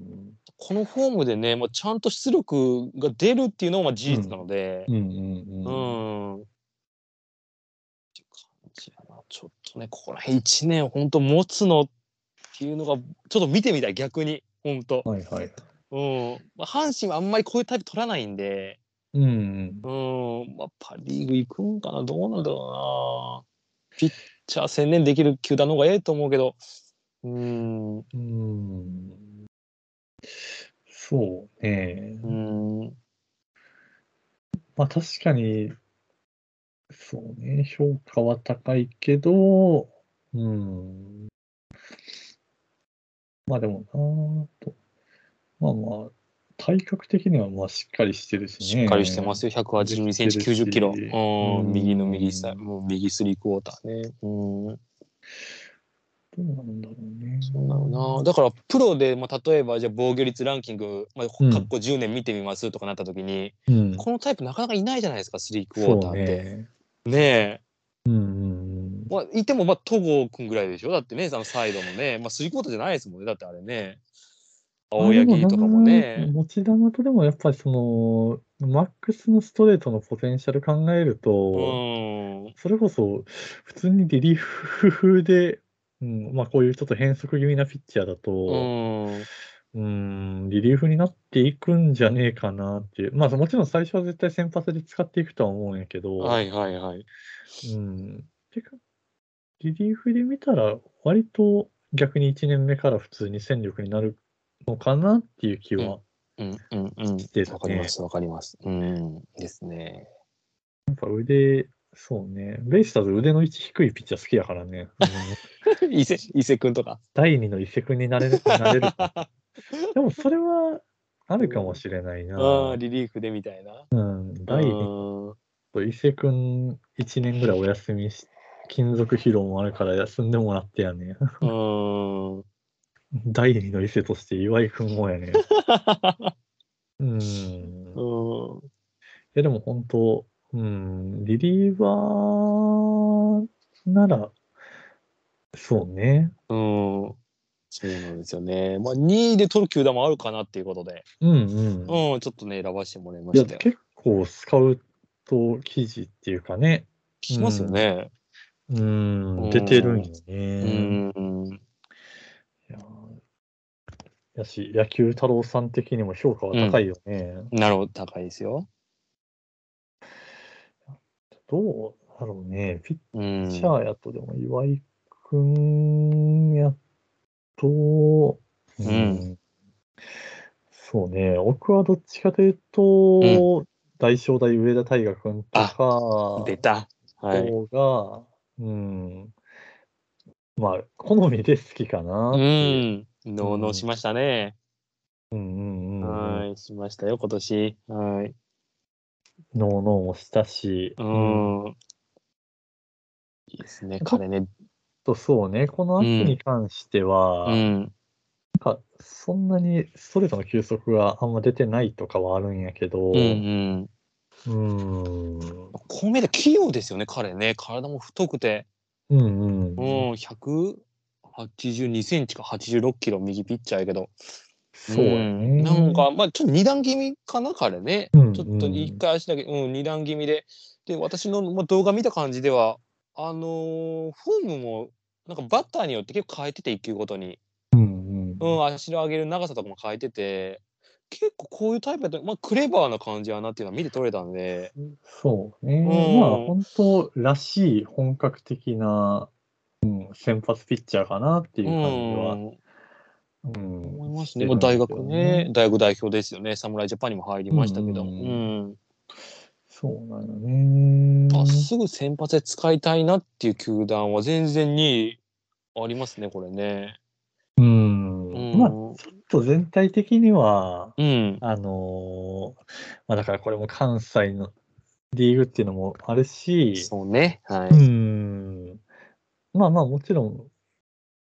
このフォームでね、まあ、ちゃんと出力が出るっていうのはまあ事実なので、うんううんうん。ん。っていう感じやな。ちょっとね、ここら辺1年本当持つのっていうのが、ちょっと見てみたい、逆に、本当。はいはうい。ん。まあ、阪神はあんまりこういうタイプ取らないんで、うんうん。うん。まあ、パ・リーグ行くんかな、どうなんだろうな。ピッチャー専念できる球団の方がええと思うけど、うん。ううん。そうね。ん。まあ、確かに、そうね。評価は高いけど、うん。まあでもなあと。まあまあ、体格的にはまあしっかりしてるししね。っかりしてますよ。182センチ、できてるし90キロ。ううんん、右の右サイ、もう右スリークォーターね。うん。どうなんだろうね。そうなのなだからプロで、まあ、例えばじゃあ防御率ランキング、まあ、こうん過去10年見てみますとかなった時に、うん。このタイプなかなかいないじゃないですかスリークォータそーっうて。ねね。え、うんうんうん。まあ、いてもまあ戸郷君ぐらいでしょだってねあのサイドのね、まあ、スリークォーターじゃないですもんねだってあれね青柳とかもあでね。な持ち球とでもやっぱりその、マックスのストレートのポテンシャル考えるうと、んそれこそ普通にリリーフ風で、うん、まあこういうちょっと変則気味なピッチャーだと、うんうん、リリーフになっていくんじゃねえかなっていう。まあもちろん最初は絶対先発で使っていくとは思うんやけど、はいはいはい。うん。てか、リリーフで見たら、割と逆に1年目から普通に戦力になるのかなっていう気は、うんうんうん。ですねわかりますわかります。うんですね。やっぱ腕、そうね、ベイスターズ腕の位置低いピッチャー好きやからね、うん伊勢伊勢君とか。第二の移籍になれるなれるか。 [LAUGHS] でもそれはあるかもしれないな。ああリリーフでみたいな。うん、第2うんと伊勢くん1年ぐらいお休みし、金属疲労もあるから休んでもらってやね。 [LAUGHS] うん。第2の伊勢として岩井くんも [LAUGHS] やね。うん。うんいや、でも本当、うん、リリーバーなら、そうね。うん。そうなんですよね。まあ、2位で取る球団もあるかなっていうことで、うんうん、うん。ちょっとね、選ばせてもらいまいや、したよ。結構スカウト記事っていうかね、聞きますよね。うん、出てるんようね。ん。うんいややし、野球太郎さん的にも評価は高いよね。なるほど、高いですよ。どうだろうね。ピうッん。チャーやとでも岩井くんやと、んそうね。僕はどっちかというと、大正大上田大河くんとか、出た。はい。方が、うん。まあ、好みで好きかなっうていう。ん。のうのうしましたね。うんうんうんうん。はい。しましたよ、今年。はい。ノーノーもしたし、うんうん。いいですね、彼ね。とそうね、この後に関しては、うなんん。かそんなにストレートの球速があんま出てないとかはあるんやけうど、んうん。うん、こう見えて器用ですよね、彼ね。体も太くて。うんううん、ん、182センチか86キロ右ピッチャーやけど、そうやね。なんか、まあ、ちょっと二段気味かな、彼ね。うんちょっと一回足だけ、うん、二段気味で。で、私の、まあ、動画見た感じでは、あのーフォームも、なんかバッターによって結構変えてて、一球ごとに。うんううんん、足の上げる長さとかも変えてて、結構こういうタイプだと、まあ、クレバーな感じやなっていうのは見て取れたんで、そうね、うんまあ本当らしい本格的な、うん、先発ピッチャーかなっていうう感ん、じは、うん思いますしてね。るまあ、んです大よ学ね、大学代表ですよね。侍ジャパンにも入りましたけど。ううんんそうなのね。あすぐ先発で使いたいなっていう球団は全然にありますね、これね。うんうん。まあ、ちょっと全体的には、うん。あのーまあだからこれも関西のリーグっていうのもあるし、そうね。はうい。ん。まあまあもちろん、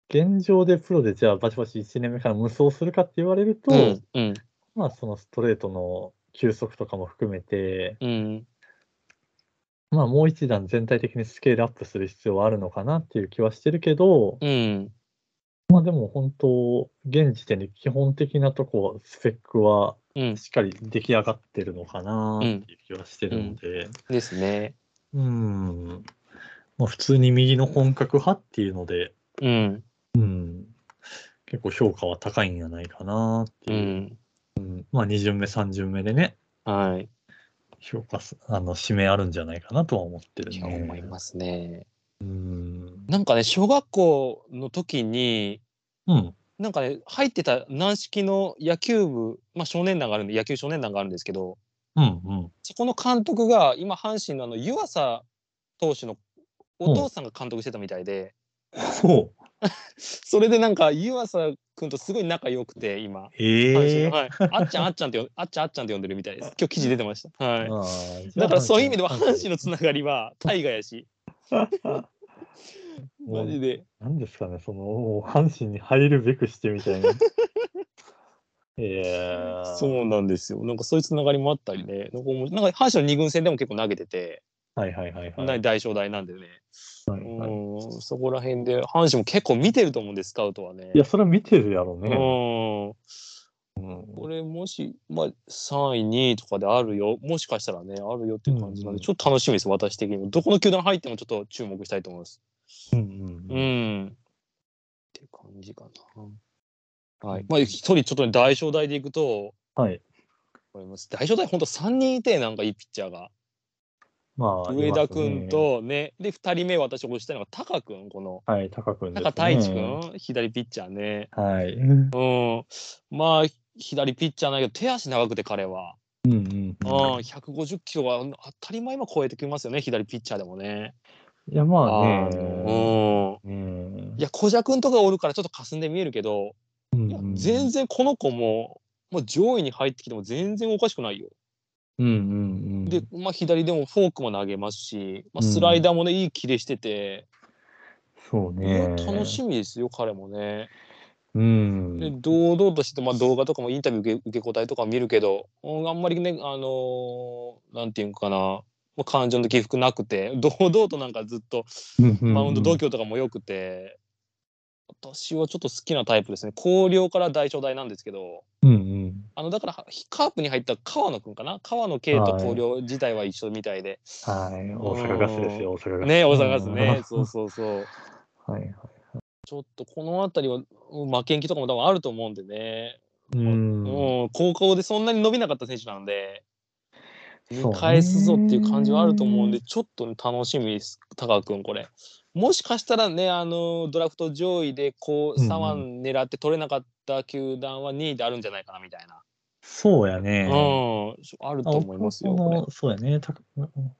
現状でプロでじゃあバチバチ1年目から無双するかって言われると、うん。うん。まあそのストレートの球速とかも含めて、うん。まあもう一段全体的にスケールアップする必要はあるのかなっていう気はしてるけど、うん。まあでも本当、現時点で基本的なとこ、スペックはうん。しっかり出来上がってるのかなっていう気はしてるので、ですね。うん、まあ普通に右の本格派っていうので、うん。うん、結構評価は高いんじゃないかなってういう、ん。まあ2巡目、3巡目でね、はい。評価す、あの、指名あるんじゃないかなとは思ってるいや、ね。思いますね。うん。なんかね、小学校の時に、うん。なんかね、入ってた軟式の野球部、まあ少年団があるんで、野球少年団があるんですけど、うん。うん。そこの監督が、今、阪神のあの、湯浅投手のお父さんが監督してたみたいで、そう。それでなんか湯浅君とすごい仲良くて今、ええ阪神のはい、あっちゃんあっちゃんって呼んあっちゃんあっちゃんって呼んでるみたいです今日記事出てました、はああい、だからそういう意味ではじゃ [LAUGHS] あ阪神のつながりは大河やしもマうジで。なんですかね、その、もう阪神に入るべくしてみ [LAUGHS] たいな。いやーそうなんですよ。なんかそういうつながりもあったりね。なんかもうなんか阪神の二軍戦でも結構投げてて、はいはいはいはい。大大正大なんでね。はいはいうん、そこら辺で阪神も結構見てると思うんです、スカウトはね。いや、それは見てるやろううんね。。これもし、まあ、3位、2位とかであるよ、もしかしたらね、あるよっていう感じなんうんで、ちょっと楽しみです、私的にも。どこの球団入ってもちょっと注目したいと思います。うんうんううんん。って感じかな。はい。まあ、一人ちょっとね、大正大でいくと、はい。これも大正大、本当3人いて、なんかいいピッチャーが。まあ、上田君いますね、とね、で、2人目、私、推したいのが、タカ君、この、はい、高君です、タカ太一君、左ピッチャーね。はい。うん。まあ、左ピッチャーなんだけど、手足長くて、彼は。うんうんう、うんん。 150キロは当たり前今超えてきますよね、左ピッチャーでもね。いや、まああね。のううんん。いや、小くんとかおるからちょっと霞んで見えるけど、うんいやうん全然この子も、まあ、上位に入ってきても全然おかしくないよ。うんうんうん。で、まあ、左でもフォークも投げますし、まあ、スライダーもね、いいキレしてて、そうね。楽しみですよ、彼もね。うん。で、堂々として、まあ、動画とかもインタビュー受け受け答えとか見るけど、うんあんまりね、あのーなんていうのかな、まあ、感情の起伏なくて、堂々となんかずっと、ママウンド度胸とかも良くて、私はちょっと好きなタイプですね。広陵から大正大なんですけど、うんうん。あのだからカープに入った川野くんかな川野圭と広陵自体は一緒みたいで。はい。大阪ガスですよ、大阪ガス。ね大阪ガスうねん。そうそうそう。はいはい。ちょっとこの辺りはうん負けん気とかも多分あると思うんでね。うう。んん、高校でそんなに伸びなかった選手なんで、そう見ね返すぞっていう感じはあると思うんで、ちょっと、ね、楽しみです、高くん、これ。もしかしたらね、あのドラフト上位でこううんうん3番狙って取れなかった球団は2位であるんじゃないかなみたいな。そうやね。うん、あると思いますよ、あこのそうやね。た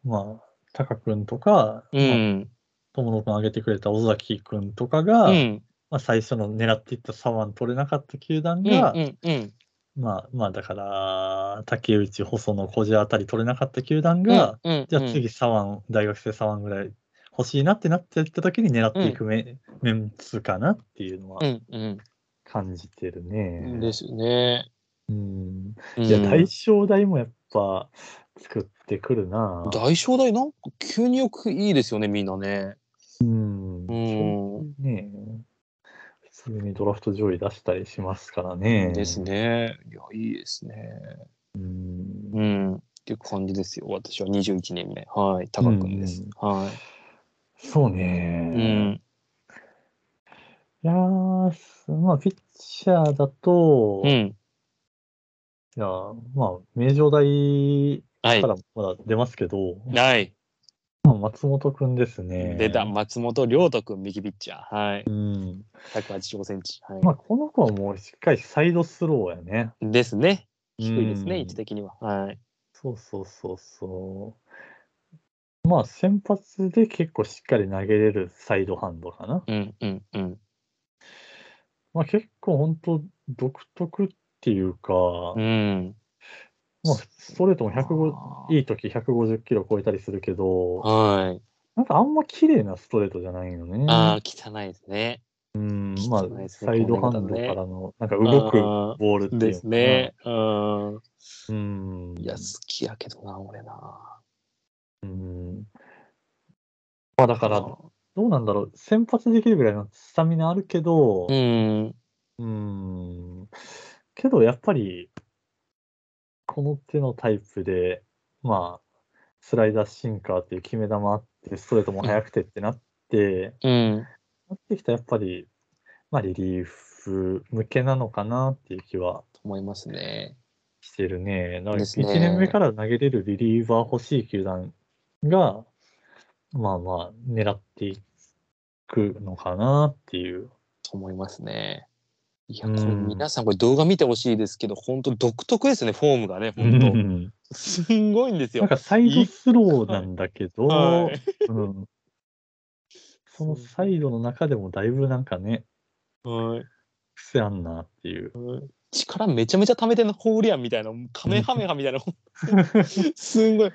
まあ、タカ君とか、れ。うん。友野君挙げてくれた尾崎君とかが、うん。まあ、最初の狙っていった左腕取れなかった球団うん。うが、ん。うん。まあ、まあだから、竹内、細野、小路あたり取れなかった球団が、うん、じゃあ次左腕、大学生左腕ぐらい欲しいなってなっていった時に狙っていくメ,、メンツかなっていうのうはん。うん。感じてるうん。ね。ですよね。うん。うんいや、大正大もやっぱ作ってくるな。大正大なんか急によくいいですよね、みんなね。うん。うん。ねえ普通にドラフト上位出したりしますからね。です。ね。いや、いいですね。うん。うん。っていう感じですよ。私は21年目。はい。高君です。はそうい。ね。ういん。やーすまあ、ピッチャーだと、ういん。やー、まあ、名城大はいか。らもまだ出ますけど、はい。まあ、松本くんですね。出た。松本亮斗君、右ピッチャー。はい。うん。 185センチ。はい。まあ、この子はもうしっかりサイドスローやね。ですね。低いですうね、ん位置的には。はい。そうそうそうそう。まあ、先発で結構しっかり投げれるサイドハンドかな。うんうんうん。まあ、結構本当独特っていうか、うん。まあ、ストレートも150、い。いい時150キロ超えたりするけど、はい。なんかあんま綺麗なストレートじゃないよね。ああ、汚いですね。うん、まあ汚い、ですねサイドハンドこかのら方の、なんか動くあボールっていうのかなですね。。うん。うん。いや、好きやけどな、俺な。うん。まあだから、どうなんだろう。先発できるぐらいのスタミナあるけどう、ん。うん。けどやっぱり、この手のタイプで、まあ、スライダーシンカーっていう決め球あって、ストレートも速くてってなって、うん。なってきたらやっぱり、まあ、リリーフ向けなのかなっていう気はと思いますね。してるね。だからです1ね年目から投げれるリリーバー欲しい球団が、まあまあ、狙っていくのかなっ [LAUGHS] ていう。と思いますね。いや、こうれん皆さんこれ動画見てほしいですけど、本当独特ですよね、フォームがね、う本ん当。すんごいんですなよ。ん [LAUGHS] かサイドスローなんだけど、はいうん、そのサイドの中でもだいぶなんかね、はい癖あんなっていう。力めちゃめちゃ溜めてるのホーリアン [LAUGHS] みたいな、カメハメハみたいな、すんごい。うん。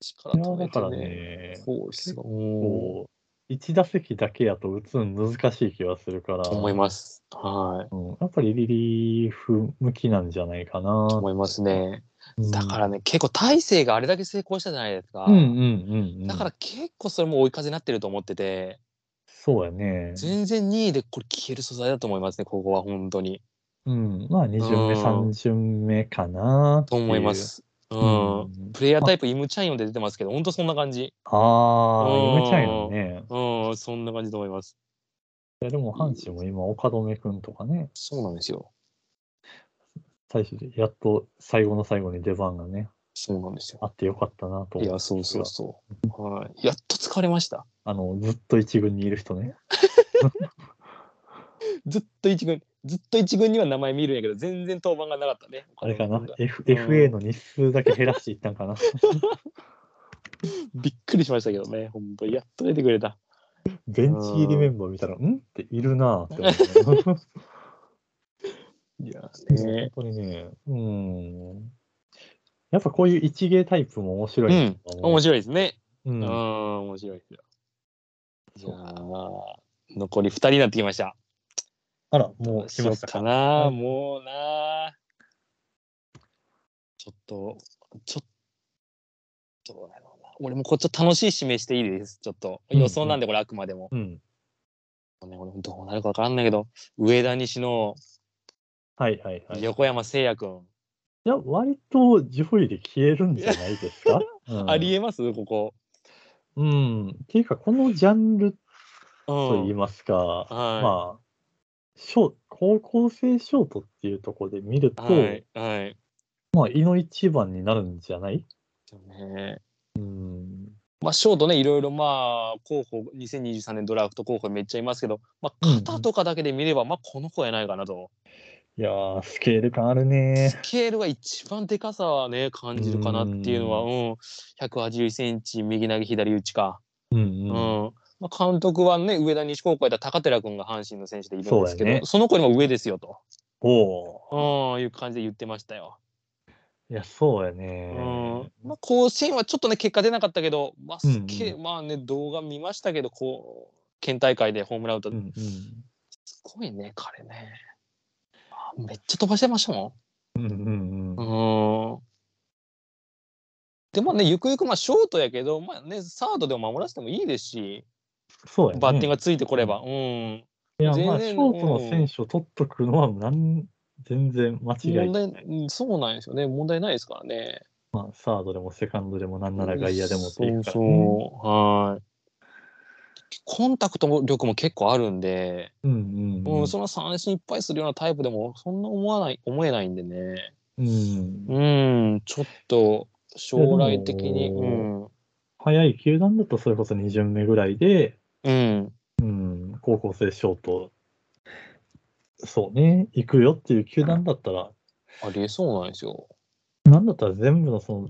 力いや止だめからてね。ね、そうですよ。うんこう、1打席だけやと打つの難しい気がするから、と思います。はい。うん、やっぱりリリーフ向きなんじゃないかなと。思いますね。うんだからね、結構大勢があれだけ成功したじゃないですか。うんうんうんうん。だから、結構それも追い風になってると思ってて、そうやね。全然2位でこれ消える素材だと思いますね、ここは本当に。うん、まあ2巡目、うん3巡目かな。と思いま。す。う。うんん。プレイヤータイプイムチャイヨンで出てますけど、本当そんな感じ。ああ、うん夢ちゃいのね。うん、そんな感じと思います。いやでも阪神も今、岡留君とかね、そうなんですよ。最終的やっと最後の最後に出番がね、そうなんですよ。あってよかったなとい思や、う。そうそうそう。はい。やっと使われました。あの、ずっと一軍にいる人ね。ずっと一軍、ずっと一軍には名前見るんやけど、全然登板がなかったね。あれかな、F、うん FA の日数だけ減らしていったんかな。 [LAUGHS] びっくりしましたけどね、本当やっと出てくれた。ベンチ入りメンバー見たら、んっているなって思った。いや [LAUGHS] 本。当にね、うん。やっぱこういう一芸タイプも面白いなと思う、面白いですね。ううん、ん面白いですよ。じゃあ、残り2人になってきました。あら、もう来ましたどうしようかか。な、いもうな。ちょっと、ちょっと、どうだろうな。俺もこっちょっと楽しい指名していいです。ちょっと。うん予想なんで、これあくまでも。うん。ね俺もどうなるかわからんないけど、上田西のはいはいはい。い横山誠也君、や、割と上位で消えるんじゃないですか。う [LAUGHS] ん、ありえますここ。うん。っていうか、このジャンルうと言いん。ますか、はいまあ、ショー高校生ショートっていうところで見ると、はい。はい。まあ、胃の一番になるんじゃないねうん。まあ、ショートね、いろいろまあ、候補、2023年ドラフト候補めっちゃいますけど、まあ、うんうん肩とかだけで見れば、まあ、この子やないかなと。いやー、スケール感あるねス。ケールが一番でかさはね、感じるかなっていうのは、ううん、181センチ、右投げ、左打ちか。うんうん。うん。まあ、監督はね、上田西高校やったら高寺君が阪神の選手でいるんですけど、そうそ,、やねの子にも上ですよと、おーうん、いう感じで言ってましたよ。いや、そうやうね。んまあ、甲子園はちょっとね、結果出なかったけど、まあ、スケうんまあね、動画見ましたけど、こう、県大会でホームラン打ったうんうん。すごいね、彼ね。あめっちゃ飛ばしてましたもうんうんうん。ん。うん。でもね、ゆくゆくまあショートやけど、まあね、サードでも守らせてもいいですし、そうやね。バッティングがついてこれば。うん。いや、ま全あ、シ然ョートの選手を取っとくのは、なん、全然間違い問ない。題うんそうなんですよね。問題ないですからね。まあ、サードでもセカンドでも、なんなら外野でもっていうから、そうね。そう。はい。コンタクト力も結構あるんで、うんうんうんうん。その三振いっぱいするようなタイプでも、そんな思わない、思えないんでね。うんうん、ちょっと将来的いやに。でうもん。早い球団だと、それこそ2巡目ぐらいで、うん。うん、高校生ショート、そうね、行くよっていう球団だったら、ありえそうなんですよ。なんだったら全部のその、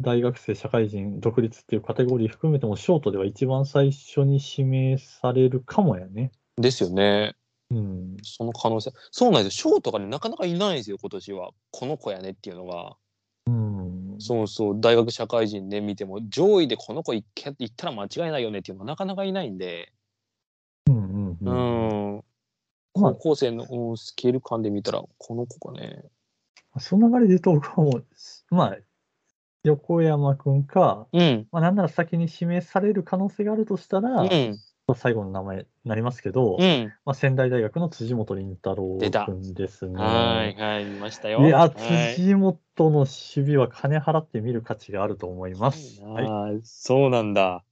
大学生、社会人、独立っていうカテゴリー含めても、ショートでは一番最初に指名されるかもやね。ですよね。うん。その可能性。そうなんですよ。ショートがね、なかなかいないんですよ、今年は。この子やねっていうのが。うん。そうそう、大学社会人で見ても、上位でこの子いけいったら間違いないよねっていうのがなかなかいないんで、うんううんうん。ん。まあ高校生の、うんスケール感で見たら、この子がね。その流れで言うと、僕はもう、まあ、横山君か、うん。まあ、なんなら先に指名される可能性があるとしたら、うん。まあ最後の名前になりますけど、うん。まあ、仙台大学の辻元凛太郎出た君ですね。はい、はい、見ましたよ。いや、はい辻元の守備は金払って見る価値があると思います。はい。はいそうなんだ。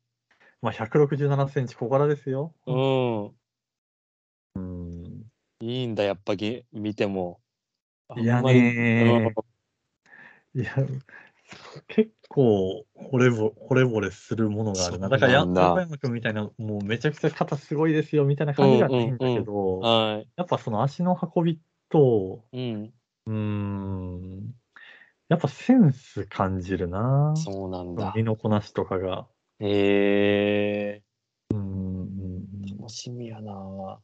まあ、167センチ小柄ですよ。うん。うん。いいんだ、やっぱり見ても。いやあんまりねいや、結構、惚れぼ、惚れ惚れするものがあるそうなな。だんだから、や横山君みたいな、もうめちゃくちゃ肩すごいですよ、みたいな感じではないんだけど、うんはやっぱその足の運びと、い。うん。うーん、やっぱセンス感じるな。そうなんだ。身のこなしとかが。へえうーん。楽しみやな。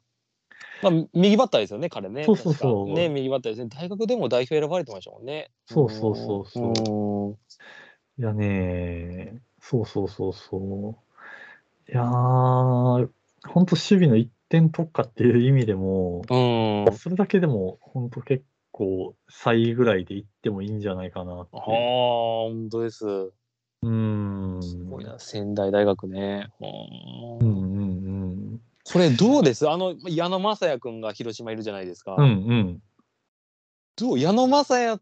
まあ、右バッターですよね、彼ね。そうそうそう確かね、右バッターですね。大学でも代表選ばれてましたもんね。そうそうそうそうそいやね、そうそうそうそう。いやー、本当守備の一点突破っていう意味でも、うん。それだけでも本当結構3位ぐらいでいってもいいんじゃないかなってああ、いう。本当です。すうーん。ごいな、仙台大学ね。ううんんうんこれどうですあの、矢野雅也君が広島いるじゃないですか。うん。うんうん。どう矢野雅也、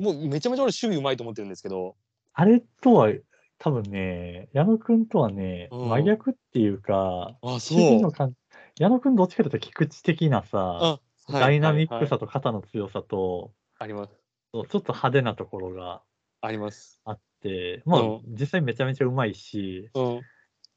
もうめちゃめちゃ俺、守備うまいと思ってるんですけど。あれとは、多分ね、矢野くんとはね、うん真逆っていうか、あ、そ守備の感矢野くんどっちかというと菊池的なさ、う。ダイナミックさ。さと肩の強さと、あります。そうちょっと派手なところがあります。あって、まあ、うん実際めちゃめちゃうまいし、うん。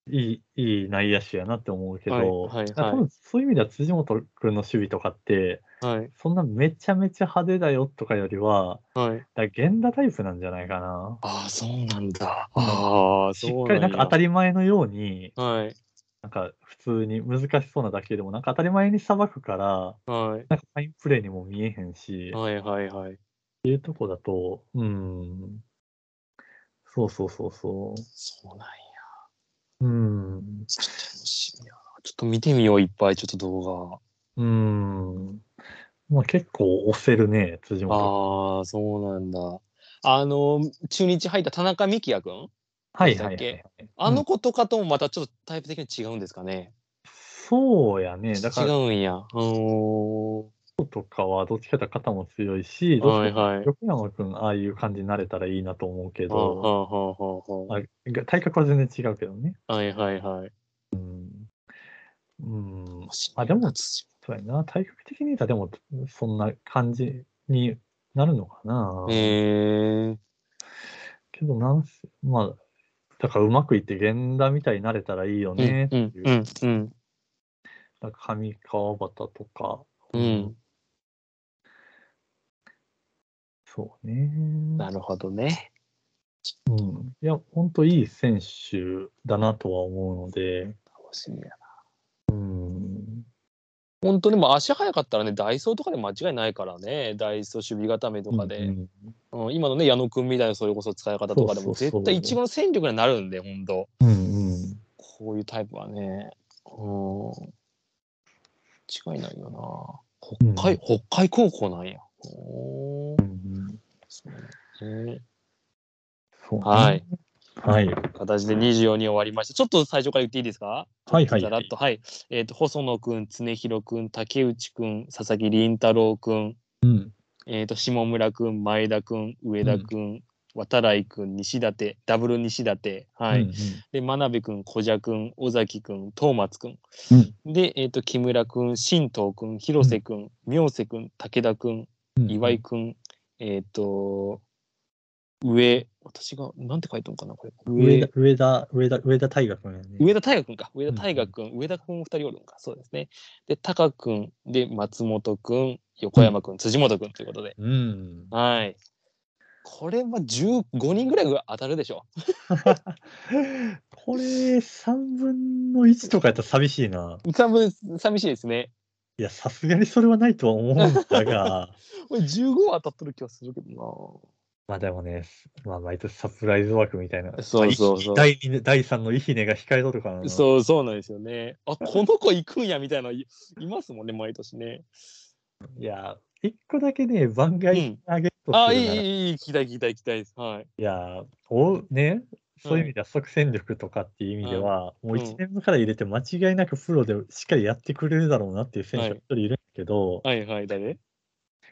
いい、いい内野手やなって思うけど、はいはいはい多分そういう意味では辻元君の守備とかって、はい。そんなめちゃめちゃ派手だよとかよりは、はい。だから源田タイプなんじゃないかな。ああ、そうなんだ。ああ、しっそうかなりんなんか当たり。り前のように、はい。なんか普通に難しそうな打球でも、なんか当たり前にさばくから、はい。なんかファインプレーにも見えへんし、っはいはいはい。ていうとこだと、うん、そうそうそうそそうなんや。う、うん、ちょっと楽しみやな。ちょっと見てみよう、いっぱい、ちょっと動うーん。まあ結構押せるね、辻画。元。ああ、そうなんだ。あの、中日入った田中幹也君はいどうでしはいはたっけい。あうのん子とかともまたちょっとタイプ的に違うんですかね。そうやね。だか違ら、うんや。うーん。とかはどっちかというと肩も強いし、どっはちいかはい。横山くん、ああいう感じになれたらいいなと思うけはあはど、あはあはあが体格は全然違うけどね。あはいはいはい。うん。ああででもも土そうやな。体格的に言うたらでも、そんな感じになるのかな。えー、けど、なんせ、まあ、だからうまくいって源田みたいになれたらいいよねってういんうんうんなんか上川端とか。うんうん。そうね。なるほどね。うん。いや、本当いい選手だなとは思うので、楽しみやな。うん。本当にもう足早かったらねダイソーとかで間違いないからねダイソー守備固めとかで、うんうん今のね矢野君みたいなそれこそ使い方とかでそもうそうそ絶う対一番戦力になるんで本当うん。うんこういうタイプはねうん違いないようなん。北海北海高校なんや。おーうんそうなんだねそうねはい。はい。形で24に終わりました。ちょっと最初から言っていいですかはいはいざらっと、はい。えっ、と、細野くん、常広くん、竹内くん、佐々木麟太郎くん、うん。えっ、と、下村くん、前田くん、上田くん、渡来くん、西舘、ダブル西舘、はい。うんで、真鍋くん、小蛇くん、尾崎くん、東松くん。うんで、えっ、と、木村くん、新藤くん、広瀬くん、明瀬くん、武田くん、うん。岩井くん、えっ、と、上、私が、なんて書いたのかな、これ。上田、上田、上田、上田大河君やね。上田大河君か上田大河君、上田君も2人おるんかそうですねでタカ君で松本君横山君、辻元君ということでうん。はいこれは15人ぐらいが当たるでしょこれ、3分の1とかやったら寂しいな。多分寂しいですねいや、さすがにそれはないとは思うんだが。これ15は当たってる気がするけど [LAUGHS] まあでもね、すまあ毎年サプライズ枠みたいな。そうそうそうまあい第二第3のイヒネが控えとるからなな。そうそうなんですよねあこの子行くんやみたいないいますもんね毎年ねいや、一個だけね、番外あげるとあすいるいならいいいいい聞きたい聞きたい聞きたいですはいや、おね、そはういう意い味では即戦力とかっていう意味では、もううん1年目から入れて間違いなくプロでしっかりやってくれるだろうなっていう選手がはい一人いるんだけど、はいはい誰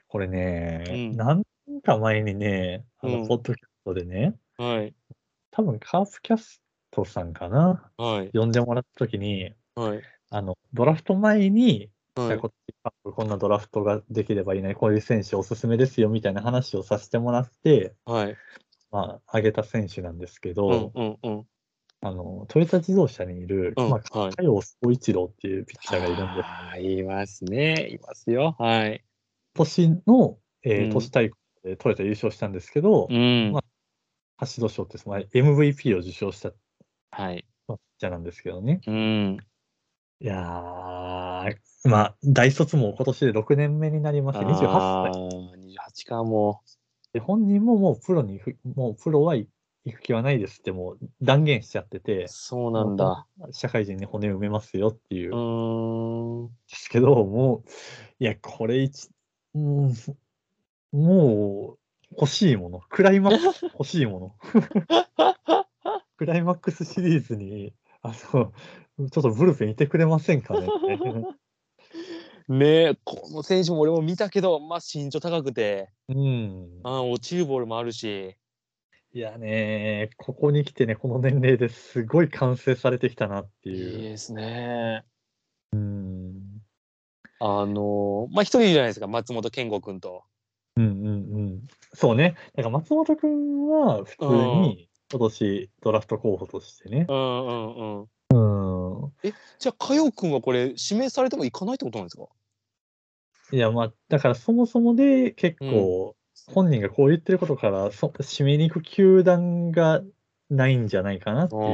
これね、うん何年か前にね、あうんの、ポッドキャストでね、はい多分カープキャストさんかな、はい呼んでもらった時に、はいあの、ドラフト前に、はじゃあいこっちカップこんなドラフトができればいいね、こういう選手おすすめですよみたいな話をさせてもらって、はいまあ、上げた選手なんですけど、うんうんうんあのトヨタ自動車にいる、うんまあ、はい加陽総一郎っていうピッチャーがいるんです。あーいますね。いますよ。はい。今年の、えーうん都市大会でトヨタ優勝したんですけど、うん。ま橋戸賞ってその MVP を受賞した、はい。まあ、ピッチャーなんですけどね。うん。いやー、まあ、大卒も今年で6年目になりまして、28歳あー28かもで本人ももうプロにふ、もうプロは行行く気はないですってもう断言しちゃってて、そうなんだ。社会人に骨埋めますよっていうう、ーん。ですけど、もう、いや、これ一、うん、もう、欲しいもの。クライマッ [LAUGHS] クス欲しいもの。クライマックスシリーズに、あの、ちょっとブルペンいてくれませんか [LAUGHS] ね。ねえ、この選手も俺も見たけど、まあ身長高くて、うん。あ落ちるボールもあるし、いやね、ここに来てね、この年齢ですごい完成されてきたなっていいいう。ですね。うん。あのまあ一人いるじゃないですか、松本健吾君と。うんうんうん。そうね。だから松本くんは普通に今年ドラフト候補としてね。うんうんうん。うん。じゃあ、佳代君はこれ、指名されてもいかないってことなんですかいや、まあ、だからそもそもで結構、本人がこう言ってることから、そ締めに行く球団がないんじゃないかなっていう。うあ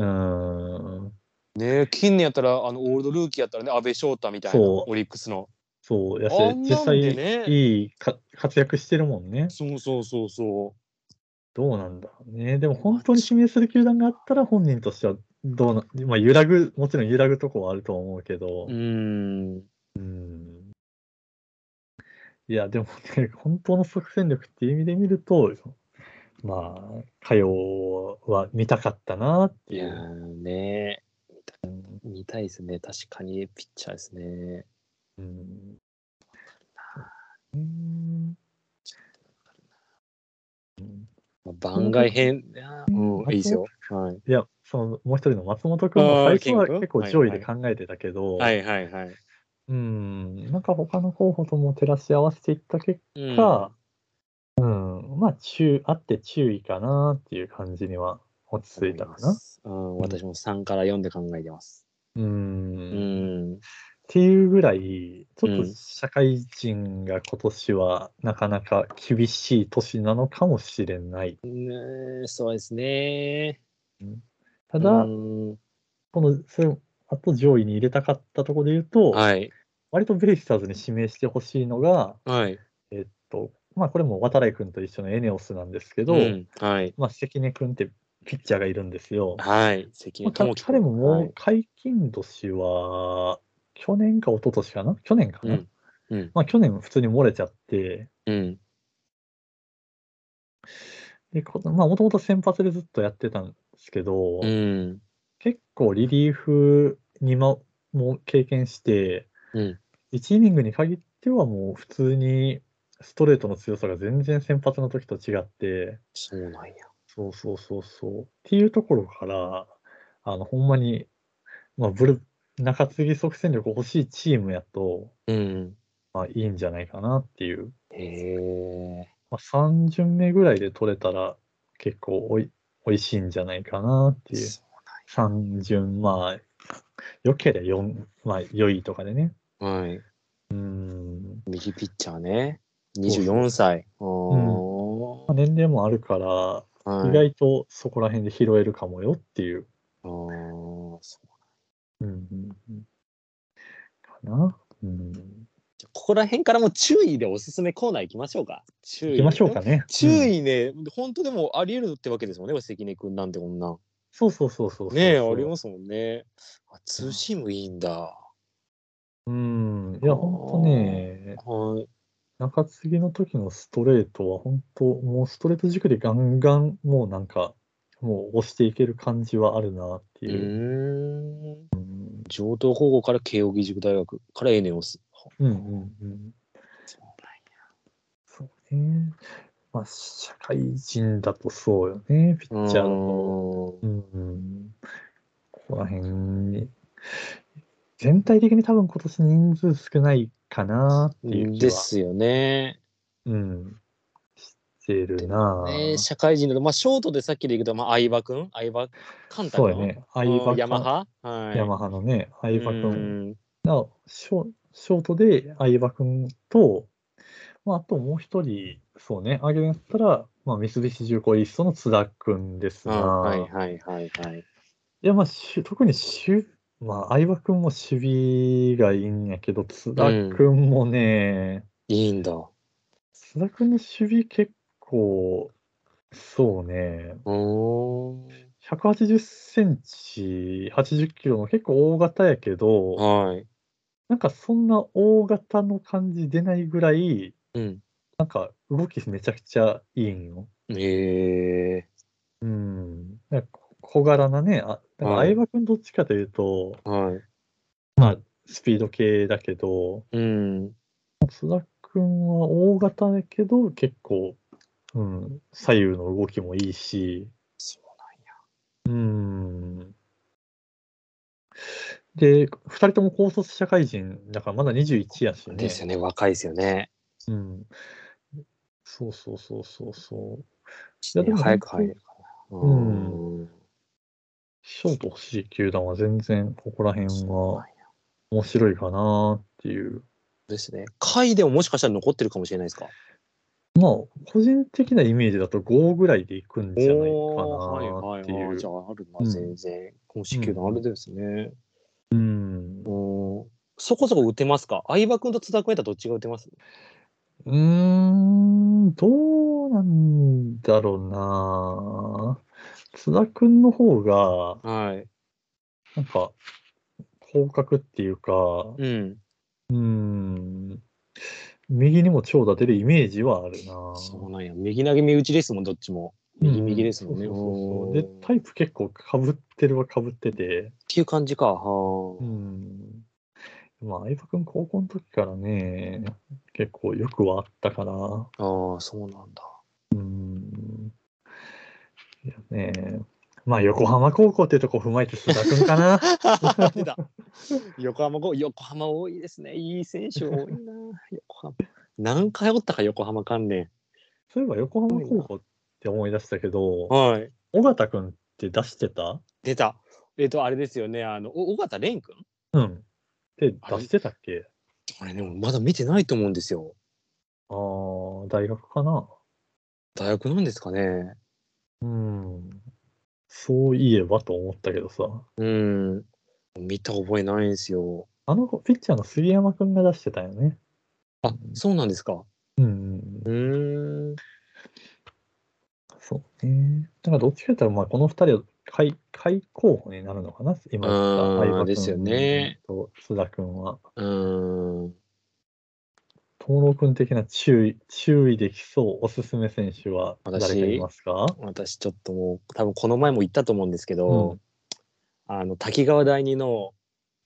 あ。ん。ねえ、近年やったら、あの、オールドルーキーやったらね、安倍翔太みたいな、そうオリックスの。そう、やしあんなん、で実際、ねいいか活躍してるもんね。そうそうそうそどうなんだろうね。でも本当に指名する球団があったら、本人としてはどうな、まあ、揺らぐ、もちろん揺らぐとこはあると思うけどう。う。ん。うんいや、でもね、 [LAUGHS] 本当の即戦力っていう意味で見ると、まあ、火曜は見たかったなっていいやう。ーね見た見たいですね。確かに、ピッチャーですね。うんうん番外編、あーうん、いいですよ。はい。いや、そのもう一人の松本君あもー最初はケン君結構上位で考えてたけど、はいはいはい。うん、なんか他の候補とも照らし合わせていった結うん果、うん、まあ、注あって注意かなっていう感じには落ち着いたかな。うん、私も3から4で考えてます。ううんん。っていうぐらい、ちょっうとん社会人が今年はなかなか厳しい年なのかもしれない。ねーそうですね。ただ、うんこの、それあと上位に入れたかったところで言うと、はい。割とベイスターズに指名してほしいのが、はい。えっと、まあこれも渡来君と一緒のエネオスなんですけど、うんはい。まあ関根君ってピッチャーがいるんですよ。はい。関ま根あか智樹君彼ももはうい解禁年は、去年か一昨年かな去年かな、うんうんまあ去年普通に漏れちゃって、うん。で、こまあ、もともと先発でずっとやってたんですけど、うん。結構リリーフにもも経験して、うん1イニングに限ってはもう普通にストレートの強さが全然先発の時と違って、そうなんや。そうそうそうそう。っていうところから、あの、ほんまに、まあ、ブル、中継ぎ即戦力欲しいチームやと、うん。まあ、いいんじゃないかなっていう。へえ。まあ、3巡目ぐらいで取れたら結構おいおいしいんじゃないかなっていう。3巡、まあ、良ければ4、まあ、良いとかでね。はい。うーん。右ピッチャーね。24歳。まあ、年齢もあるから、意外外とそこら辺で拾えるかもよっていう。うんうんうん。かな。うん。ここら辺からも注意でおすすめコーナー行きましょうか。注意。行きましょう。かね。注うん意ね、本当でもあり得るってわけですもんね、関根君なんてこんな。そうそうそうそうそう。ねえ、ありますもんね。あツーシームいいんだ。うん。いや、ほんとね、はい。中継ぎの時のストレートは本当もうストレート軸でガンガンもうなんかもう押していける感じはあるなってういう。ーん。上等高校から慶應義塾大学からエネオス。うんうんうん。そうね。まあ社会人だとそうよね、ピッチャーだと。うんうん。ここら辺に。全体的に多分今年人数少ないかなっていう気では、すよね。うん、してるなぁ。ね社会人だと、まあ、ショートでさっきで言うと、まあ、相葉君、相葉寛太そう君。やね。う相ん。葉かヤマハはい。ヤマハのね、相葉う君んなショ、ショートで相葉君と、まあ、あともう一人、そうね、挙げるんだったら、まあ、三菱重工イーストの津田君ですあが、はいいはいはいはい。や、まあ、しゅ特にしゅ、まあ、相葉君も守備がいいんやけど、津田君もね、いいんだ。津田君の守備結構、そうね。お180センチ、80キロの結構大型やけど、はい。なんかそんな大型の感じ出ないぐらい、うん。なんか動きめちゃくちゃいいんよ。ええうん。なんか小柄なね、あなんかはい相葉君どっちかというと、はい。スピード系だけど、うん。須田君は大型だけど、結構、うん、左右の動きもいいし、そうん。で、2人とも高卒社会人だからまだ21やしうね。ですよね。若いですよね。うん。そうそうそうそうそう。一やで年も早く入れるかな。ううんん。ショート欲しい球団は全然ここら辺そうは面白いかなっていう。ですね。回でももしかしたら残ってるかもしれないですか。まあ、個人的なイメージだと5ぐらいでいくんじゃないかはなっいてはいいはい。うじゃ。ああるうんな全然。今支給のあれですね。うん。ううん。そこそこ打てますか。相葉君と津田君やったらどっちが打てます。ーん、どうなんだろうな。津田くんの方が、はい。なんか、広角っていうか、うん。うーん、右にも長打出るイメージはあるな。そうなんや。右投げ右打ちですもんどっちも。右右ですもんね。うんそうそうそうそううんで、タイプ結構かぶってるはかぶってて、っていう感じか。はうあ。ん。まあ、相葉君高校の時からね、結構よくはあったから、うああ、そうなんだ。ん。いやね、まあ、横浜高校っていうとこ踏まえて須田君か [LAUGHS] な。出た。 [LAUGHS] 横浜ご横浜多いですね。いい選手多いな。 [LAUGHS] 横浜。何回おったか横浜関連。そういえば横浜高校って思い出したけど、はい。尾形君って出してた出た。えっ、とあれですよね。あのお尾形蓮君。うん。って出してたっけこれねまだ見てないと思うんですよ。ああー、大学かな。大学なんですかね。うん。そういえばと思ったけどさ。うん。見た覚えないんですよ。あの子、ピッチャーの杉山くんが出してたよね。あ、そうなんですか。うん。うーん。そうね。だからどっちかというと、まあ、この二人は開、開候補になるのかな、今言ったあー相葉君ですよねと須田君は。うーん。東郎君的な注意、注意できそう、おすすめ選手は誰かいますか私ちょっともう多分この前も言ったと思うんですけど、あの滝川第二の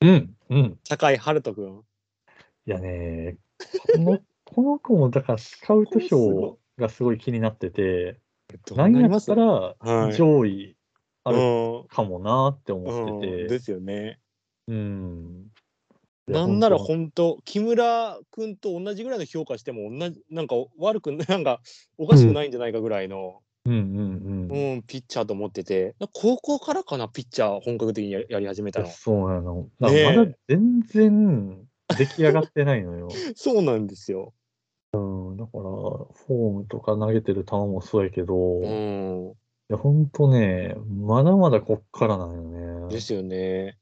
うん、うん。酒井春人君。いやね、この、 [LAUGHS] この子も、だから、スカウト票がすごい気になってて、なんやったらはい上位あるうんかもなって思っうんてでて。すよね。うん。いやなんなら本本当木村君と同じぐらいの評価しても同じなんか悪く [LAUGHS] なんかおかしくないんじゃないかぐらいの、当うんうんううん。いんピッチャーと思ってて高校からかなピッチャー本格的にややり始めたや [LAUGHS] のそうなの。だねからえまだ全然出来上がってな [LAUGHS] いのよ。そうなんですよ。うん、だから、フォームとか投げてる球もそうやけど、ういん、や本当ね、まだまだこっからなんよねで。すよね。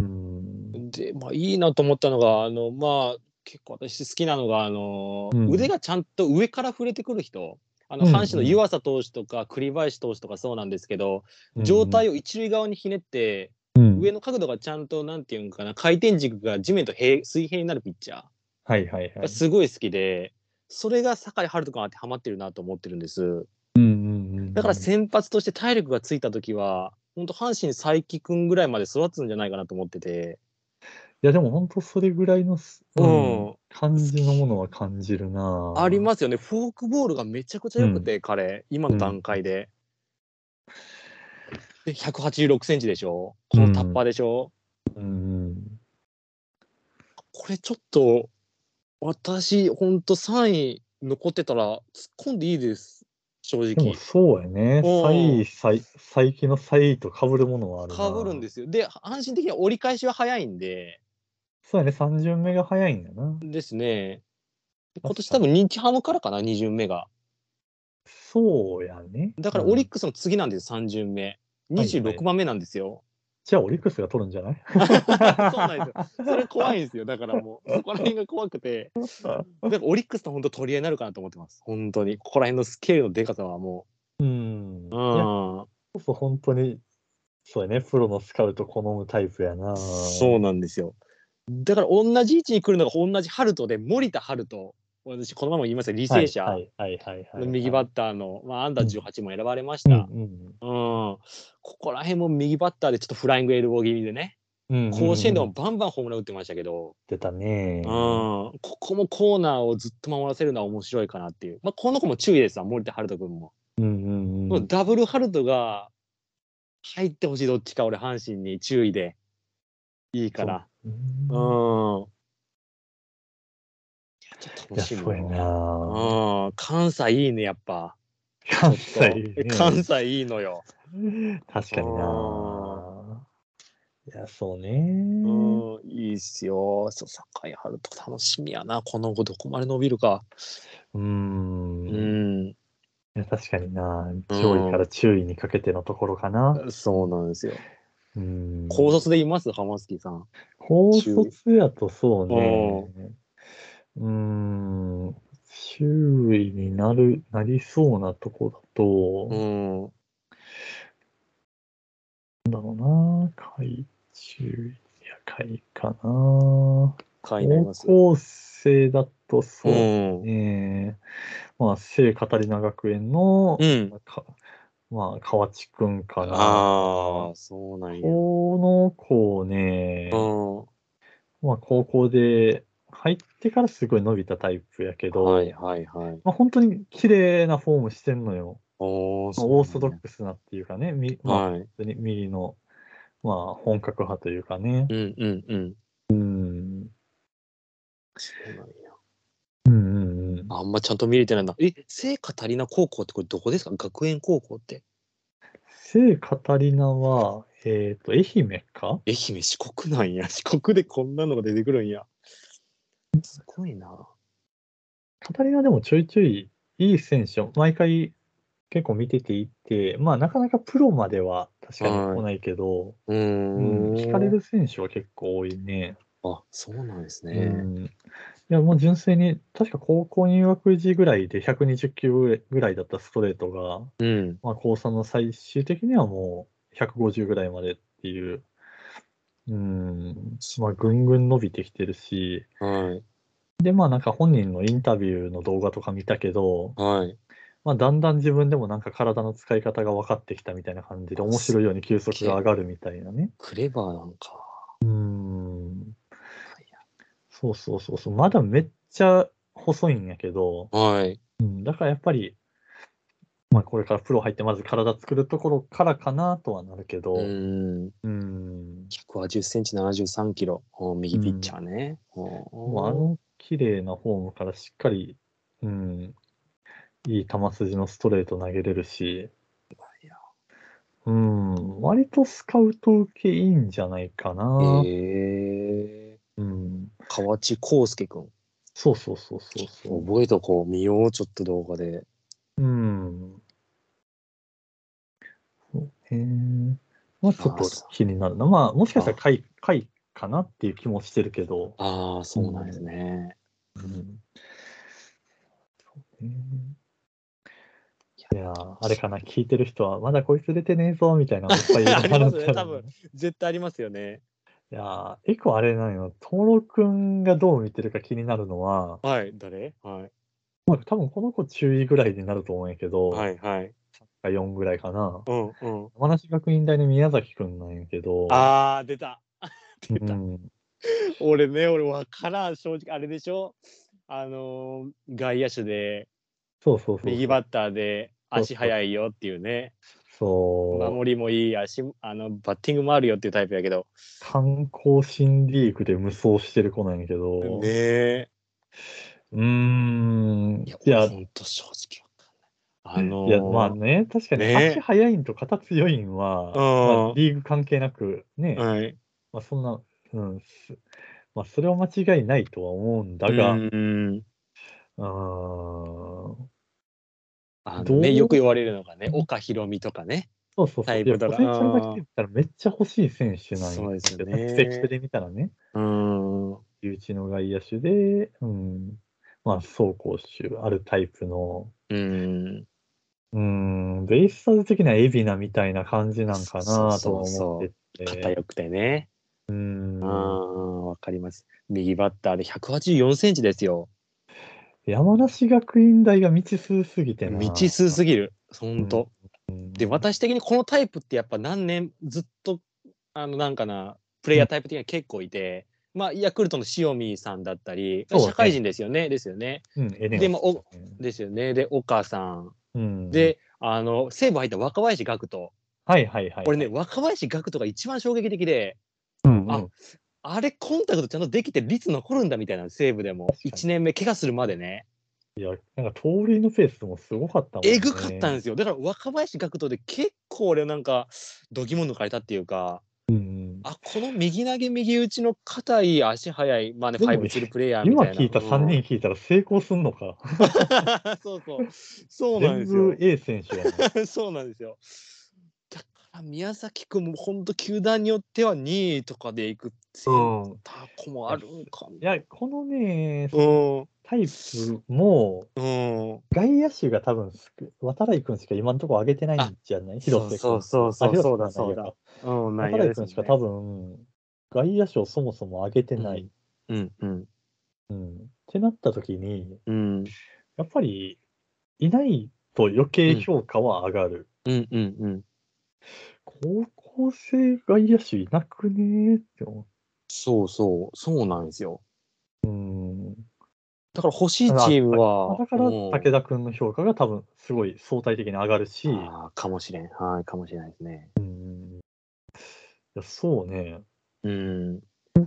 うん。でまあいいなと思ったのがあのまあ結構私好きなのがあの、うん腕がちゃんと上から触れてくる人あのうん阪神の湯浅投手とか栗林投手とかそうなんですけど、状態を一塁側にひねってうん、上の角度がちゃんとなんていうんかな回転軸が地面と平水平になるピッチャはいはいーはがい。すごい好きで、それが酒井春人君当てはまってるなと思ってるんですうんうんうん。だから先発として体力がついた時は本当阪神才木君ぐらいまで育つんじゃないかなと思ってて、いや、でも本当それぐらいのす、うんうん感じのものは感じるなありますよねフォークボールがめちゃくちゃ良くて、彼今の段階で。で186センチでしょこのタッパーでしょ、うんこれちょっと私ほんと3位残ってたら突っ込んでいいです正でも直そうやね。うん最、最、最近の最と被るものはあるな。かぶるんですよで阪神的には折り返しは早いんでそうやね。3巡目が早いんだな。ですね今年確多かに分日ハムからかな2巡目がそうやね。だからうんオリックスの次なんですよ3巡目26番目なんですよ、じゃあオリックスが取るんじゃない [LAUGHS] そうなんですよそれ怖いんですよだからもうそこら辺が怖く [LAUGHS] てだからオリックスと本当取り合いになるかなと思ってます本当にここら辺のスケールのでかさはもうん。ういやん。こそ本当に、そうやね、プロのスカウト好むタイプやな。そうなんですよ。だから同じ位置に来るのが同じハルトで森田ハルト私このまま言いました履正社はいはいはいはい、はのい。右バッタターの、まあ、アンダー18も選ばれました、うんうんうんここら辺も右バッターでちょっとフライングエルボー気味でねうんうん。甲子園でもバンバンホームラン打ってましたけど、出たねうん。ここもコーナーをずっと守らせるのは面白いかなっていう、まあ、この子も注意ですわ森田ハルト君も、うんうんもう。うんダブルハルトが入ってほしいどっちか俺阪神に注意でいいから。うん。うんいや、ちょっといや、楽しみそうやな。な。うん。関西いいね、やっぱ。関ちょっと西、ね。関西いいのよ。確かにな。いや、そうね。うん。いいっすよ。そう、堺春と楽しみやな。この後どこまで伸びるか。うん。ういん。や確かにな。上位から注意にかけてのところかな。そうなんですよ。うん。高卒でいます浜月さん。高卒やとそうね。うーん。周囲になる、なりそうなとこだうと、ん。なんだろうな。海中、いや、海かな。かいなり高ます。校生だとそううね。ん。まあ、聖カタリナ学園の、うん。かまあ、河内くんかな。ああ、そうなんや。うこの子ね、ん。まあ、高校で入ってからすごい伸びたタイプやけど、はいはいはい。まあ、本当に綺麗なフォームしてんのよ。おお、まあオーソドックスなっていうかね、みまあ、はい。本当に右の、まあ、本格派というかねう。んうんうん。うん。そうなんや。うんうんうん。あんまちゃんと見れてないな。え、聖カタリナ高校ってこれどこですか学園高校って。聖カタリナは、えっ、と、愛媛か愛媛四国なんや。 [LAUGHS] 四国でこんなのが出てくるんや。すごいな。カタリナでもちょいちょいいい選手を毎回結構見てていて、まあ、なかなかプロまでは確かに来ないけど、うーうん。ん惹かれる選手は結構多いね。あ、そうなんですうね。んいやもう純粋に、確か高校入学時ぐらいで120キロぐらいだったストレートが、うん。まあ、高3の最終的にはもう150ぐらいまでっていう、うん、まあ、ぐんぐん伸びてきてるし、はい。で、まあなんか本人のインタビューの動画とか見たけど、はい。まあ、だんだん自分でもなんか体の使い方が分かってきたみたいな感じで、面白いように球速が上がるみたいなね。クレバーなんか。うん。そうそうそうそう。まだめっちゃ細いんやけど、はい。うん、だからやっぱり、まあ、これからプロ入ってまず体作るところからかなとはなるけど、う。うん180センチ73キロ。お右ピッチャーね。まあ、あおの綺麗なフォームからしっかり、うん、いい球筋のストレート投げれるし、うん、割とスカウト受けいいんじゃないかな。ええうん、ー。河内康介くん。そうそうそうそうそう。覚えとこう見ようちょっと動画でうん。そうね。まあちょっと気になるな。まあもしかしたら貝、貝かなっていう気もしてるけど。ああそうなんですね、うん。そうね。いやー、あれかな、聞いてる人は、まだこいつ出てねえぞ、みたいなのいっぱいいる [LAUGHS] ありますねだろうな多分絶対ありますよねいやー、一個あれなのよ、トモロくんがどう見てるか気になるのは、はい誰、はい、まあ、多分この子注意ぐらいになると思うんやけど、はいはい4ぐらいかな。うんうん山梨学院大の宮崎くんなんやけど、ああ出た出うた、ん、俺ね俺わからん正直あれでしょあのー外野手でそうそうそう。右バッターでそう足速いよっていうねそう。守りもいい足あのバッティングもあるよっていうタイプやけど観光新リーグで無双してる子なんやけど、ねえうーん。いいやや、ほんと正直わかんないあのーいや、まあね、確かにね足早いんと肩強いんうんは、まあリーグ関係なくね、はいまあそんな、うん、すまあそれは間違いないとは思うんだが、ううんーん、あどのうね、よく言われるのがね、岡宏美とかね。そうそうそタう。イいや、プポとテンかシャルが来てみたらめっちゃ欲しい選手なんそうやですけよど、ねスペックで見たらね、うん。はうちの外野手で、うん、まあ走攻守あるタイプの、い。うん。うん、ベイスターズ的には海老名みたいな感じなんかなとはそうそうそう思ってて。偏くてね。うんう。ん、わかります。右バッターで184センチですよ。山梨学院大が未知数すぎてな。未知数すぎる。ほんと。うんで、私的にこのタイプってやっぱ何年ずっと、あの、なんかな、プレイヤータイプ的には結構いて、まあ、ヤクルトの塩見さんだったり、そうね社会人ですよね、ですよね。うん、エネでもおですよね。で、岡さん。うん、で、あの、西武入った若林学人。はいはいはい。これね、、若林学人が一番衝撃的で、うんうん、ああれ、コンタクトちゃんとできて率残るんだみたいな、西武でも。確かに1年目、怪我するまでね。なんか盗塁のペースもすごかったもんね。えぐかったんですよ。だから若林学徒で結構俺なんか度肝抜かれたっていうか、うんあこの右投げ右打ちの硬い足速いまあねフでもァイブチルプレイヤーみ今たいな。聞いた3人聞いたら成功すんのか。うん。 [LAUGHS] そうそうそうなんで全す部よ。 A 選手や [LAUGHS] な。そうなんですよ。だから宮崎君も本当球団によっては2位とかでいく選うん択もあるんかも。いや、このね、うんタイプも、うん。外野手が多分すく、渡来君しか今のところ上げてないんじゃない広瀬君。そうそうそうそうそうだあ広瀬君そうだ。うん渡内来野です君ねしか多分、外野手をそもそも上げてない。うんうんうん。ってなった時に、うんやっぱり、いないと余計評価は上がる。うんうんうん。高校生外野手いなくねーって思そうそうそうなんですよ。う。うん。だから欲しいチームは。だから、うん武田君の評価が多分、すごい相対的に上がるし、いああ、かもしれん。はい、かもしれないですね。やそうね、うん。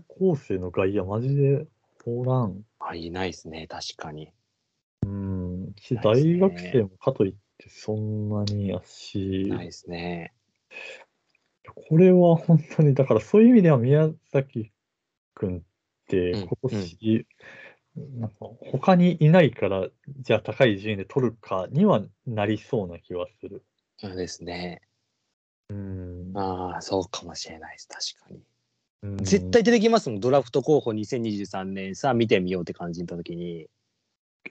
高校生の外野、マジでおらん。あ、いないですね。確かに。うん。しないっすね大学生もかといって、そんなにやし、ないですね。これは本当に、だからそういう意味では宮崎君ってうん今年、なんか他にいないから、じゃあ高い順位で取るかにはなりそうな気はする。そうですね。うん。ああ、そうかもしれないです。確かに。うん絶対出てきますもん。ドラフト候補2023年さあ見てみようって感じにった時に、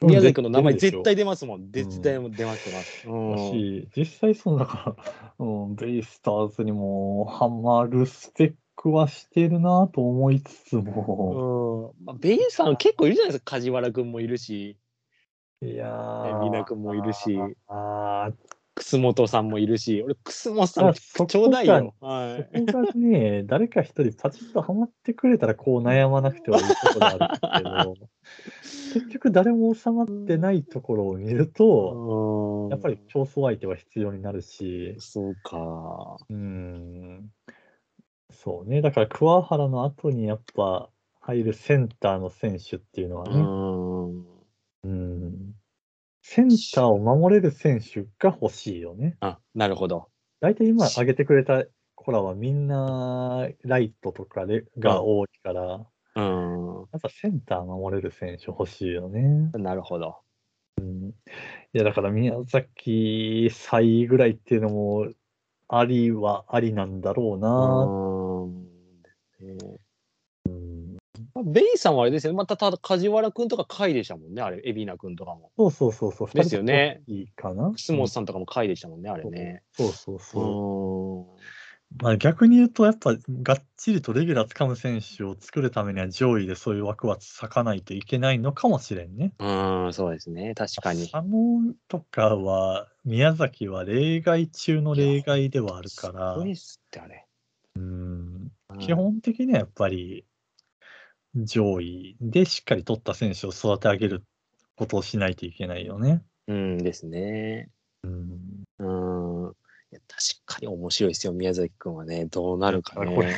宮崎君の名前絶対出ますもん。で絶対出ます出ます。うだん。し、実際そのだから、うん、ベイスターズにもハマるスペックはしてるなと思いつつも、うんまあ、ベイさん結構いるじゃないですか梶原君もいるしいやえー、美奈君もいるしあー楠本さんもいるし俺楠本さんあそこちょうだいよ。はそいこがね、誰か一人パチッとハマってくれたらこう悩まなくてはいいことがあるんですけど、結局誰も収まってないところを見ると、やっぱり競争相手は必要になるし、そうか。うん、そうね、だから桑原の後にやっぱ入るセンターの選手っていうのはうね、ん。うん、センターを守れる選手が欲しいよね。あ、なるほど。大体今挙げてくれた子らはみんなライトとかでが多いから、うん。やっぱセンター守れる選手欲しいよね。なるほど。いや、だから宮崎3位ぐらいっていうのも、ありはありなんだろうな。うん。まあ、ベイさんはあれですよね。また、た梶原くんとか甲斐でしたもんね。あれ、海老名くんとかも。そうそうそうそう。ですよね二人ともいいかな。楠本さんとかも甲斐でしたもんね、あれね。そうそううそう。ん。まあ逆に言うと、やっぱがっちりとレギュラー掴む選手を作るためには上位でそういう枠は割かないといけないのかもしれんね。うん、そうですね。確かに。佐野とかは、宮崎は例外中の例外ではあるから。すごいっすって、あれ。うんうん基本的にはやっぱり上位でしっかり取った選手を育て上げることをしないといけないよね。うんですね。うん、うん。いや確かに面白いですよ、宮崎くんはね。どうなるかね。これ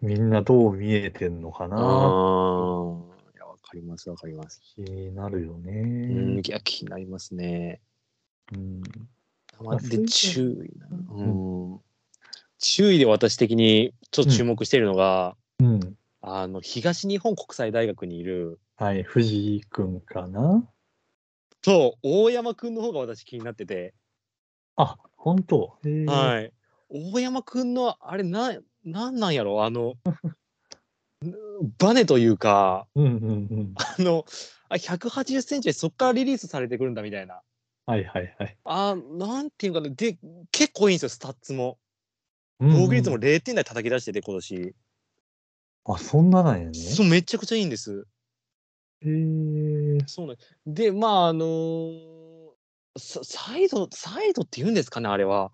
みんなどう見えてんのかなああ、いや、わかります、わかります。気になるようん、ねい。や、気になりますね。うんまあ、そういうで、点注意な。ううん。注意で私的にちょっと注目しているのが、うんあの、東日本国際大学にいる、はい、藤井君かなと、大山くんの方が私気になってて、あ、本当。へーはい。大山くんの、あれ、な、なんなんやろあの、バネというか、うんうんうん。あの、あ180センチでそこからリリースされてくるんだみたいな。はいはいはい。あーなんていうかな、で、結構いいんですよ、スタッツも。防御率もうん0点台叩き出してて、今年。あ、そんななんやね。そう、めちゃくちゃいいんです。へえ。そうなんで、まあ、あのーさサイド、サイドって言うんですかね、あれは。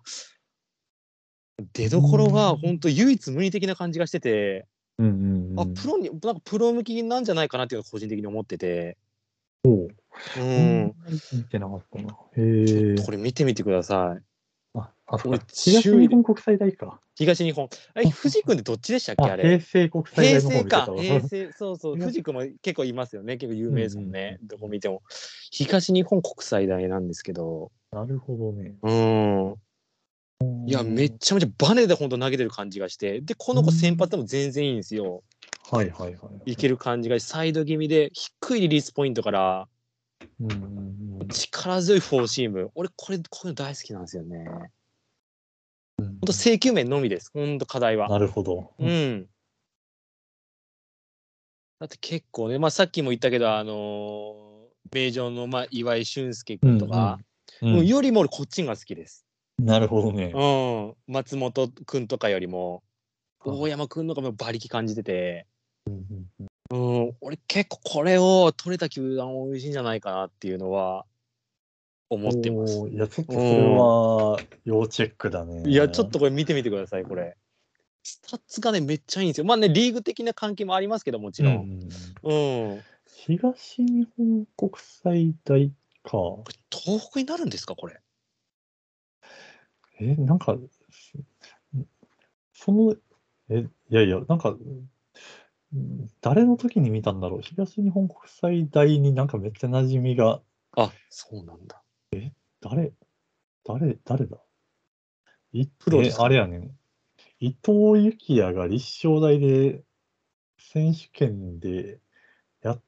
出どころがうん本当唯一無二的な感じがしてて、うんうんうん。あプロになんかプロ向きなんじゃないかなっていうのを個人的に思ってて、う、。うん見てなかったな。へえ。これ見てみてください。あ、あ、そ俺うか。東周囲日本国際大か。東日本。え、藤井君ってどっちでしたっけあ、あれ平。成国際平大の方成見てたかわ。。平成、そうそう。うん藤井君も結構いますよね。結構有名ですもんね。うどこ見ても。東日本国際大なんですけど。なるほどね。うん。いや、めちゃめちゃバネで本当投げてる感じがして。で、この子先発でも全然いいんですよ。はいはいはい。いける。る感じがし、サイド気味で低いリリースポイントからうんうんうん。力強いフォーシーム。俺、これ、こういうの大好きなんですよね。うん本当制球面のみです。本当課題は。なるほど。うん。だって結構ね、まあ、さっきも言ったけど、あのー名城の、まあ、岩井俊介君とか、うんもうよりも俺こっちが好きです。なるほどね。うん、松本君とかよりも、はい大山君の方がもう馬力感じてて、うんうんううんん、俺結構これを取れた球団美味しいんじゃないかなっていうのは思ってます。おーいや、ちょっとそれは要チェックだね。いや、ちょっと。これ見てみてください、これ。スタッツがね、めっちゃいいんですよ。まあね、リーグ的な関係もありますけど、もちろん。うん東日本国際大か。これ東北になるんですかこれえ、なんか、すその、え、いやいや、なんか、うん誰の時に見たんだろう。東日本国際大になんかめっちゃ馴染みが、あそうなんだ誰、誰、誰だいプロですえあれやねん。伊藤幸也が立正大で選手権でやっ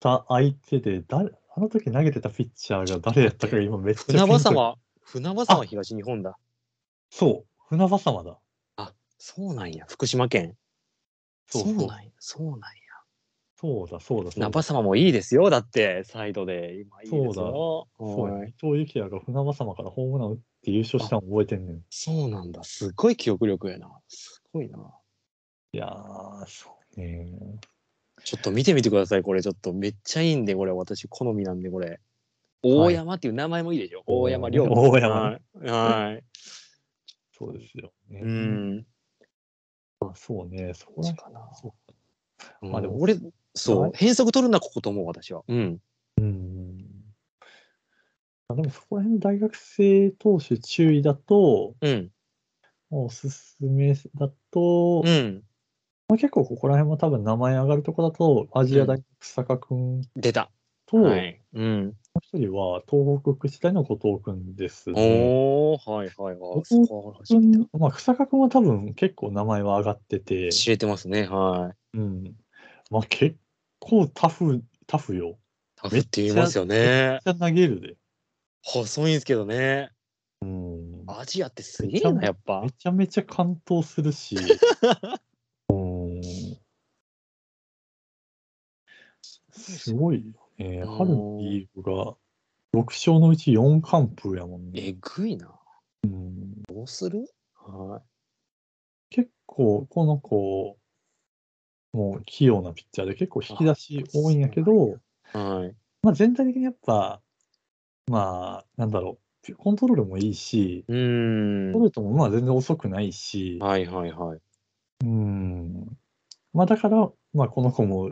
た相手で、誰、あの時投げてたピッチャーが誰やったかが今めっちゃピン船と場様船場様東日本だそう、船場様だ。そうなんや福島県そそううそうなんやそうなんやそうだ、そうだ、そう船だ場。様もいいですよだってサイドで今いいですよそうはや、い伊藤幸也が船場様からホームラン打って優勝したの覚えてんねん。そうなんだすごい記憶力やなすごいないやー、そうね。ちょっと見てみてくださいこれちょっとめっちゃいいんでこれ私好みなんでこれ大山っていう名前もいいでしょ、大山亮大山はい、はいそうですよ、ね。うんまあ、そうね。そこそらう辺かなそうままああででもも俺、そ、はいう変則取るな、ここと思う、私は。うん。うん。まあ、でもそこら辺の大学生投手注意だと、うん。まあおすすめだと、うん。まあ、結構ここら辺も多分名前上がるとこだと、アジア大学坂君出た。と、もはうい。うん。一人は東北口大の後藤君です、ね。おー、はいはいはおい。そこは初めてだまあ、草加君は多分結構名前は上がってて、知れてますね、はい。うん。まあ結構タフ、タフよ。タフって言いますよね。めっちゃ投げるで。細いんですけどね。うん。アジアってすげえな、やっぱめ。ちゃめちゃ完投するし。うん。すごいよね。うん春のリーグが6勝のうち4完封やもんえね。ぐいな。うん、どうするは結構、この子、もう器用なピッチャーで結構引き出し多いんやけあそうど、い。はい。まあ、全体的にやっぱ、まあ、なんだろう、コントロールもいいし、うーんスト。レートもまあ全然遅くないし、はいはいはい。うん。まあ、だから、まあ、この子も、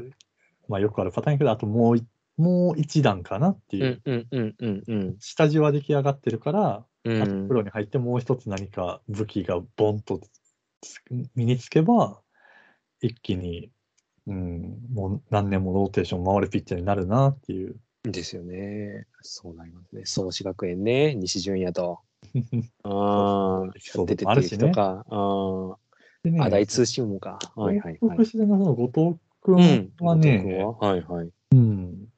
まあ、よくあるパターンやけど、あともうい、もう一段かなっていうう、んうんうんうんうん下地は出来上がってるから、うあとんプ。ロに入ってもう一つ何か武器がボンとつ身につけば、一気に、うん、もう何年もローテーション回るピッチャーになるなっていう。ですよね。そうなりますね。創志学園ね、西純也と。ああ、そう出てってる人か。あでねあ、大通信網か。はいはいはい。東北のその後藤う君ん。はね、僕ははいはい。うん、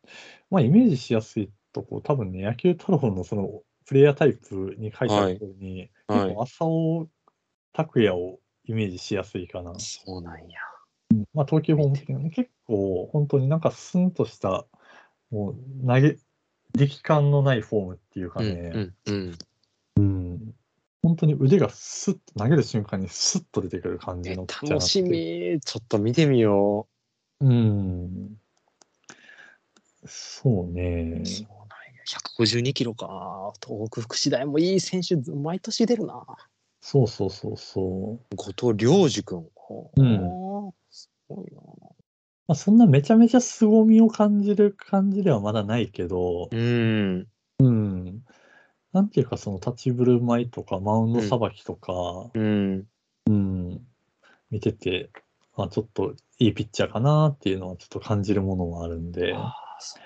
まあイメージしやすいとこ、多分ね、野球太郎のそのプレイヤータイプに書いてあるように、はいはい結構浅尾拓也をイメージしやすいかな。そうなんや。まあ投球フォーム的なね、結構本当になんかスンとした、もう投げ、力感のないフォームっていうかね、うんうん本当に腕がスッと投げる瞬間にスッと出てくる感えじのピッチャーにな楽ってしみちょっと見てみようんそうねう。そうなんや152キロか東北福祉大もいい選手毎年出るなそうそうそうそう、後藤良樹君うんほーすごいなまあ、そんなめちゃめちゃ凄みを感じる感じではまだないけどうんうんなんていうかその立ち振る舞いとかマウンドさばきとか、うんうん、見てて、まあ、ちょっといいピッチャーかなっていうのはちょっと感じるものもあるんで、あーそう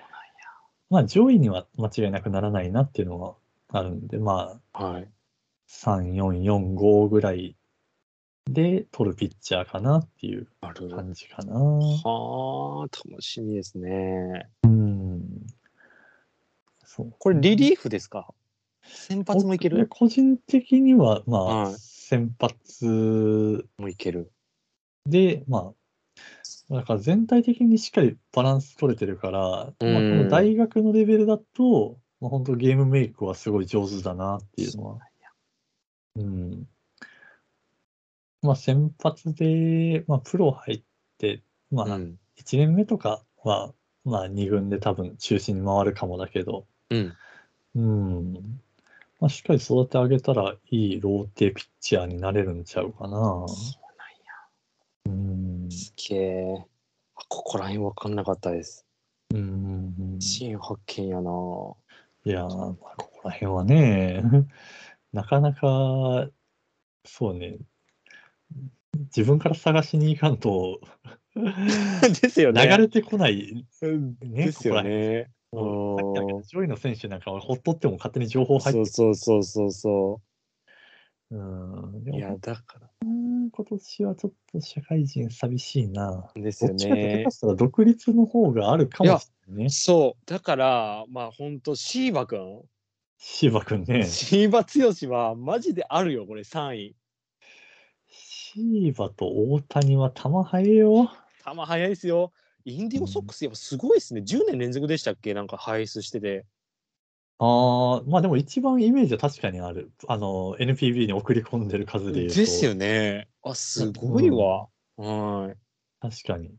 まあ上位には間違いなくならないなっていうのはあるんで、まあなんやはい3、4、4、5ぐらいで取るピッチャーかなっていうなるほど感じかな。はあ楽しみですねうん。そう。これリリーフですか先発もいけ僕ねる個人的には、まはあ、い先発もういけるで、まあ、だから全体的にしっかりバランス取れてるから、まあ、こうんの大学のレベルだと、まあ、本当ゲームメイクはすごい上手だなっていうのは。うん。まあ、先発で、まあ、プロ入って、まあ、う1ん年目とかは、まあ、2軍で多分中心に回るかもだけど、うんうん。まあ、しっかり育て上げたら、いいローテピッチャーになれるんちゃうかな。そうなんやうん。すげえあここら辺分かんなかったですうんうんうん新発見やないやー、まあ、ここら辺はね、 [LAUGHS] なかなか、そうね、自分から探しに行か [LAUGHS] んと、 [LAUGHS] ですよ流れてこない、ね、ですよね。ここら辺。さっきうのん上位の選手なんかはほっとっても勝手に情報入ってそうそうそうそうそうん、う。でいもやだかうん今年はちょっと社会人寂しいな。らですどよっちかと言いねま。したら独立の方があるかもしれないね。そうだからまあ本当シーバくん、芝君ね。シーバ強しはマジであるよこれ3位。シーバと大谷は球速いよ。球速いですよ。インディゴソックスやっぱすごいですね。10年連続でしたっけなんか排出してて。ああ、まあでも一番イメージは確かにある。あの、NPB に送り込んでる数で言うと。ですよね。あすごいわ。はい確かに。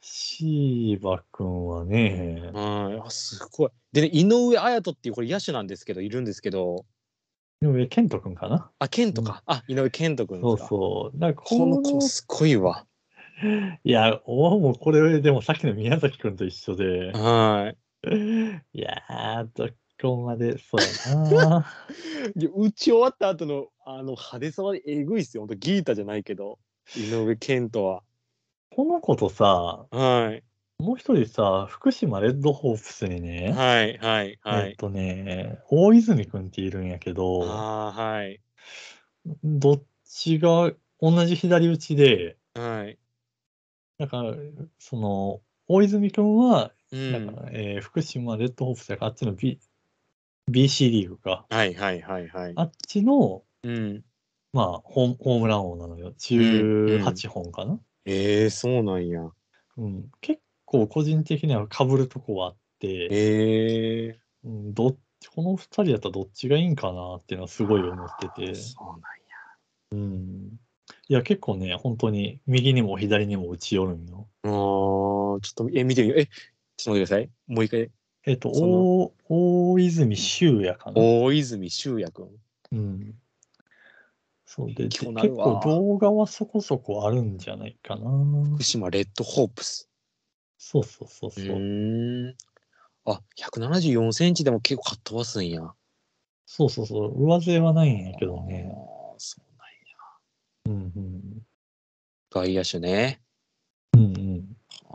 シーバ君はね、はい。あすごい。でね井上綾人っていうこれ野手なんですけどいるんですけど。井上健人君かなあ健人か。あ井上健人くんでそうすか。そう。だからこのこ子の、すごいわ。いや、おもうこれでもさっきの宮崎君と一緒で、はいやー、どこまで、そうやな。 [LAUGHS] い。打ち終わった後のあの派手さはえぐいっすよ。本当ギータじゃないけど、井上健とは。この子とさ、はいもう一人さ、福島レッドホープスにね、はいはいはえっい。とね、大泉君っているんやけど、ああはいどっちが同じ左打ちで、はい。だから、その、大泉君は、うだんか。らえー福島レッドホープスだから、あっちの、B、BC リーグか。はいはいはいはい。あっちの、うん。まあ、ホームホームラン王なのよ。18本かな。えー、そうなんや。うん結構、個人的には被るとこはあって、えうん、どっちこの2人だったらどっちがいいんかなっていうのはすごい思っててー。。そうなんや。うん。いや、結構ね、本当に右にも左にも打ち寄るんよ。あーちょっとえ見てみよう。えちょっと待ってください。もう一回。えっと、その大大泉修也かな。大泉修也くん。うん。そうで、で気結になるわ構動画はそこそこあるんじゃないかな。福島レッドホープス。そうそうそうそうう。ーん。あ、174センチでも結構かっ飛ばすんや。そうそうそう。上背はないんやけどあね。ーそううんうん。なんや外野手ね。うんうん。あ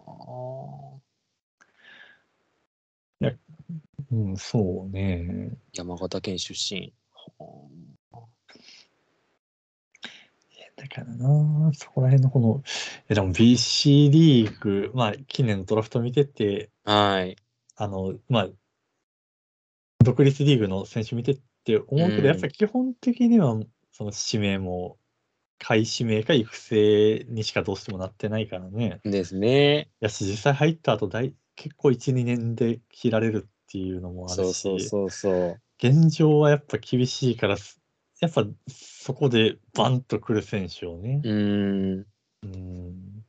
うん、そうね。山形県出身。はだからな、そこら辺のこの、え、でも BC リーグ、まあ、近年のドラフト見てて、あはい。あの、まあ、独立リーグの選手見てって思うけうんど、やっぱ基本的には、その指名も、下位指名か育成にしかどうしてもなってないからね。ですね。いやし、実際入った後大、結構1、2年で切られるってっていうのもあそうるそうし、そうそう。現状はやっぱ厳しいから、すやっぱそこでバンと来る選手をね、うーん。うん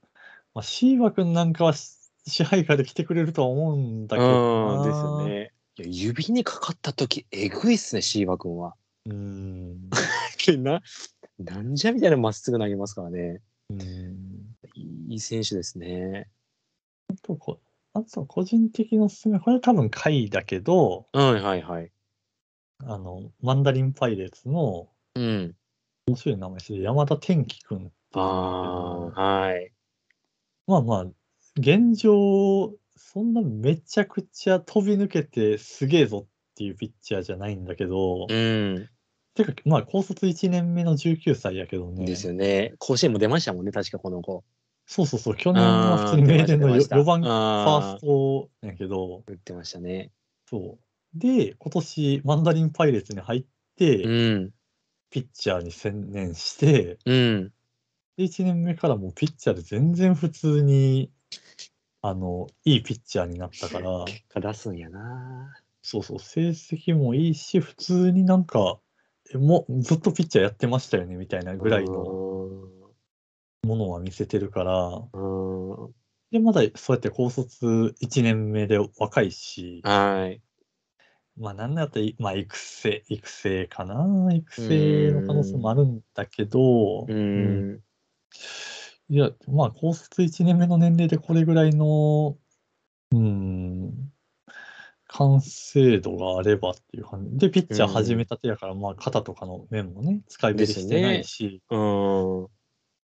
まあ、シーバ君なんかはし支配下で来てくれるとは思うんだけどうな。んですよね。いや指にかかった時えぐいっすね、シーバ君は。うん。な、なんじゃみたいなまっすぐ投げますからね。うんいい選手ですね。とこあと個人的なおすすめ、これは多分回だけど、はいはいはい。あの、マンダリンパイレーツのうん。面白い名前してる山田天気君っていうんですあけどあ、はい。まあまあ、現状、そんなめちゃくちゃ飛び抜けてすげえぞっていうピッチャーじゃないんだけど、うん。てか、まあ、高卒1年目の19歳やけどね。ですよね。甲子園も出ましたもんね、確かこの子。そうそうそう、去年は普通に名電の出ました4番出まフしたァーストやけど、打ってましたね。そう。で、今年、マンダリンパイレーツに入って、うん。ピッチャーに専念して、うん。で、1年目からもうピッチャーで全然普通に、あの、いいピッチャーになったから、結果出すんやな。そうそう、成績もいいし、普通になんか、えもうずっとピッチャーやってましたよね、みたいなぐらいのものは見せてるから、うん。うん。で、まだそうやって高卒1年目で若いし、はい。まあ、なんだったら、まあ、育成、育成かな、育成の可能性もあるんだけど、ううんん。いや、まあ、高卒1年目の年齢でこれぐらいの、うん、完成度があればっていう感じ。で、ピッチャー始めたてやから、まあ、肩とかの面もね、使いぶりしてないし、うん。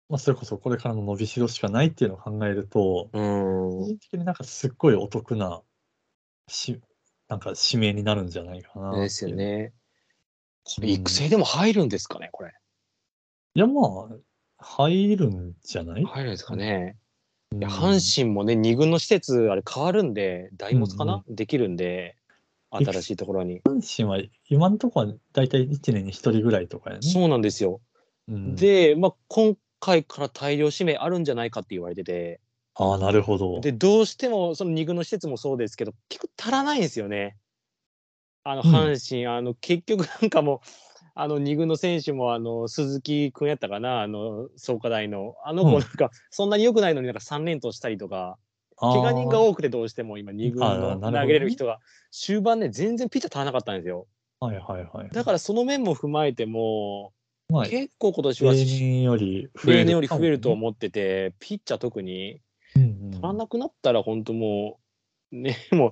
まあ、それこそこれからの伸びしろしかないっていうのを考えると、個うん。人的になんかすっごいお得な、し、なんか指名になるんじゃないかなっていう。ですよね。これうん育成でも入るんですかね、これ。いや、まあ、入るんじゃない入るんですかね。うんいや阪神もね、2軍の施設、あれ変わるんで、大物かな、できるんで、新しいところに。阪神は今のところは大体1年に1人ぐらいとかやね。そうなんですよ。うんで、まあ、今回から大量指名あるんじゃないかって言われてて、ああ、なるほど。で、どうしても、その2軍の施設もそうですけど、結局足らないんですよね。あの、うん阪神、あの、結局 [LAUGHS] なんかもう、あの2軍の選手もあの鈴木君やったかな、あの創価大の、あのうん子なんか、そんなに良くないのになんか3連投したりとか、あー、怪我人が多くてどうしても今、2軍あーなるのほど投ねげれる人が、終盤ね、全然ピッチャー足らなかったんですよ。はいはいはい。だからその面も踏まえても、まあ、例結構今年は年より増える。例年より増えると思ってて、ピッチャー特にうんうん足らなくなったら、本当もう、ね、 [LAUGHS] もう、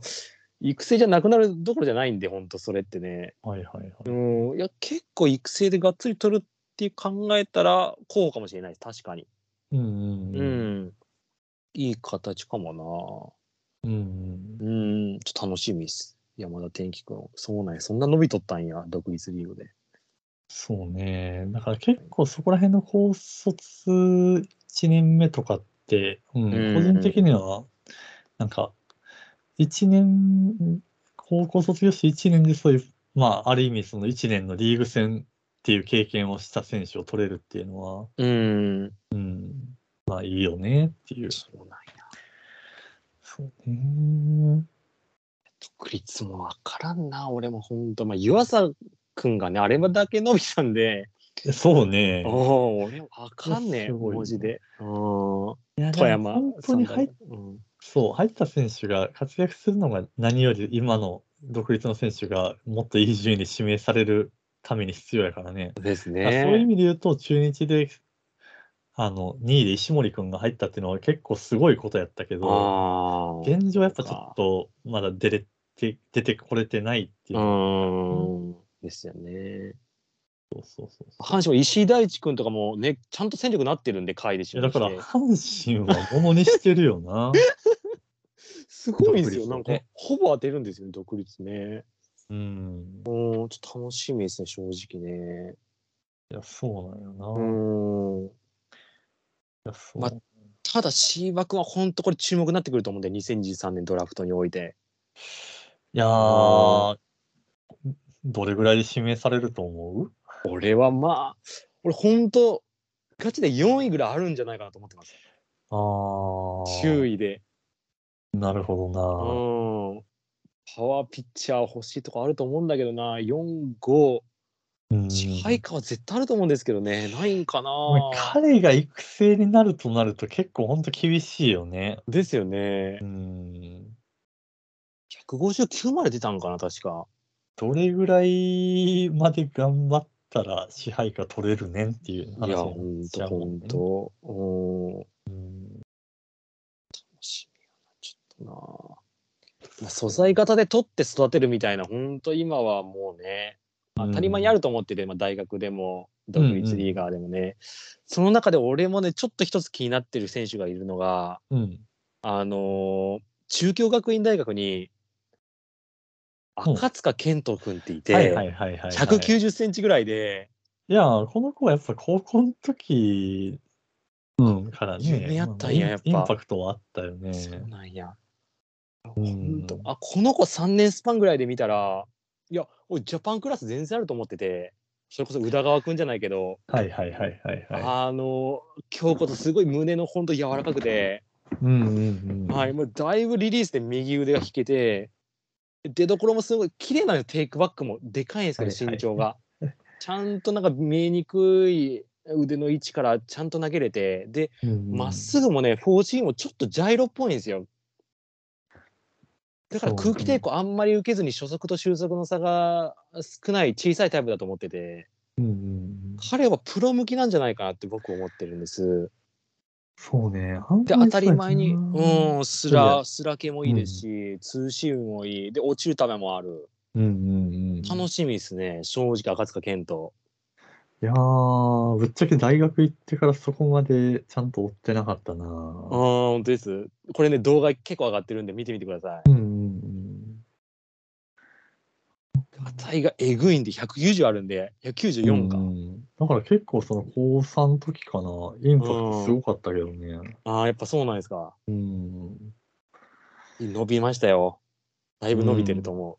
育成じゃなくなるどころじゃないんで、本当それってね。はいはいはい。うん、いや、結構育成でがっつり取るって考えたら、候補かもしれないです、確かに。うんうんううんん。いい形かもうんうんな。うん、ちょっと楽しみです。山田天気君。そうなんや、そんな伸びとったんや、独立リーグで。そうね。だから結構そこら辺の高卒1年目とかって、うんんうん個人的には、なんか、1年、高校卒業して1年でそういう、まあ、ある意味その1年のリーグ戦っていう経験をした選手を取れるっていうのは、うん。うん、まあいいよねっていう。そうなんや。そうね。独立もわからんな、俺も本当まあ、湯浅君がね、あれだけ伸びたんで、えそうね。おお、俺わかんねえ、すごい文字で。うん。いやでも富山。本当に入っうんそう、入った選手が活躍するのが何より今の独立の選手がもっといい順位に指名されるために必要やからね。ですだからそういう意ね。味で言うと、中日であの2位で石森君が入ったっていうのは結構すごいことやったけど、ああ。現状やっぱちょっとまだ出れて出てこれてないっていうう。ん。ですよね。そうそうそうそう阪神も石井大地君とかもね、ちゃんと戦力なってるんで、下位でしいやょ。だから阪神はものにしてるよな。すごいんですよ。独立をなんねか、ほぼ当てるんですよね、独立ね。うん。うん、ちょっと楽しみですね、正直ね。いや、そうなんよな。ういん。や、そう。まただ C 枠は本当これ注目になってくると思うんで2023年ドラフトにおいていやー、どれぐらいで指名されると思う俺はまあ俺本当ガチで4位ぐらいあるんじゃないかなと思ってますああ。 9位でなるほうどんパワーピッチャー欲しいとこあると思うんだけどな、4、5、支配下は絶対あると思うんですけどね、ないんかな。まあ彼が育成になるとなると結構本当厳しいよね。ですよねう。ん。 159まで出たんかな、確か。どれぐらいまで頑張ったら支配下取れるねんっていうい話や、もほんしちゃと、うもほんんねと。うん。うん楽しみやな、ちょっとな。まあ、素材型で取って育てるみたいな、本当今はもうね、当たり前にあると思ってて、まあ、大学でも、独立リーガーでもね、その中で俺もね、ちょっと一つ気になってる選手がいるのが、うん。あのー中京学院大学に、うん赤塚健人君っていて、はいはいはいはい、はい。 190センチぐらいで、いや、この子はやっぱ高校の時、うん、からね。夢やったんやまあやっぱインインパクトはあったよね。そうなんや。うんあこの子3年スパンぐらいで見たらいや俺ジャパンクラス全然あると思っててそれこそ宇田川君じゃないけど、はいはいはいはいはあの京子とすごい胸のほんと柔らかくて、い。うんうんうん。はい、もうだいぶリリースで右腕が引けて出どころもすごい綺麗なのよテイクバックもでかいんですけはいどはい身長が、 [LAUGHS] ちゃんとなんか見えにくい腕の位置からちゃんと投げれてでうんうんまっすぐもね 4G もちょっとジャイロっぽいんですよ。だからそう空気抵抗あんまり受けずに初速と終速の差が少ない小さいタイプだと思っててうんうんうん。彼はプロ向きなんじゃないかなって僕思ってるんです。そうね。で当たり前にうん。うんスラスラ系もいいですし、ツーシームもいいで落ちる球もあるうんうんうん。楽しみですね正直赤塚健人。いやー、ぶっちゃけ大学行ってからそこまでちゃんと追ってなかったなああ本当ですこれね動画結構上がってるんで見てみてください。うんうん値がえぐいんで190あるんでうん。 194か。うんだから結構その高3の時かな、インパクトすごかったけどね。ああ、やっぱそうなんですか。うん。伸びましたよ。だいぶ伸びてると思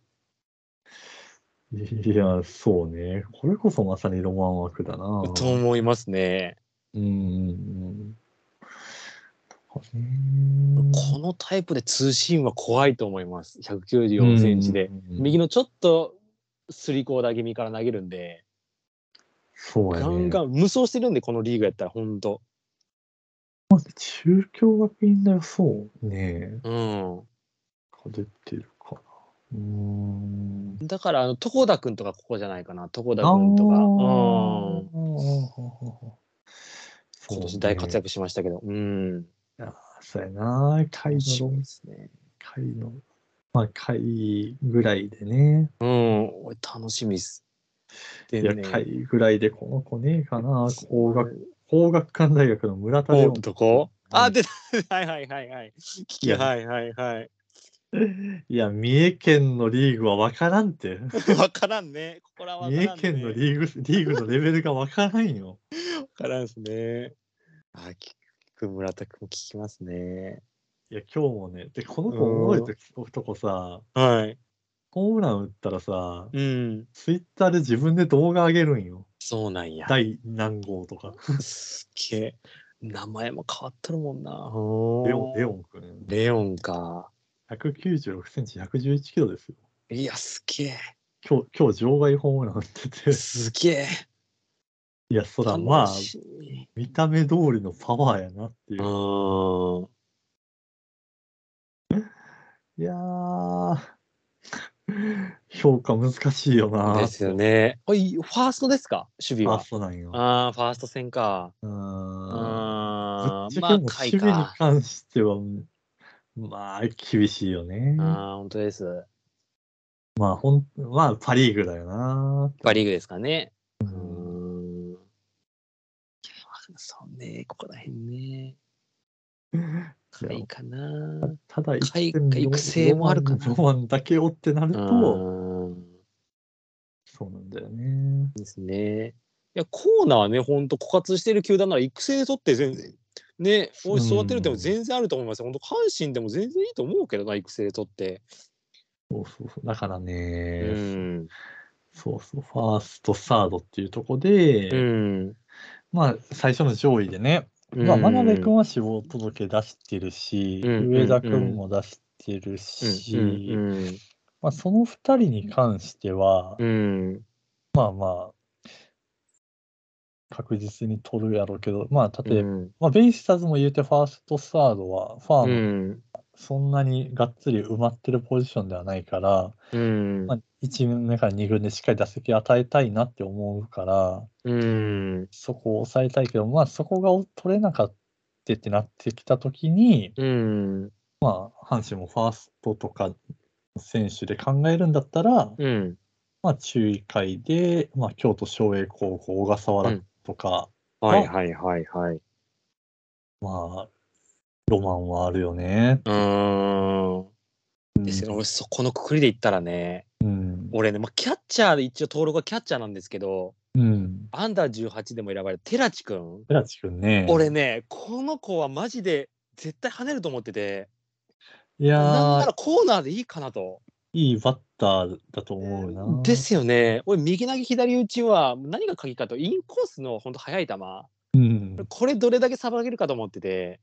いや、そうね。これこそまさにロマン枠だなう。。と思いますね。うんうんうん。とかねこのタイプでツーシームは怖いと思います。194センチで。。うんうんうん右のちょっとスリコーダー気味から投げるんで、そうやガねン。ガン無双してるんで、このリーグやったら、ほんと。中京学院大はそうね。うん。出てるかな。うーん。だから、あの、床田くんとかここじゃないかな。床田くんとか。うん。今年大活躍。躍しましたけど。うん。そうやな。回楽しのみ論ですね。回の、まあ回ぐらいでね。うん。俺楽しみです。でいや、回ぐらいでこの子ねえかな。工学、工学館大学の村田おレオっン。とこあ、うん出た。 [LAUGHS] はいはいはいはい。聞いき、やはいはいはい。 [LAUGHS] いや、三重県のリーグはわからんって。わからんね。ここらわからん、三重ね。県のリーグ、リーグのレベルがわからんよ。わからんですね。あ、聞く村田君聞きますね。いや、今日もね。で、この子覚えておくとこさ、はい。ホームラン打ったらさ、うん。ツイッターで自分で動画上げるんよ。そうなんや。第何号とか。すっげえ。名前も変わってるもんな。レオン、レオン。ンくん。レオンか。 196センチ、111キロですよ。いや、すっげ今日、今日場外ホームラン打ってて [LAUGHS] え。。すっげえ。いや、そら、まあ楽、しみ見た目通りのパワーやなっていうう。ん。いや [LAUGHS] ー、評価難しいよな。ですよね。おい、ファーストですか守備あ、は。そうなんよ。ああ、ファースト戦か。う。うんぶーっんちゃまけあ、もう下守位か。備に関しては、まあ、厳しいよね。あまあ、本当です。あ、ほん、まあ、パ・リーグだよな。パ・リーグですかね。ううーんん。そうね、ここら辺ね。下位かな。ただ海一点外育成もあるかなロマンロマンだけ追ってなるうと、ーん。そうなんだよね。ですね。いや、コーナーね、ほんと枯渇してる球団なら育成で取って全然。ね、おい育てるでも全然あると思いますよ。本当阪神でも全然いいと思うけどな、育成で取って。そうそうそう。だからうね、ん。そうそう、ファースト、サードっていうとこで、うん。まあ、最初の上位でね、まあ、うん真鍋君は死亡届出してるし、うん上田君も出してるし、うんうんまあ、その2人に関しては、うん。まあまあ、確実に取るやろうけど、まあ、例えば、うんまあ、ベイスターズも言うて、ファースト、サードは、ファうーム、ん。そんなにがっつり埋まってるポジションではないから、うんまあ、1軍目から2軍でしっかり打席与えたいなって思うから、うん。そこを抑えたいけど、まあ、そこが取れなかったってなってきたときに、うん。まあ、阪神もファーストとか選手で考えるんだったら、うん。まあ、注意会で、まあ、京都商栄高校、小笠う原んとか、はいはいはいはい。うまあ、ロマンはあるよね。ーん。ですよね。うん俺、そこのくくりで言ったらね、うん。俺ね、まあ、キャッチャーで一応登録はキャッチャーなんですけど、うん。アンダー18でも選ばれた寺地君。寺地君ね。俺ね、この子はマジで絶対跳ねると思ってて、いなんやなーら、コーナーでいいかなと。いいバッターだと思うな。ですよね。俺、右投げ左打ちは何が鍵かと、インコースの本当速い球。うん。これどれだけさばけるかと思ってて、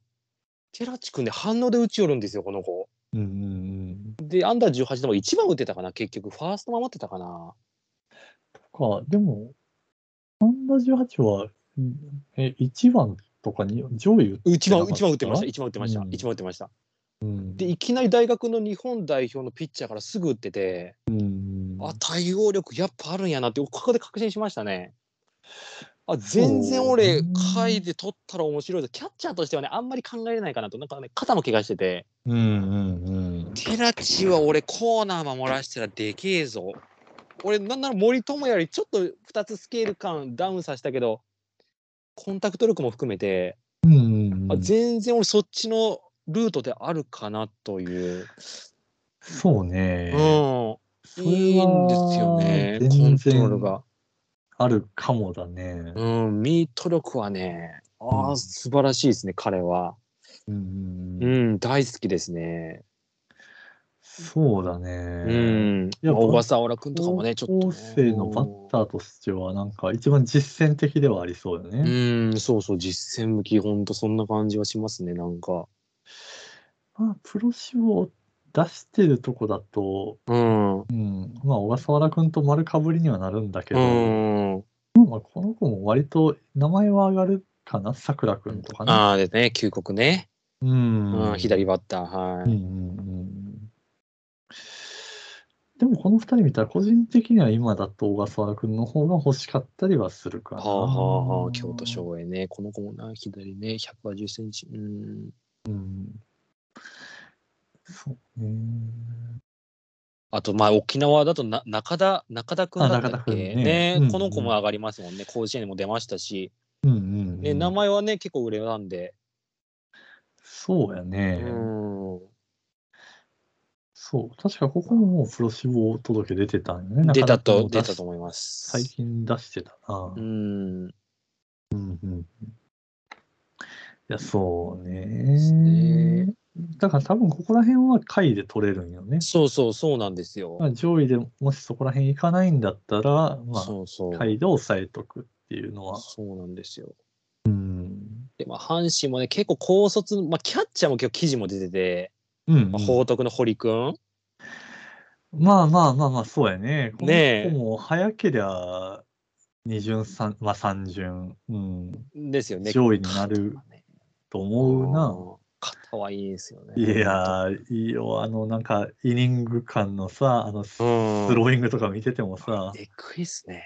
寺地君で反応で打ち寄るんですよ、この子。うんうんうん。で、アンダー18でも1番打てたかな、結局、ファースト守ってたかな。とか、でも、アンダー18は、うんえ、1番とかに上位打って1番、なか一番打ってました、た1番打ってました、うん一番打ってました。うんで、いきなり大学の日本代表のピッチャーからすぐ打ってて、うんあ、対応力やっぱあるんやなって、ここで確信しましたね。あ全然そ俺うね、下位で取ったら面白いぞキャッチャーとしてはね、あんまり考えれないかなと、なんかね、肩も怪我してて、うんうんうん。テラチは俺コーナー守らしたらでけえぞ。俺なんなら森友よりちょっと2つスケール感ダウンさせたけどコンタクト力も含めて、うんうんうあん、全然俺そっちのルートであるかなという、そうね。うそんれはいいんですよねコントロールが。あるかもだね。うんミート力はねあうーん素晴らしいですね彼はうんうんううん、ん大好きですねそうだね。うんやっぱ小笠原君とかもねちょっとね高校生のバッターとしては、なんか一番実践的ではありそうよね。うん、そうそう、実践向き、ほんとそんな感じはしますね、なんか。まあ、プロ志望出してるとこだと、うん。ううん、まあ、小笠原君と丸かぶりにはなるんだけど、ん。まあ、この子も割と名前は上がるかな、さくら君とかね。ああ、ですね、旧国ね。うんうん、左バッター、はうんい。うんうんでもこの2人見たら個人的には今だと小笠原君の方が欲しかったりはするかはな。あはあはあ、京都省営ね。この子もな、左ね、150センチ。うん。うん。そうね。あと、まあ、沖縄だとな、中田、中田君だったっけあ中田君ねねうんこの子も上がりますもんね。甲子園にも出ましたし、うんうん、うん。ね、名前はね、結構売れたんで。そうやね。うん。そう。確かここももうプロ志望届出てたんよね。出たと、なかな出かたともう思います。最近出してたな。うん。うんうんうんいや、そうすねね。だから多分ここら辺は下位で取れるんよね。そうそう、そうなんですよま。あ、上位でもしそこら辺行かないんだったら、まそうそう。あ、下位で抑えとくっていうのは。そうなんですよ。うん。で、まあ、阪神もね、結構高卒の、まあ、キャッチャーも今日記事も出てて、うんうん、まあ、報徳の堀君、まあまあまあまあ、そうやね。このねえ子も早けりゃ、二巡三、まあ三巡、うん、ですよね。上位になると思うな。肩はいいですよね。いやー、いいよ、あの、なんか、イニング間のさ、あの、スうんスローイングとか見ててもさ、えぐいっすね。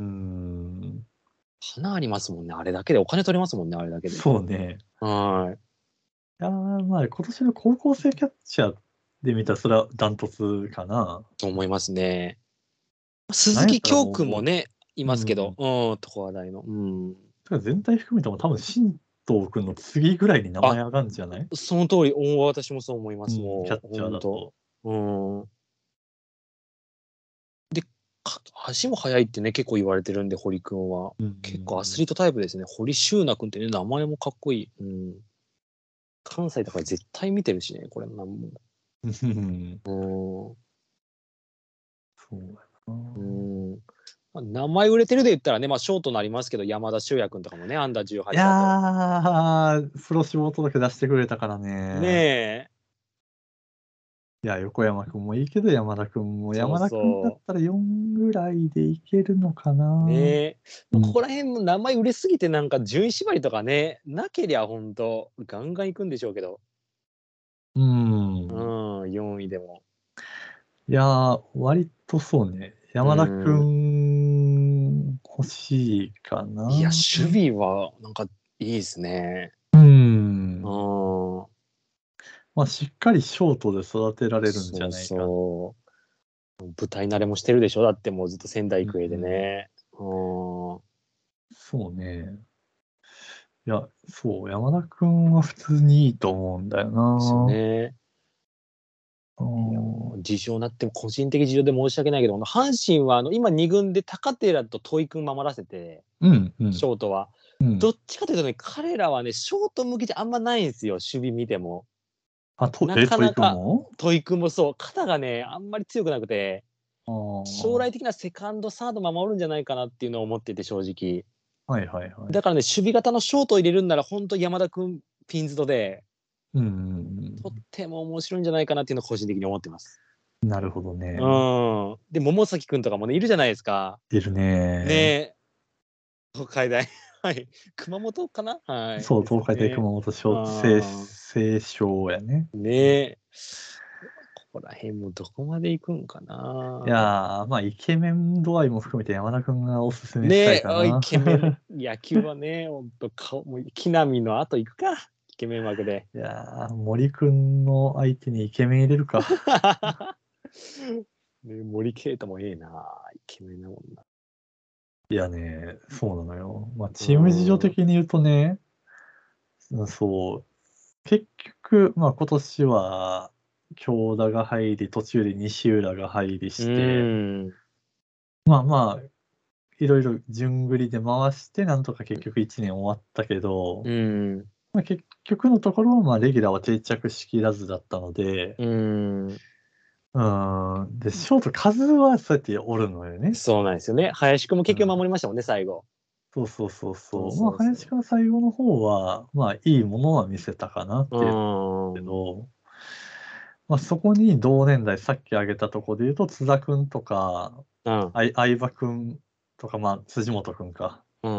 うん、花ありますもんね。あれだけでお金取れますもんね。あれだけで。そうね。はい。いやー、まあ、今年の高校生キャッチャーで見たら、それはダントツかな。と思いますね。鈴木京君もね、いますけど、うん、とこ話題の。うん。てか全体含めても、多分新藤君の次ぐらいに名前上がるんじゃないその通り、お私もそう思います。もううんキャッチャーだと。うん。で、か足も速いってね、結構言われてるんで、堀君は。結構アスリートタイプですね。堀柊那君ってね、名前もかっこいい。うん。関西だから絶対見てるしね、これなんも。ート。うんそうやな。うん。まあ名前売れてるで言ったらね、まあ、ショートになりますけど、山田修也君とかもね、アンダー18いだやー、プロ志望届出してくれたからと。ね。ねえ。いや、横山君もいいけど、山田君も。そうそう山田君だったら4ぐらいでいけるのかな。ねえ、うんここら辺の名前売れすぎてなんか順位縛りとかねなけりゃほんとガンガンいくんでしょうけどうんう。ん4位でもいやー、割とそうね。山田君、欲しいかな。いや守備はなんかいいですねうんう。んまあ、しっかりショートで育てられるんじゃないかそう。そう舞台慣れもしてるでしょだってもうずっと仙台育英でねうん、そうね。いや、そう、山田君は普通にいいと思うんだよな。ですよねうんいやもう事情なっても個人的事情で申し訳ないけどこの阪神はあの今2軍で高寺と戸井君守らせてうん、うん。ショートは、うんどっちかというとね彼らはねショート向きじゃあんまないんですよ守備見てもあ、と、なえ、かといなくかも戸井君もそう肩がねあんまり強くなくてあー将来的なセカンドサード守るんじゃないかなっていうのを思ってて正直はいはいはい。だからね守備型のショートを入れるんなら本当山田君ピンズドでうんうんとっても面白いんじゃないかなっていうのを個人的に思ってます。うん。なるほどね。うん、で桃崎君とかもねいるじゃないですか。いるね。ねえ東海大 [LAUGHS] はい熊本かなはいそう、東海大ね熊本小あ清ー清少やね。ねえここら辺もどこまで行くんかないやー、まあ、イケメン度合いも含めて山田君がおすすめねしたいえかな。あイケメン [LAUGHS] 野球はねほんと顔もう木浪の後行くかイケメン枠でいやー、森君の相手にイケメン入れるか。ね森圭太もええなイケメンだもんないやね、そうなのよ。まあ、チーム事情的に言うとね、うんそう、結局、まあ、今年は、京田が入り、途中で西浦が入りして、うんまあまあ、いろいろ順繰りで回して、なんとか結局1年終わったけど、うんまあ、結局のところは、まあ、レギュラーは定着しきらずだったので、うんうーん、で、ショート数はそうやっておるのよね。そうなんですよね。林くんも結局守りましたもんね、最後。そうそうそうそそうう。そうそまうあ、林君は最後の方は、まあ、いいものは見せたかなってういうとんころだけ。ど、まあ、そこに同年代、さっき挙げたところで言うと、津田君とか、うんあい相葉君とか、まあ、辻元君か、うん。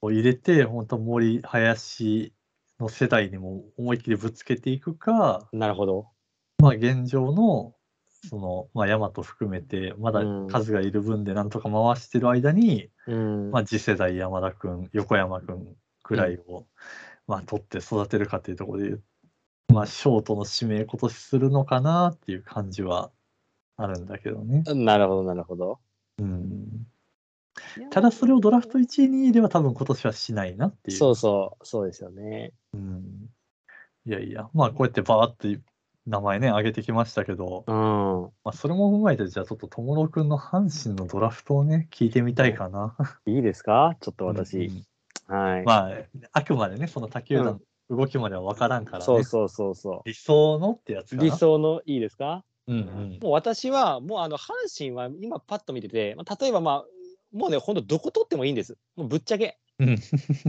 を入れて、本当森、林の世代にも思いっきりぶつけていくか、なるほど。まあ、現状の、その、まあ、大和含めて、まだうん数がいる分でなんとか回してる間に、うん。まあ、次世代山田君、横山君くらいを、まあ、取って育てるかっていうところで言う、まあ、ショートの指名今年するのかなっていう感じはあるんだけどね。なるほど、なるほど。うん、ただそれをドラフト1位、2位では多分今年はしないなっていう。そうそう、そうですよね。うん、いやいや、まあこうやってバーって名前ね、上げてきましたけど、うん。まあ、それも踏まえて、じゃあちょっと友野くんの阪神のドラフトをね、聞いてみたいかな。いいですかちょっとう私。んはい。まあ、あくまでね、その他球団の動きまでは分からんからね。そうそうそうそ理想のってやつう。かな。理想のいいですかうんうん。もう私は、もうあの、阪神は今パッと見てて、まあ例えばまあ、もうね、ほんとどこ取ってもいいんです。もうぶっちゃけ。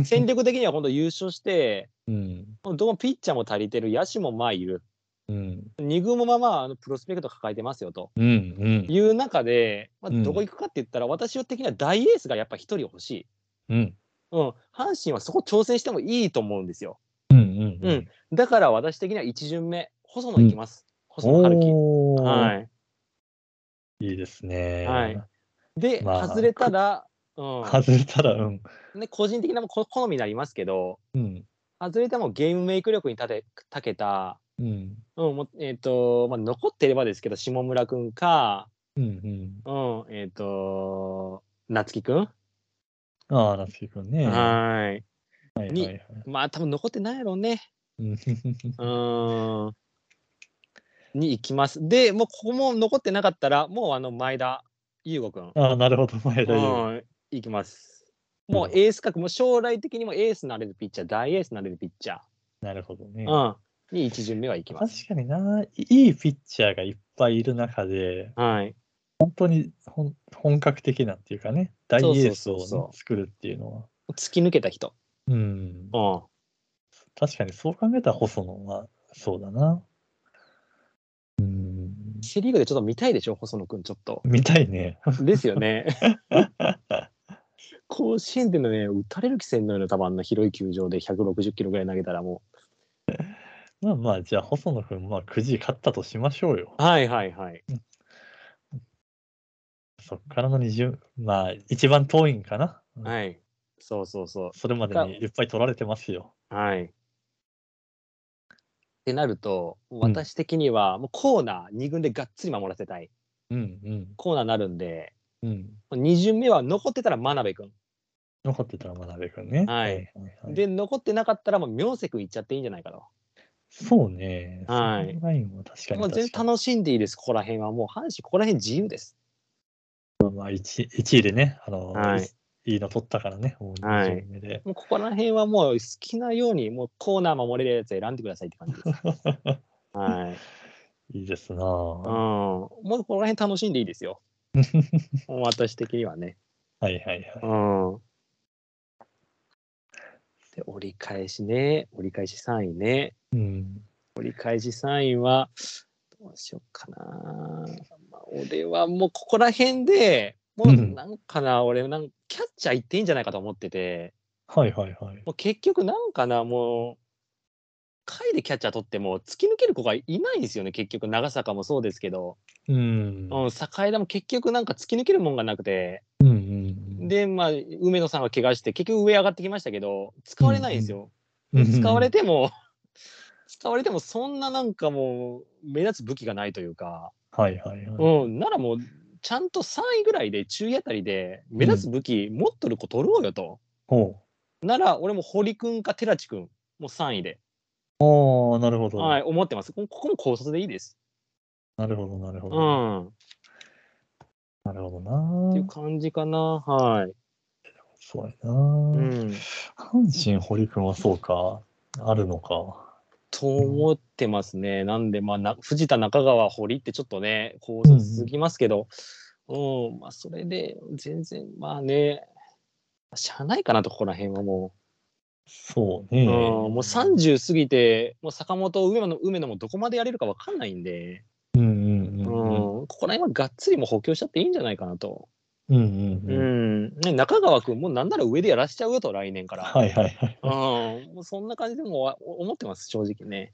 戦力的にはほんと優勝して、うん。もうどうもピッチャーも足りてる、野手もまあいる。うん。 2軍もまあまああのプロスペクト抱えてますよとうん。うん。いう中で、まあ、うんどこ行くかって言ったら、私的には大エースがやっぱ一人欲しい、うん。うん、阪神はそこ挑戦してもいいと思うんですようん。うん。うん。だから私的には1巡目細野行きます、細野晴お樹、ーはいいいですね。はいで、まあ外れたら、う外れたら、うん。んね、個人的なもこ好みになりますけどうん。外れてもゲームメイク力にたてたけた、うん。うんもうえーとまあ、残っていればですけど下村君か、うん。うん。うんえー、と夏樹君、ああ、夏樹くんね。はいはいはいにはい。まあ多分残ってないやろうね。うん。うーん。に行きます。で、もうここも残ってなかったら、もうあの前田優吾くん。ああ、なるほど。前う田優。ん、行きます。もううんエース格、もう将来的にもエースになれるピッチャー、大エースになれるピッチャなるほどね。ー。うん。に一巡目は行きま確す。かにな、いいいピッチャーがいっぱいいる中で、はい。本当にほん本格的なっていうかね、大エそうそうースをね、そうそう作るっていうのは。突き抜けた人。うん。うん。確かにそう考えたら細野はそうだな。うーん。セ・リーグでちょっと見たいでしょ、細野君、ちょっと。見たいね。 [LAUGHS] ですよね。甲子園でのね、打たれる気せんのような球あんな広い球場で160キロぐらい投げたらもまあまあ、じゃあ、細野君、まあ、くじ勝ったとしましょうよ。う。はいはいはい。そっからの20、まあ、一番遠いんかな。はい。そうそうそう。それまでにいっぱい取られてますよ。はい。ってなると、私的には、もうコーナー、2軍でがっつり守らせたい。うんコーナーになるんで、うん。うん。 2巡目は残ってたら真鍋君。残ってたら学べくんね。はいはいで、残ってなかったら、もう明瀬君行っちゃっていいんじゃないかと。そうね。はいそのラインは確かにもう全確か然に。楽しんでいいです、ここら辺は。もう阪神、ここら辺自由です。まあ、1, 一位でね、あの、はいい、いの取ったからね、もうはい2巡目で。もうここら辺はもう好きなように、もうコーナー守れるやつ選んでくださいって感じで [LAUGHS] す。はい。い、いですなうん。ぁもうここら辺楽しんでいいです [LAUGHS] よ。もう私的にはね。はいはいはい。うん。で、折り返しね。折り返し3位ね。うん。折り返し3位は、どうしようかな。まあ、俺はもうここら辺で、もううんなんかな、俺なんかキャッチャー行っていいんじゃないかと思ってて、はいはいはい。もう結局なんかな、もう、回でキャッチャー取っても突き抜ける子がいないんですよね、結局。長坂もそうですけど、うん。うん、坂枝も結局なんか突き抜けるもんがなくて、うんうんで、まあ、梅野さんは怪我して、結局上上がってきましたけど、使われないんですよ。うん。使われても、 [LAUGHS] 使われても、そんななんかもう、目立つ武器がないというか、はいはいはい。うん、ならもう、ちゃんと3位ぐらいで、中位あたりで、目立つ武器、持っとる子取ろうよと。ほなら、俺も堀君か寺地君、もう3位で、う。おーなるほど。はい、思ってます。ここも高卒でいいです。なるほどなるほうど。ん。っなるほどてないうぁ感じかな。はい。そうやなぁうん。阪神堀君はそうか。あるのか。と思ってますね。なんで、まあな、藤田、中川、堀ってちょっとね、こう続きますけど、うん、まあ、それで、全然、まあね、しゃあないかなと、ここら辺はもそう。うね。うん、もう30過ぎて、もう坂本、梅野の、梅野もどこまでやれるか分かんないんで、うんううんん、うんうこん。こら辺はがっつりもう補強しちゃっていいんじゃないかなと。うんうんううん。ん。ね、中川君、もうなんなら上でやらしちゃうよと、来年から。はいはいはい。うん、もうそんな感じでもう思ってます、正直ね。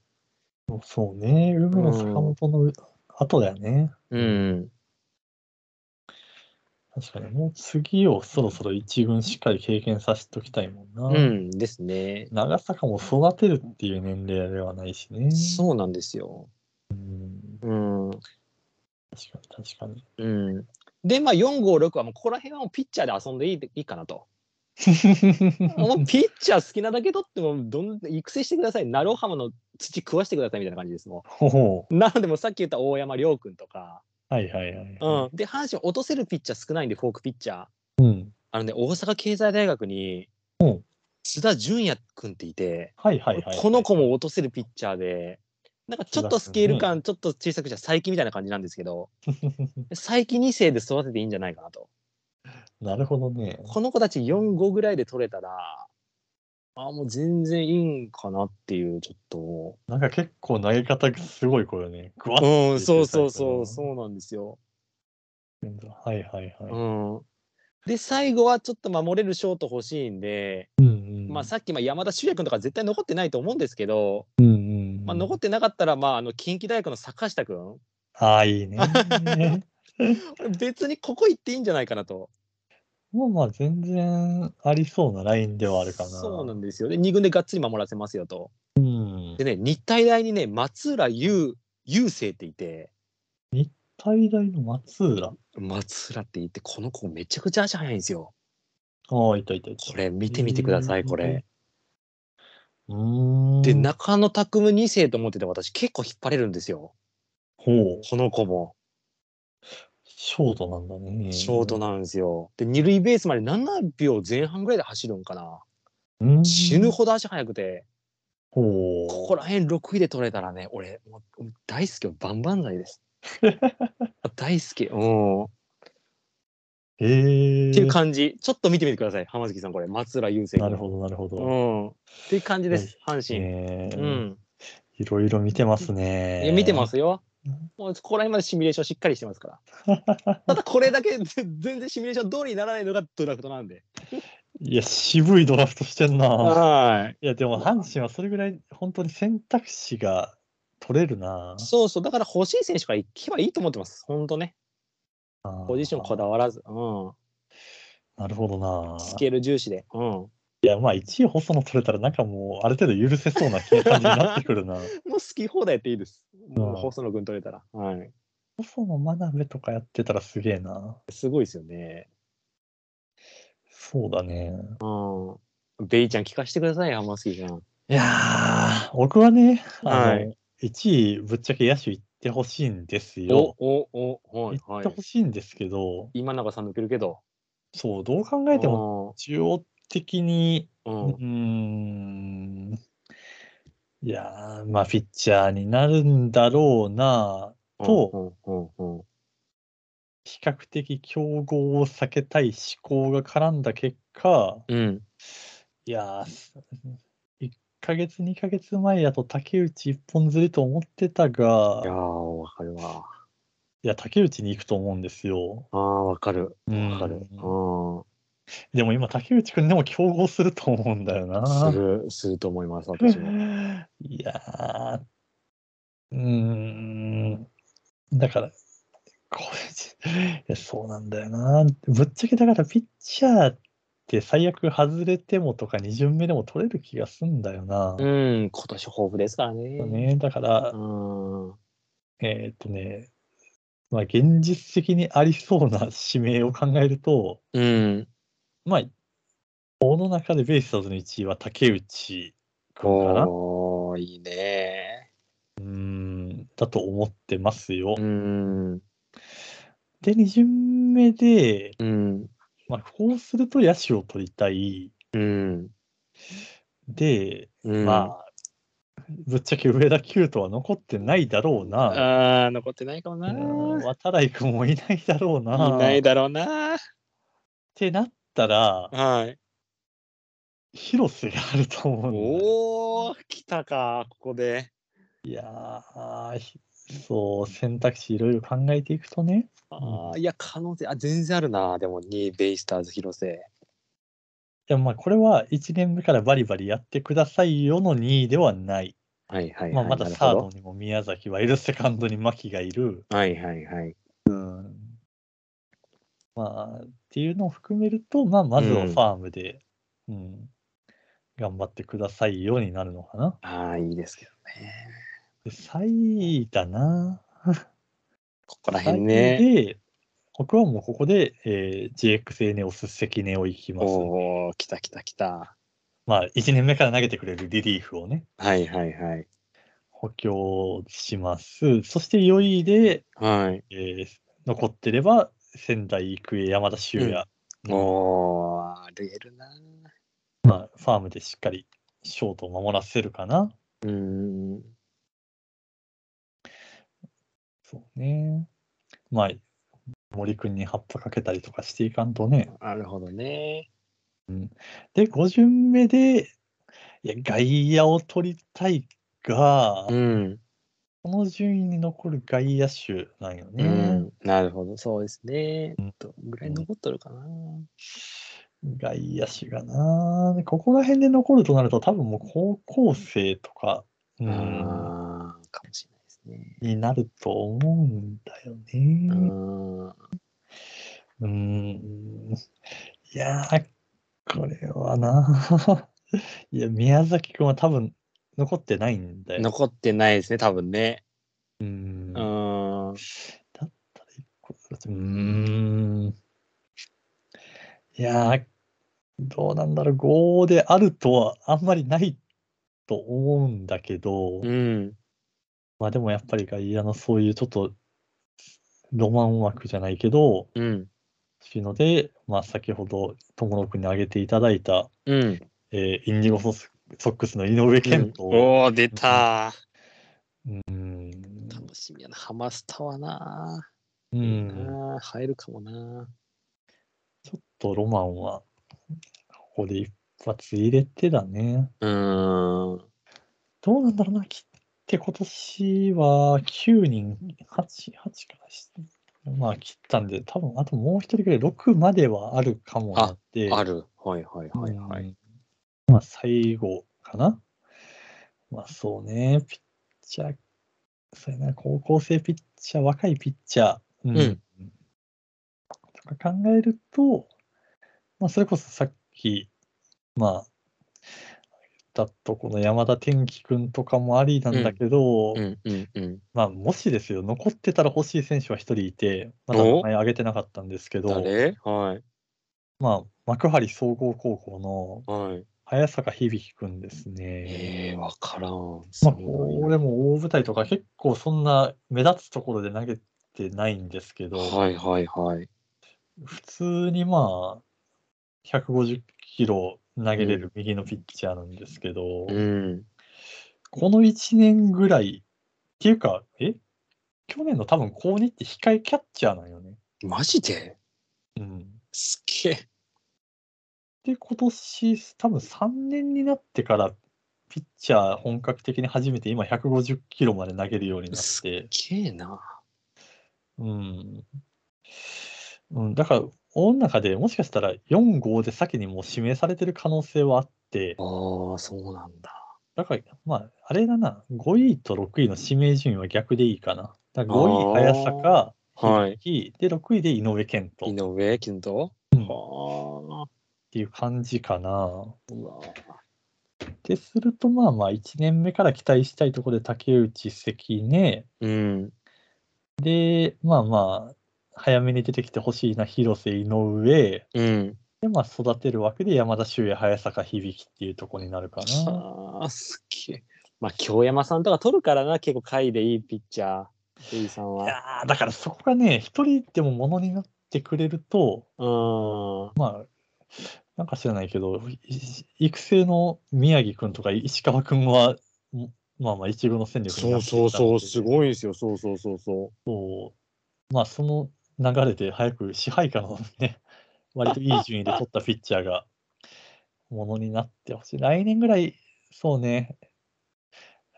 そうね。梅野坂本の後だよね。うん。確かに。もう次をそろそろ一軍しっかり経験させておきたいもんな。うんですね。長坂も育てるっていう年齢ではないしね。そうなんですよ。ううん。ん。確かに確かに。うん、で、まあ、4、5、6はもうここら辺はもうピッチャーで遊んでいいいいかなと。もうピッチャー好きなだけ取ってもどん、育成してください。ナロハマの土食わしてくださいみたいな感じですもほほん。なので、もうさっき言った大山亮君とか、う。はいはいはい。うん、で、阪神落とせるピッチャー少ないんで、フォークピッチャー。うん。あのね、大阪経済大学にうん、津田淳也君っていて、はいはいはい。この子も落とせるピッチャーで、なんかちょっとスケール感、ちょっと小さくした佐伯みたいな感じなんですけ [LAUGHS] ど、佐伯2世で育てていいんじゃないかなと。なるほどね。この子たち4、5ぐらいで取れたら、あもう全然いいんかなっていう、ちょっなんか結構投げ方すごい子よね。グワッと。うてん、いそうそうそう、うそうなんですよ。タイプの。はいはいはうん。で、最後はちょっと守れるショート欲しいんで、い。うんうん。まあさっきまあ山田修也君とか絶対残ってないと思うんですけど、うんうんうん。まあ、残ってなかったら、まあ、あの近畿大学の坂下君、ああ、[LAUGHS] いいね。別にここ行っていいんじゃないかなと。もうまあ全然ありそうなラインではあるかな。そうなんですよ。で、2軍でがっつり守らせますよと。うんで。ね、日体大にね、松浦優優星っていて、最大の松浦。松浦っていて、この子めちゃくちゃ足速いんですよ。ああ、いたいたいた。これ、見てみてください、これ。うーん。で、中野拓夢2世と思ってて、私、結構引っ張れるんですよ。ほう。この子も、ショートなんだね。ショートなんですよ。で、二塁ベースまで7秒前半ぐらいで走るんかな。うん。死ぬほど足速くて、ほう。ここら辺6位で取れたらね、俺、もうもう大好きよ、バンバン剤 [LAUGHS] です。大好き。うん。へえ。っていう感じ、ちょっと見てみてください、浜月さん、これ、松浦雄星君。なるほど、なるほど。うん。っていう感じです、阪神。えーうん。いろいろ見てますね。いや見てますよ。もうここら辺までシミュレーションしっかりしてます [LAUGHS] から。ただこれだけぜ全然シミュレーション通りにならないのがドラフト [LAUGHS] なんで。いや、渋いドラフトしてんな。はい。。や、でも阪神はそれぐらい本当に選択肢が取れるないそうそう、だから欲しい選手から行けばいいと思ってます。本当ね。ポジションこだわらず、うん、なるほどな。スケール重視で。うんいや、まあ1位細野取れたらなんかもうある程度許せそうな感じになって [LAUGHS] くるな。もう好き放題やっていいです。もううん細野君取れたら。はい。細野真鍋とかやってたらすげえな。すごいですよね。そうだね。うん。ベイちゃん聞かせてください、ハマスキーさん。いやー、僕はね、あの、はい1位ぶっちゃけ野手行ってほしいんですおよ。おおはい行はっていほ。しいんですけど、今永さん抜けるけど。そう、どう考えても需要的に、うんううんーん、いやー、まあピッチャーになるんだろうな、とうんうんうん比較的競合を避けたい思考が絡んだ結果、うん。いやー、1ヶ月、2ヶ月前やと竹内一本釣りと思ってたがいやー、、わかるわ。いや、竹内に行くと思うんですよ。ああ、わかる。わかる。うんうでも今、竹内くんでも競合すると思うんだよな。ん。する、すると思います、私も。いやー、うーん、だから、これいや、そうなんだよな。ぶっちゃけだから、ピッチャーって最悪外れてもとか、2巡目でも取れる気がすんだよな。うん、今年豊富ですからね。ね、だからう、ん。えーっとね、まあ、現実的にありそうな指名を考えると、うん。まあ、この中でベイスターズの1位は竹内君かな。うおー、いいね。ーん、だと思ってますよ。うん。で、2巡目で、うん。まあ、こうすると野手を取りたい。うん。で、うんまあ、ぶっちゃけ上田ートは残ってないだろうな。ああ、残ってないかもな。うん渡来君もいないだろうな。いないっだろうな。てなったら、はい。広瀬があると思うんだよ。おー、来たか、ここで。いやーひそう、選択肢いろいろ考えていくとね。あーいや、可能性、あ、全然あるな。でも、2位、ベイスターズ、広瀬。でもまあ、これは1年目からバリバリやってくださいよの2位ではない。はいはいはい。まあ、まだなるサほーどドにも宮崎はいる、セカンドに牧がいる。はいはいはい。まあ、っていうのを含めると、まあ、まずはうんファームで、うん頑張ってくださいようになるのかな。ああ、いいですけどね。で3位だな。ここら3辺位ね。で、僕はもうここで、えー JX エネオス関根をいきます。おお、来た来た来た。まあ、1年目から投げてくれるリリーフをね、はいはいはい。補強します。そして4位で、はい。えー残ってれば、仙台育英山田修也、おお、ありえるな。まあ、ファームでしっかりショートを守らせるかな。うーん。そうね。まあ、森くんに葉っぱかけたりとかしていかんとね。なるほどね。で、5巡目で、いや、外野を取りたいが、うん。この順位に残る外野手なんようね。ん。なるほど、そうですね。どんぐらい残っとるかな。外野手がな、でここら辺で残るとなると、多分もう高校生とか、うん、ああ、かもしれないですね。になると思うんだよね。うん。うーん。いやー、これはな。 [LAUGHS] いや、宮崎君は多分残ってないんだよ。残ってないですね、多分ね。うーん。うだっん。たら一個だとうーん。いやー、どうなんだろう。5であるとはあんまりないと思うんだけうど、ん。まあでもやっぱり外野のそういうちょっとロマン枠じゃないけど、うん。っていうので、まあ先ほど友野君に挙げていただいた、うん。えーインディゴソスソックスの井上健うんと、おお、出た。うん、楽しみやな、ハマスタはな。ういいん、なあ入るかもな。ちょっとロマンは、ここで一発入れてだね。うーん。どうなんだろうな、きっって今年は9人、8、8からまあ切ったんで、多分あともう一人ぐらい6まではあるかもなって。ある。はいはいはいはうい。んまあ最後かな。まあそうね、ピッチャー、そうやな、高校生ピッチャー、若いピッチャー、ううんとか考えると、まあそれこそさっき、まあ、だとこの山田天気君とかもありなんだけど、うんうんうん。まあもしですよ、残ってたら欲しい選手は一人いて、まだ名前挙げてなかったんですけど、誰はいまあ幕張総合高校のはい。早坂響くんですね。ええわからん。まあ、そうこなんやれも大舞台とか結構そんな目立つところで投げてないんですけど、はいはいはい。普通にまあ、150キロ投げれる右のピッチャーなんですけど、うん。この1年ぐらい、っていうか、え去年の多分高2って控えキャッチャーなんよね。マジでうん。すっげえ。で、今年、多分3年になってから、ピッチャー本格的に初めて今150キロまで投げるようになっすて、っげえな。うん。うん、だから、大中でもしかしたら4、5で先にもう指名されてる可能性はあって、ああ、そうなんだ。だから、まあ、あれだな、5位と6位の指名順位は逆でいいかな。だから5位、あー早坂、はい。響きで、6位で井上健井人っ上健人うんはあ。ていう感じかな。うわってすると、まあまあ、1年目から期待したいところで、竹内関根、うん。で、まあまあ、早めに出てきてほしいな、広瀬、井上、うん。で、まあ、育てる枠で山田修也、早坂響きっていうとこになるかな。ああ、すっげえ。まあ、京山さんとか取るからな、結構下位でいいピッチャー、レイさんいは。やーだからそこがね、一人でもものになってくれると、うん。なんか知らないけど、い育成の宮城君とか石川君は、んまあまあ、一軍の戦力にそなうってきそうそう、すい。ごいんですよ。そうそうそうそまあ、その流れで早く支配下のね、 [LAUGHS] 割といい順位で取ったピッチャーが、ものになってほしい。来年ぐらい、そうね、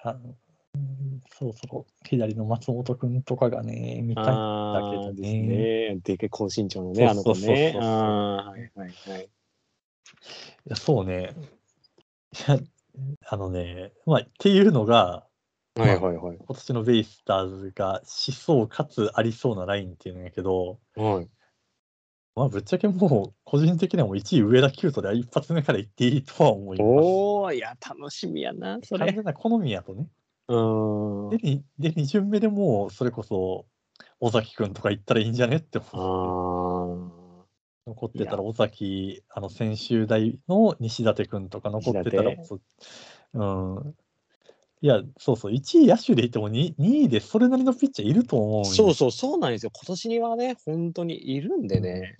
あのうんそろそろ左の松本君とかがね、見う。たい。ああ、だけでどすねね。でけえ高身長のね、あの子ね。そうそうそうそうああー、はいはいはい。いや、そうね。 [LAUGHS] いや、あのね、まあ、っていうのが、はいはいはい。今年のベイスターズがしそうかつありそうなラインっていうんやけど、はい、まあ、ぶっちゃけもう、個人的にはもう1位上田キュートで一発目からいっていいとは思いまおお、いや、楽しみやな、す。そ完れ。全な好みやとね。うんで、。にで2巡目でもう、それこそ、尾崎くんとか行ったらいいんじゃねってあ思う。あ。残ってたら尾崎、あの、専修大の西舘くんとか残ってたら西こそ、うん。いや、そうそう、1位野手でいても 2, 2位でそれなりのピッチャーいると思うんよそうそう、そうなんですよ。今年にはね、本当にいるんでね。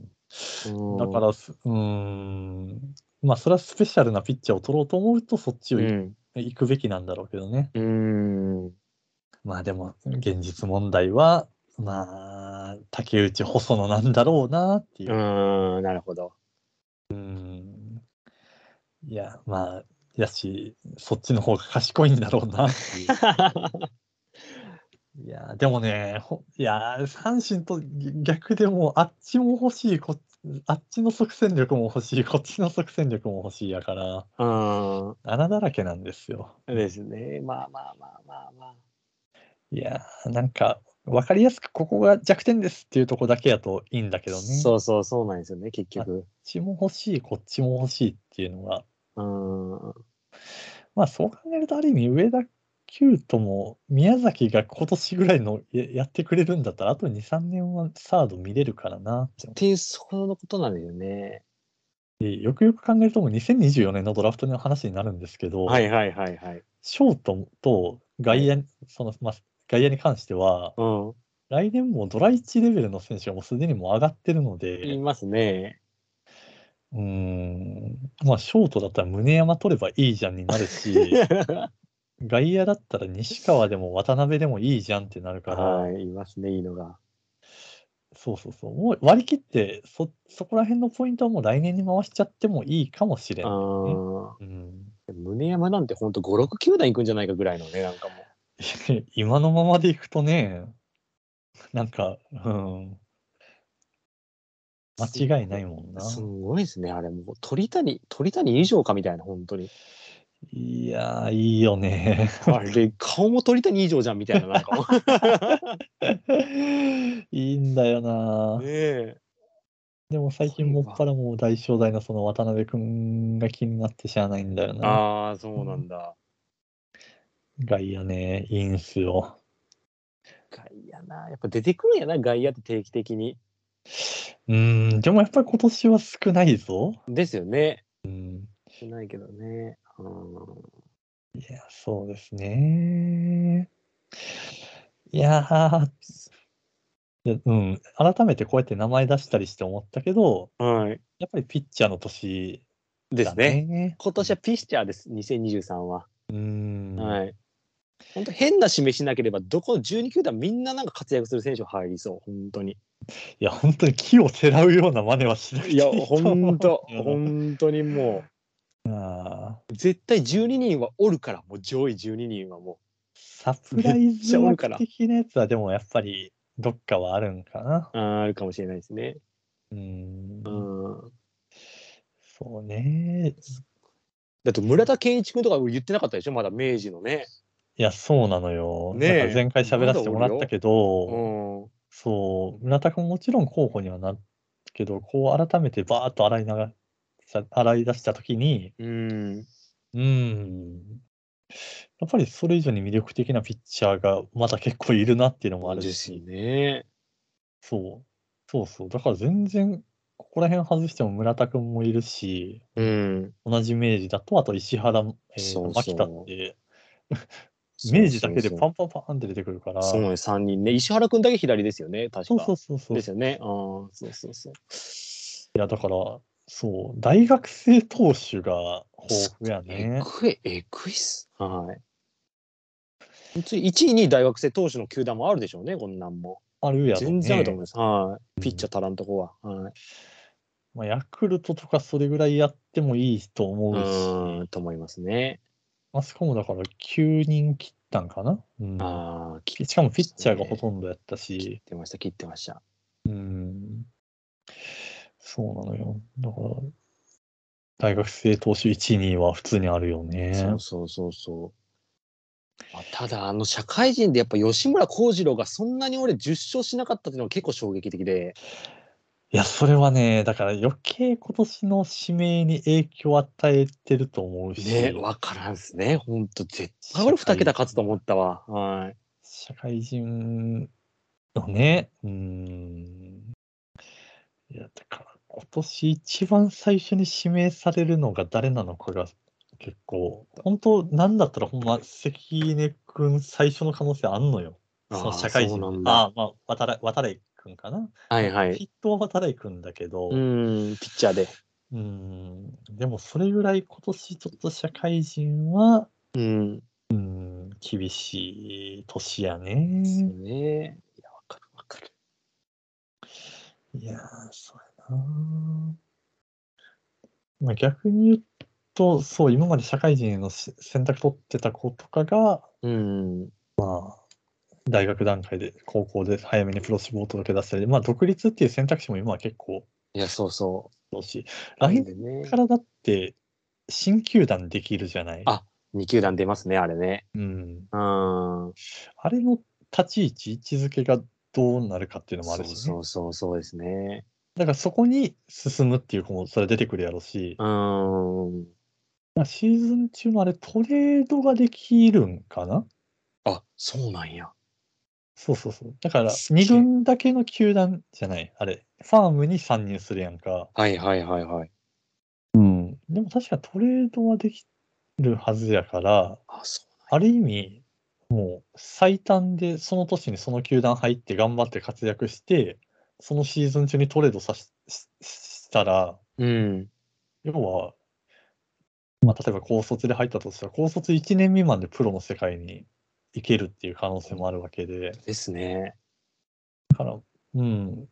うんだからす、うーん、まあ、それはスペシャルなピッチャーを取ろうと思うと、そっちをういん。行くべきなんだろうけどね。うん。まあ、でも、現実問題は、まあ、竹内細野なんだろうなっていう。うん、なるほど。うんいや、まあ、やし、そっちの方が賢いんだろうなっていう。いやー、でもね、ほいやー、阪神と逆でもう、あっちも欲しいこっ、あっちの即戦力も欲しい、こっちの即戦力も欲しいやから、うん。穴だらけなんですよ。ですね。まあまあまあまあまあ。いやー、なんか、わかりやすくここが弱点ですっていうとこだけやといいんだけどね。こっそうそう、そうなんですよね、結局。ちも欲しい、こっちも欲しいっていうのが、うん。まあそう考えると、ある意味、上田九とも宮崎が今年ぐらいのややってくれるんだったら、あと2、3年はサード見れるからなって思っていう、そこのことなんですよね。って、よくよく考えると、もう2024年のドラフトの話になるんですけど、はいはいはいはい。ショートと外野に、そのまあ、外野に関しては、うん。来年もうドラ1レベルの選手がもうすでにもう上がってるの言いで、ますね。うーん、まあ、ショートだったら宗山取ればいいじゃんにな [LAUGHS] るし、は外野だったら西川でも渡辺でもいいじゃんってなるから、い、言いますね、いいのが。そうそうそう。もう割り切って、そ、そこら辺のポイントはもう来年に回しちゃってもいいかもしれない。うん。うん。 [LAUGHS] 宗山なんて本当5、6球団行くんじゃないかぐらいのね、なんかもう。今のままでいくとね、なんか、うん。間違いないもんな。すごいですね、あれもう鳥谷、鳥谷以上かみたいな、本当に。いやー、いいよね。 [LAUGHS] [LAUGHS] あれ、顔も鳥谷以上じゃんみたいな、なんか。いいんだよ [LAUGHS] なね。え。でも最近もっぱらもう大正大のその渡辺くんが気になってしゃあないんだよな。ああ、そうなんだ。外野ね、インスを。外野な、やっぱ出てくるんやな、外野って定期的に。うん、でもやっぱり今年は少ないぞ。ですよね。うん、少ないけどね。うん。いや、そうですね。いやーいやうん、改めてこうやって名前出したりして思ったけど、はい。やっぱりピッチャーの年でだすね。ね。今年はピッチャーです、2023は。うん、はい。本当変な示しなければ、どこの12球団みんななんか活躍する選手入りそう、本当に。いや、本当に木をてらうような真似はしなくて [LAUGHS] いや、と思本当うよ本当にもなう、絶対12人はおるから、もう上位12人はもサプライめっちズゃおるから目的なやつはでもやっぱりどっかはあるんかな。う、あーあるかもしれないですね。うんう、ん。そうね。だって村田健一君とか言ってなかったでしょ、まだ明治のね。いや、そうなのよ。ねえなんか前回喋らせてもらったけうど、ん。そう、村田君もちろん候補にはなるけど、こう改めてバーッと洗い流さ洗い出したときに、うん。うん、やっぱりそれ以上に魅力的なピッチャーがまだ結構いるなっていうのもあるですし、ね。そう、そうそう、だから全然、ここら辺外しても村田君もいるし、うん。同じ明治だと、あと石原、えーそうそう牧田って、明治だけでパンパンパンって出てくるから、そうね、3人ね。石原君だけ左ですよね、確か。そうそうそうそうで。すよね。ああ、そうそうそう。いや、だから、そう、大学生投手が豊富やえね。くい、えくいっす。はい。1位、2位大学生投手の球団もあるでしょうね、こんなんも。あるやろ、ね。全然あると思います。はい。んピッチャー足らんとこは。はい。まあ、ヤクルトとかそれぐらいやってもいいと思ううし、ーん、と思いますね。あそこもだから9人切ったんかな。うんああ、切っしかもピッチャーがほとんどやったし、てました、切ってました。うん、そうなのよ。だから、大学生投手1、2は普通にあるよね。そうそうそうそう。まあ、ただ、あの、社会人でやっぱ吉村幸次郎がそんなに俺10勝しなかったっていうのは結構衝撃的で。いや、それはね、だから余計今年の指名に影響を与えてると思うし、ね、わからんっすね。ほんと、絶対俺2桁勝つと思ったわ。はい。社会人のね、うーん。いや、だから今年一番最初に指名されるのが誰なのかが結構、本当なんだったらほんま関根くん最初の可能性あんのよ。その社会人。あーそうなんだああ、まあ、渡来渡来くんかな。はいはい。きっとは渡来くんだけど、うん、ピッチャーで。うーんでもそれぐらい今年ちょっと社会人はうん。うーん厳しい年やですね。ね。いや、わかるわかる。いやー、そうやな。まあ、逆に言うと、そう、今まで社会人のし選択取ってた子とかが、うん。大学段階で、高校で早めにプロ志望届け出したり、まあ、独立っていう選択肢も今は結構いや、そうそ多いし、う。来な年んでねか。らだって、新球団できるじゃない。あ2球団出ますね、あれね。うん。うん。あれの立ち位置、位置づけがどうなるかっていうのもあそるうし、ね、そうそう、そうですね。だからそこに進むっていう子もそれ出てくるやろうし、うん。まあシーズン中のあれトレードができるんかなあ、そうなんや。そうそうそう。だからすっげえ2軍だけの球団じゃない、あれ、ファームに参入するやんか。はいはいはいはい。うん。でも確かトレードはできるはずやから、あ、そある意味、もう最短でその年にその球団入って頑張って活躍して、そのシーズン中にトレードさしししたら、う。うん。要は、まあ、例えば高卒で入ったとしたら、高卒1年未満でプロの世界に行けるっていう可能性もあるわけで、ですね。だから、うん、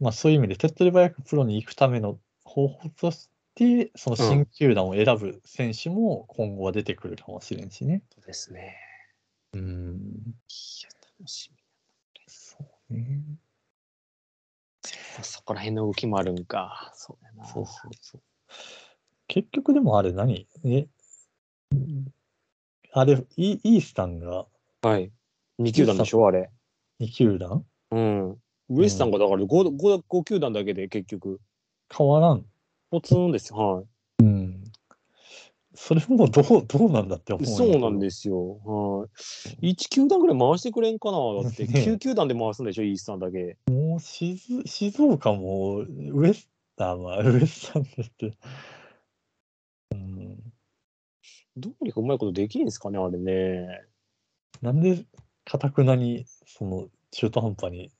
まあ、そういう意味で手っ取り早くプロに行くための方法として、その新球団を選ぶ選手も今後は出てくるかもしれんしね。そうですね。うんや、楽しみ。そうね。そこら辺の動きもあるんか。そうやな。そうそうそう。結局でもあれ何えあれ、イイースタンがはい。2球団でしょ、あれ。 2球団うん。ウエスタンがだから 5, 5, 5球団だけで結局、変わらん。ポツンですよ。はうん。それもどう、どうなんだって思い。う。そうなんですよ。はい。1球団ぐらい回してくれんかな。だ [LAUGHS] ってね9球団で回すんでしょ、イースタンだけ。もう静静岡もウエスタンは [LAUGHS] ウエスタンだって。うん。どうにかうまいことできるんですかね、あれね。なんで、かたくなに、その、中途半端に、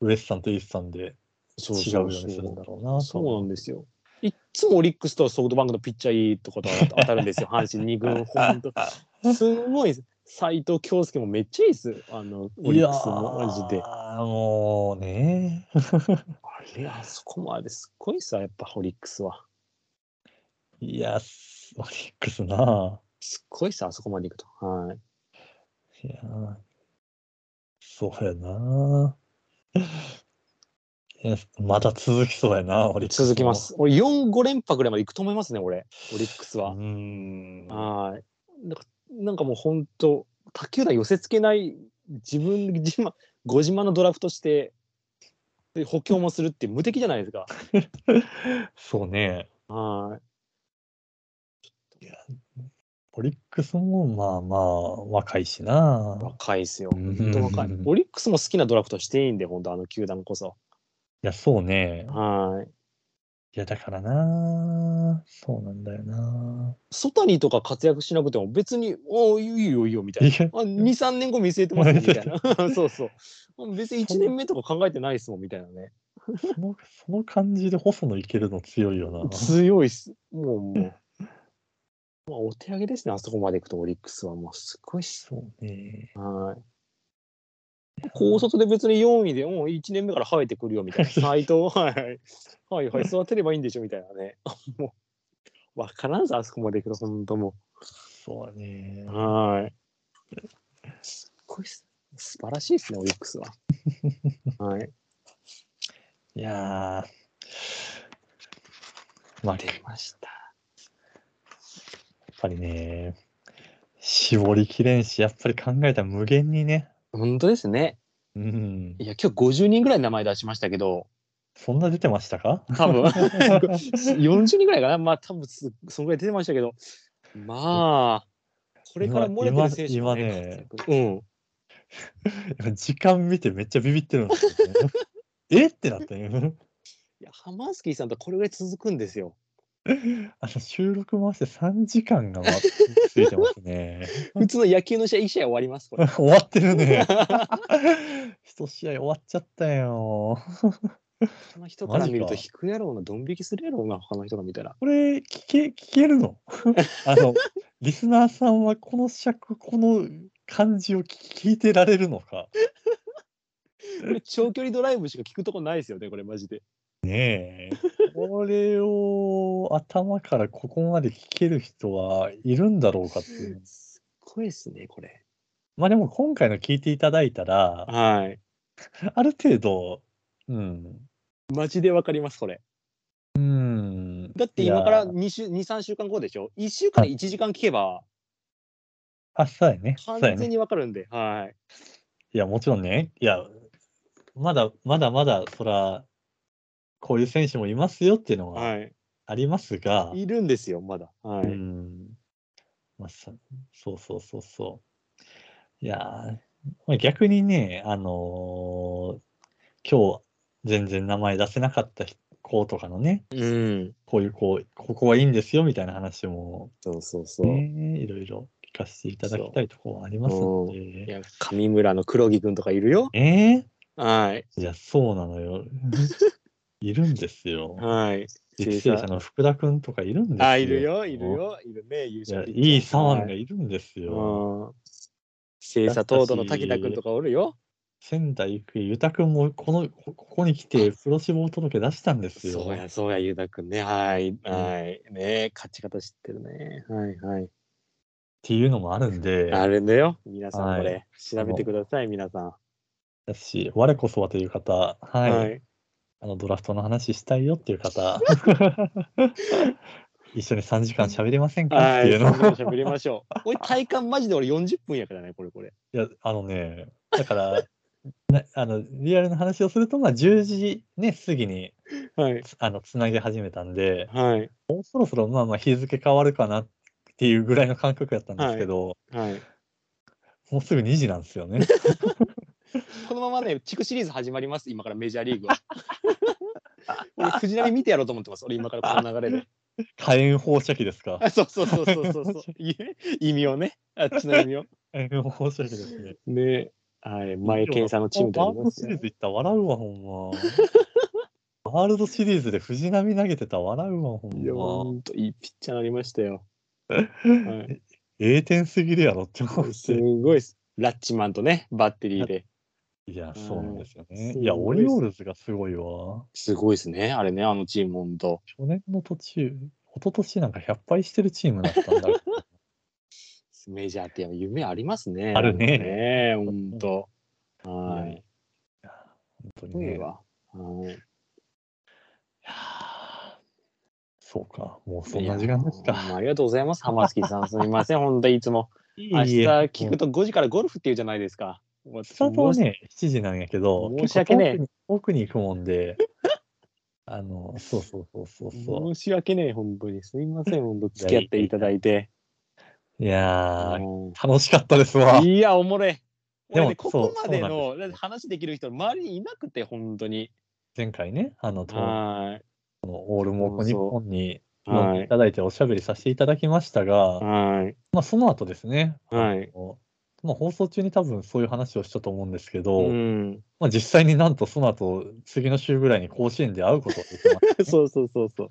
ウエスタンとイースタンでそ違うようにするんだろうな。そうなんですよ。いっつもオリックスとソフトバンクのピッチャーいいとこと当たるんですよ、阪神2軍、本当、すんごいです、斎藤京介もめっちゃいいです、あのオリックスもマジで。ああ、もうね。あれ、あそこまですっごいさ、やっぱオリックスは。いや、すオリックスな。すっごいさ、あそこまで行くと。はい、いや、そうやな。いやまだ続きそうやな、オリックスも続きま。す。俺、4、5連覇ぐらいまで行くと思いますね、俺、オリックスうは。ん。はい。なんか、なんかもう本当、他球団寄せ付けない自分自慢、 [LAUGHS] ご自慢のドラフトして、で補強もするって無敵じゃないですか。そうね。はい。オリックスもまあまあ若いしな。若いですよ。うん本当若い。 [LAUGHS] オリックスも好きなドラフトしていいんで、本当あの球団こそ。いや、そうね。はい。いや、だからな。そうなんだよな。ソタニとか活躍しなくても別に、おーいいよいいよみ [LAUGHS] たいいな。や、あ2、3年後見据えてますよみたいな。 [LAUGHS] [LAUGHS] そうそう。別に1年目とか考えてないですもんみたいなね。その、その感じで細野いけるの強いよな。強いっす。もうもう。まあ、お手上げですね、あそこまで行くと、オリックスはもうすごいっす。そうね。はい。高卒で別に4位で、もう1年目から生えてくるよみ [LAUGHS] たいな。斎藤、はい。はいはい、育てればいいんでしょみたいなね。 [LAUGHS] もう、わからんぞ、あそこまで行くと、本当もそうだねう。。はい。すっごいっす。素晴らしいですね、オリックス [LAUGHS] は。はい。いやー。まあ、やっ出ました。ぱりね、絞りきれんし、やっぱり考えたら無限にね。本当ですね。うん。いや、今日50人ぐらい名前出しましたけど、そんな出てました [LAUGHS] か多分40人ぐらいかな、まあ多分すそのぐらい出てましたけど、まあ、これから漏れてる選手も今今ね活躍うん、時間見てめっちゃビビってるんですよ、ね。え [LAUGHS] ってなって、いやハマンスキーさんとこれぐらい続くんですよ。あの収録回して3時間が回ってついてますね。 [LAUGHS] 普通の野球の試合、1試合終わります、これ。終わってるね。 [LAUGHS] 一試合終わっちゃったよ。他の人から見るとマジ引くやろうな、ドン引きするやろうな、他の人が見たら。これ聞け、聞けるの [LAUGHS] あの、リスナーさんはこの尺、この感じを聞聞いてられるのか。これ長距離ドライブしか聞くとこないですよね、これ、マジで。ねえ。これを頭からここまで聞ける人はいるんだろうかっていう。すっごいですね、これ。まあでも今回の聞いていただいたら、はい。ある程度、うん。マジでわかります、これ。うん。だって今からいや。 2週、二3週間後でしょ ?1 週間1時間聞けば、あ、そうやね。そうや完ね全。にわかるんで、はい。いや、もちろんね。いや、まだまだまだ、そら、こういう選手もいますよっていうのははい、ありますが、いるんですよ、まだ。はうい、ん。まあ、さそうそうそうそう。いやー、まあ逆にね、あのー今日、全然名前出せなかった人子とかのね、うん、こういう子、ここはいいんですよみたいな話も、そうそうそう。ね、いろいろ聞かせていただきたいところはありますのいで。や、上村の黒木くんとかいるよ。えーはい、いや、そうなの [LAUGHS] よ。いるんですよ。はい。育成者の福田君とかいるんですよ。あ、いるよ、いる。よ、いるね、優いや勝いい左腕がいいるんでするよ。よ。精査東堂の滝田くんとかおるよ。仙台育英、湯田君もこのこここに来てプロ志望届出したんですよ。そうや、そうや、ゆうたくんね。はい、はい。ね勝ち方知ってるね。はい、はい。っていうのもあるんで、あるんだよ。皆さんはいこれ、調べてください、皆さん。ですし、我こそはという方、はい、はい。あのドラフトの話したいよっていう [LAUGHS] 方、 [LAUGHS] 一緒に3時間喋れませんかっはてい。いうの。喋りましょう喋りましょう。俺、体感マジで俺40分やからね、これこれ。いや、あのね、だから、なあのリアルな話をすると、まあ、10時、ね、過ぎにはい。つあのつなぎ始めたんで、はい。もうそろそろまあまあ日付変わるかなっていうぐらいの感覚やったんですけど、はい。もうすぐ2時なんですよ [LAUGHS] ね。このままね、地区シリーズ始まります、今からメジャーリー [LAUGHS] グは。俺、藤浪見てやろうと思ってます、俺、今からこの流れで。 [LAUGHS] 火炎放射器ですか。あそうそうそうそうそうそう。 [LAUGHS] い意味をね、あっちの意味を。火炎放射器ですね。ね。はい。前、健さんのチームでワあーりルドますシよリーズ行ったら笑うわ、ほんま。ワールドシリーズで藤浪投げてたら笑うわ、ほいや、ほんま。んといいピッチャーになりました [LAUGHS] よ。はい栄転すぎるやろって思うすし。ごいっす。ラッチマンとね、バッテリーで。いや、そうなんですよね。うんいや、すごオいっすリオールズがすごいわ。すごいですね、あれね、あのチーム、ほんと。去年の途中、一昨年なんか100敗してるチームだった [LAUGHS] んだから。メジャーって夢ありますね。あるねね。ほんと。はいやい。本当そうにいね。えば。はいいやーそうか、もうそんな時間ですいやほんか。まありがとうございます、浜月さん。すみま [LAUGHS] せん、ほんといつも。い明日え聞くと5時からゴルフっていうじゃないですか。スタートはね、7時なんやけど、申し訳ねえ結構遠くに奥に行くも [LAUGHS] んで、あの、そうそうそうそう申そし訳ねえ、本当に。すみません、本当付き合っていただいて。う。いやー、うん楽しかったですわ。いや、おもれ。でも俺ねここそうまでそうなのんですよだって話できる人、周りにいなくて、本当に。前回ね、あの、東は京のオールモーコ日本にい。呼んはでいい。ただいておしゃべりさせていただきましたが、はい。まあ、その後ですね、はい。あのまあ、放送中に多分そういう話をしたと思うんですけど、うん。 [LAUGHS] まあ、実際になんとその後、次の週ぐらいに甲子園で会うことができましたね、そうそうそうそう。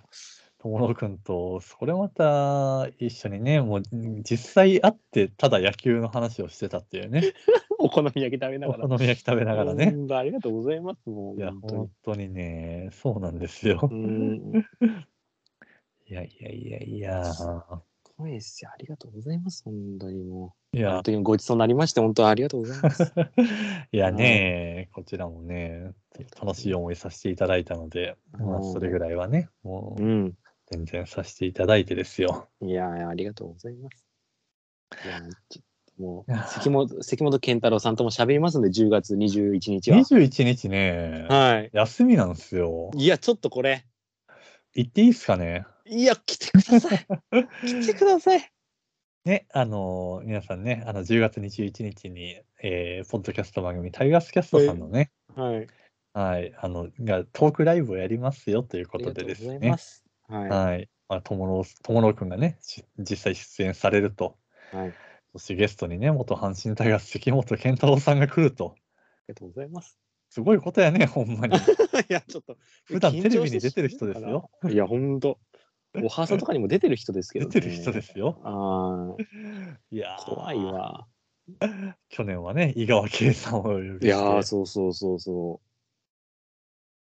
友野くんと、それまた一緒にね、もう実際会って、ただ野球の話をしてたっていうね、お好み焼き食べなおがら。好み焼き食べながらほね。んとありがとうございます。もういや、本本当にね、そうなんですよ当。に。うん。いやいやいやいや、声ですよ。ありがとうございます。本当にも。いうや本、当にごちそうになりまして、本当にありがとうござい [LAUGHS] ます。いやね、こちらもね、楽しい思いさせていただいたので、まあ、うんそれぐらいはね、もう。うん全然させていただいてですよ。いやー、ありがとうございます。いやーちょっともう、関本、関本健太郎さんとも喋りますんで、10月21日は。 21日ね、はい。休みなんですよ。いや、ちょっとこれ。行っていいですかねいや、来てくだ [LAUGHS] さい。来てください。ね、あのー皆さんね、あの10月21日に、えーポッドキャスト番組、タイガースキャストさんのね、はい。はい、あの、がトークライブをやりますよということでですありがとうございねま、す。はい。はい、まあ、ともろ、ともろくんがね、し実際出演されると、はい。ありそしてゲストにね、元阪神タイガース関本健太郎さんが来ると、がとうございます。 [LAUGHS] すごいことやね、ほんまいに。や、ちょっと。普段テレビに出てる人ですよ。いや、ほんと。おはさとかにも出てる人ですけ出ど、ね。。てる人ですすよ。あーいやー怖い。わ。去年はね、井川圭さんをお呼びして。いやー、そうそうそうそ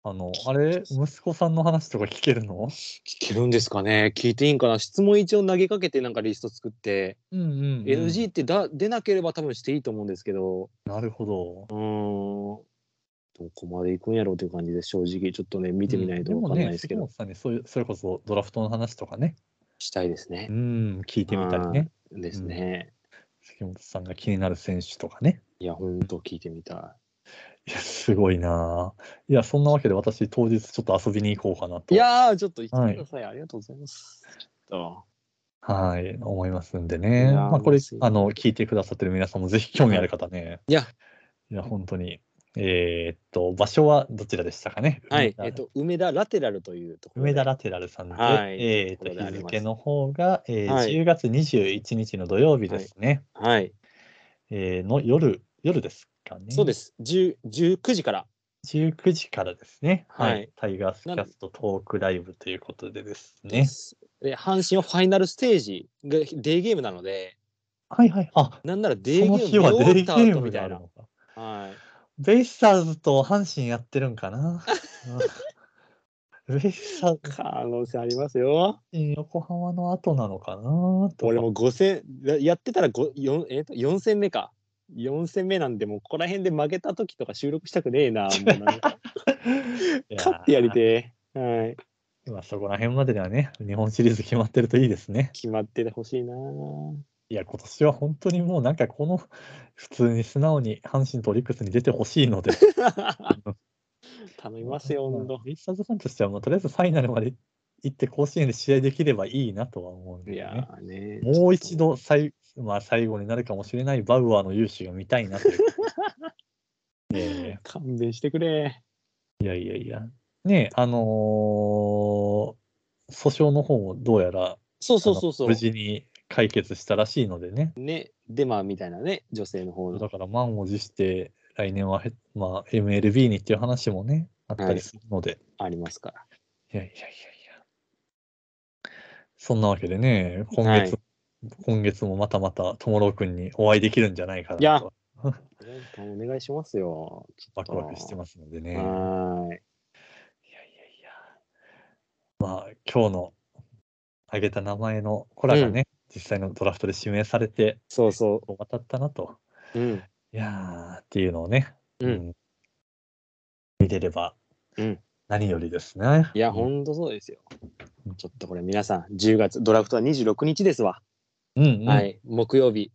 あの、あれ、息子さんの話とか聞けるのう。聞けるんですかね聞いていいんかな質問一応投げかけてなんかリスト作って、うんうんうん NG ってだ出なければ多分していいと思うんですけど、なるほどう。ーん、どこまで行くんやろうという感じで、正直ちょっとね、見てみないとうん分かんないですけど、もね、杉本さんにそういうそれこそドラフトの話とかね、したいですねう。ん、聞いてみたりね、ですね。杉本さんが気になる選手とかね。いや、ほんと聞いてみたい。いや、すごいなぁいや、そんなわけで私、当日ちょっと遊びに行こうかなと。いやー、ちょっと行ってください。ありがとうございます。ちょはい、思いますんでいね。やーまあ、これ嬉しい、あの、聞いてくださってる皆さんもぜひ興味ある方ね。いや。いや、本当に。えーっと、場所はどちらでしたかね。っとはい、梅田えっと、梅田ラテラルというところで。梅田ラテラルさんで、はいえーっとところであ日ります付の方が、えーはい10月21日の土曜日ですね、はい、えーの夜夜ですかね。そうです。10 19時から。 19時からですね、はいはいタイガースキャストトークライブということでですでね。す。で、阪神はファイナルステージがデーゲームなので、はいはい。あなんならデーゲーそのム日はデイ見終わゲった後ームみがたあいるなの。か。はい。 [LAUGHS] ベイスターズと阪神やってるんかな。藤井さん可能性ありますよ。横浜の後なのかなとか [LAUGHS] 俺も5戦やってたら5 4,、えーと4戦目か4戦目なんでもうここら辺で負けた時とか収録したくねえなもう [LAUGHS] なんかいやー勝ってやりてえはいまあそこら辺までではね、日本シリーズ決まってるといいですね。決まっててほしいないや、今年は本当にもうなんかこの、普通に素直に阪神とオリックスに出てほしい [LAUGHS] ので。頼みますよまあ温度ベイスターズファンとしては、もうとりあえずファイナルまで行って甲子園で試合できればいいなとは思うんで、いね。やーねもう一度最、まあ、最後になるかもしれないバウアーの勇姿が見たい [LAUGHS] なという。ね勘弁してくれえいやいやいや。ねえ、あのー訴訟の方もどうやらそうそうそうそあのう無事に解決したらしいのでね。ねデマみたいなね女性の方だのから満を持して来年はへ、まあ、MLB にっていう話もね、あったりするので。ありますからいやいやいやいや。そんなわけでね、今月、は今月もまたまた、ともろうくんにお会いできるんじゃないかなと。いやお願いしますよちょワっとクワクしてますのでね。いやいやいはーいや。まあ、今日の挙げた名前の子らがね、実際のドラフトで指名されて、そうそこう渡ったなと。ううんいやー、っていうのをね、うん見れればうん、何よりですね。いや、うほんんとそうですよ。ちょっとこれ皆さん、10月、ドラフトは26日ですわ。うん、。はいいい、木曜日。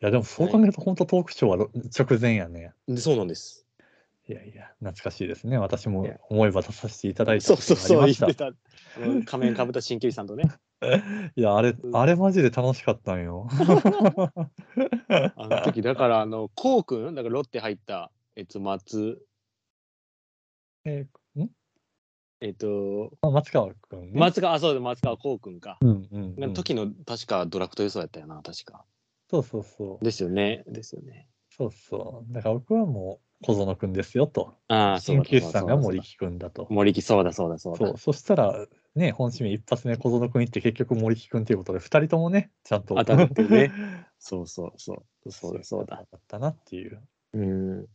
や、でもそう考えると、本当トークショーはろ直前やね。でそうなんです。いやいや、懐かしいですね。私もいや思えば出させていただいたそうことそうがあそう、言りました。ってた。あの仮面かぶった新球児さんとね、いや、あれ、あれマジで楽しかったんよ。あ [LAUGHS] の時、だから、あの、こうくん、だからロッテ入った、えっと、松、えーんえっと、あ松川君ね。松川、あ、そうだ、松川こうくんか。うんうん、うん。時の、確かドラフト予想やったよな、確か。そうそうそう。ですよね、ですよね。そうそう。だから僕はもう小園君ですよと。ああ、そう鍼だ。灸師さんがそうだ森木君だと。森木、そうだ、そうだ、そうそだう。そしたら、ね、本指名一発目小園君行って結局森木君ということで、二人ともね、ちゃんと。当たるっていうね。 [LAUGHS] そうそうそう。そうだ、そうだ。だったなっていう。うん。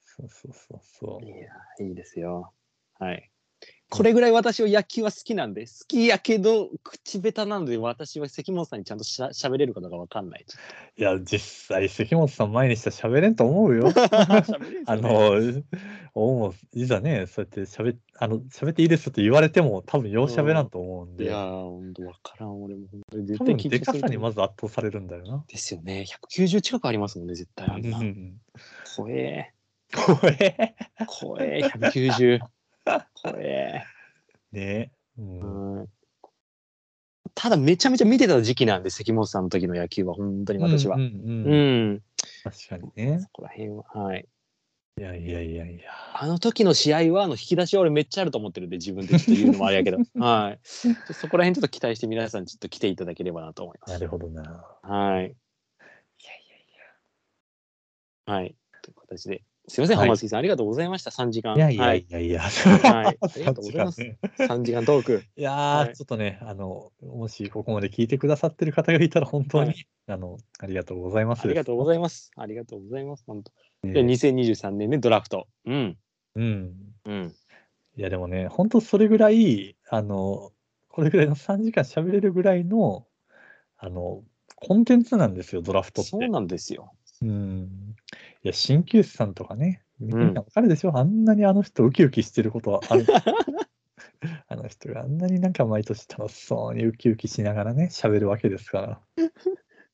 そうそうそうそう。いや、いいですよ。はい。これぐらい私は野球は好きなんで、好きやけど、口下手なので、私は関本さんにちゃんとしゃ喋れるかどうかわかん [LAUGHS] ない。いや、実際、関本さん前にしたら喋れんと思 [LAUGHS] うよ。あの、おういざね、そうやって喋っあの喋っていいですって言われても、多分よう喋らんと思うんいで、やー、ほんとわからん、俺も本当に多絶対分緊で張かするさとに思う。まず圧倒されるんだよな。ですよね。190近くありますもんね、絶対あんなうんう。ん怖え、怖え。怖え、190。怖え。ね、うん。うんただ、めちゃめちゃ見てた時期なんで、関本さんの時の野球は、本当に私はうん。うんうんうん、確かにねそ。こら辺は、はい。いやいやいやいや。あの時の試合はあの引き出しは俺めっちゃあると思ってるんで自分でちょっと言うのもあれやけ [LAUGHS] ど、はい、ちょっとそこら辺ちょっと期待して皆さんちょっと来ていただければなと思いまなす。るほどな。いやいやはい、いや。はい、という形ですいませんはい浜月さん、ありがとうございました3時間。いやいはやいいやいや。はいありがとうございますさっきからね3時間トー [LAUGHS] ク。いやー、はいちょっとね、あの、もしここまで聞いてくださってる方がいたら、本当に、はあの、ありがとうございます。ありがとうございいます。ありがとうございます。本当。ます。で2023年ねドラフト。うん。うん。うん。いや、でもね、本当それぐらい、あの、これぐらいの3時間喋れるぐらいの、あの、コンテンツなんですよ、ドラフトって。そうなんですよ。うん。いや、鍼灸師さんとかね、みうんんなわかるでしょ、あんなにあの人ウキウキしてることはあ [LAUGHS] る。あの人があんなになんか毎年楽しそうにウキウキしながらね、喋るわけですから。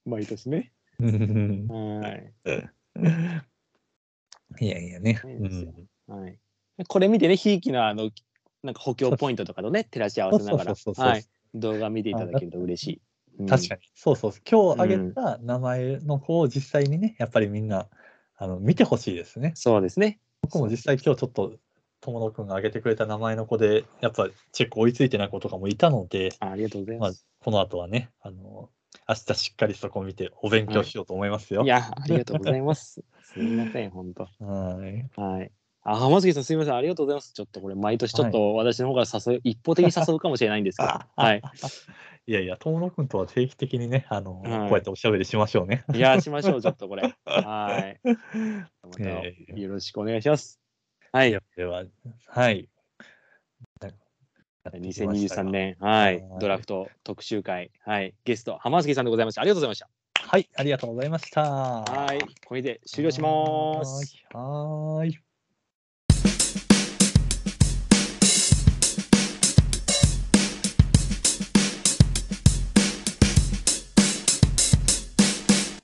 毎年ね。うんはい。いやいやね。うそうですよんはい。これ見てね、ひいきのあの、なんか補強ポイントとかとね、照らし合わせながら、そうそうそうそうそうはい。動画見ていただけると嬉しい。確かに。に。そうそうそう。今日挙げた名前の子を実際にね、やっぱりみんなあの見てほしいですね。そうですね。僕も実際今日ちょっと友野くんが挙げてくれた名前の子で、やっぱチェック追いついてない子とかもいたので、あありがとうございままあす。、この後はね、あの明日しっかりそこを見てお勉強しようと思いますよ。いや、ありがとうござい [LAUGHS] ます。すみません、本当。はい。はい。あ、浜月さん、すみません、ありがとうございます。ちょっとこれ、毎年ちょっと私の方から誘い、一方的に誘うかもしれないんですけ [LAUGHS] ど。はい。いやいや、友野くんとは定期的にね、あの、はいこうやっておしゃべりしましょうね。いや、しましょう、ちょっとこれ。はい。また、えーよろしくお願いします。はい。では、はい。 2023年、はい、ドラフト特集会、はい、ゲスト、浜崎さんでございました。ありがとうございました。はい、ありがとうございました。はいい、これで終了します。はーい。はーい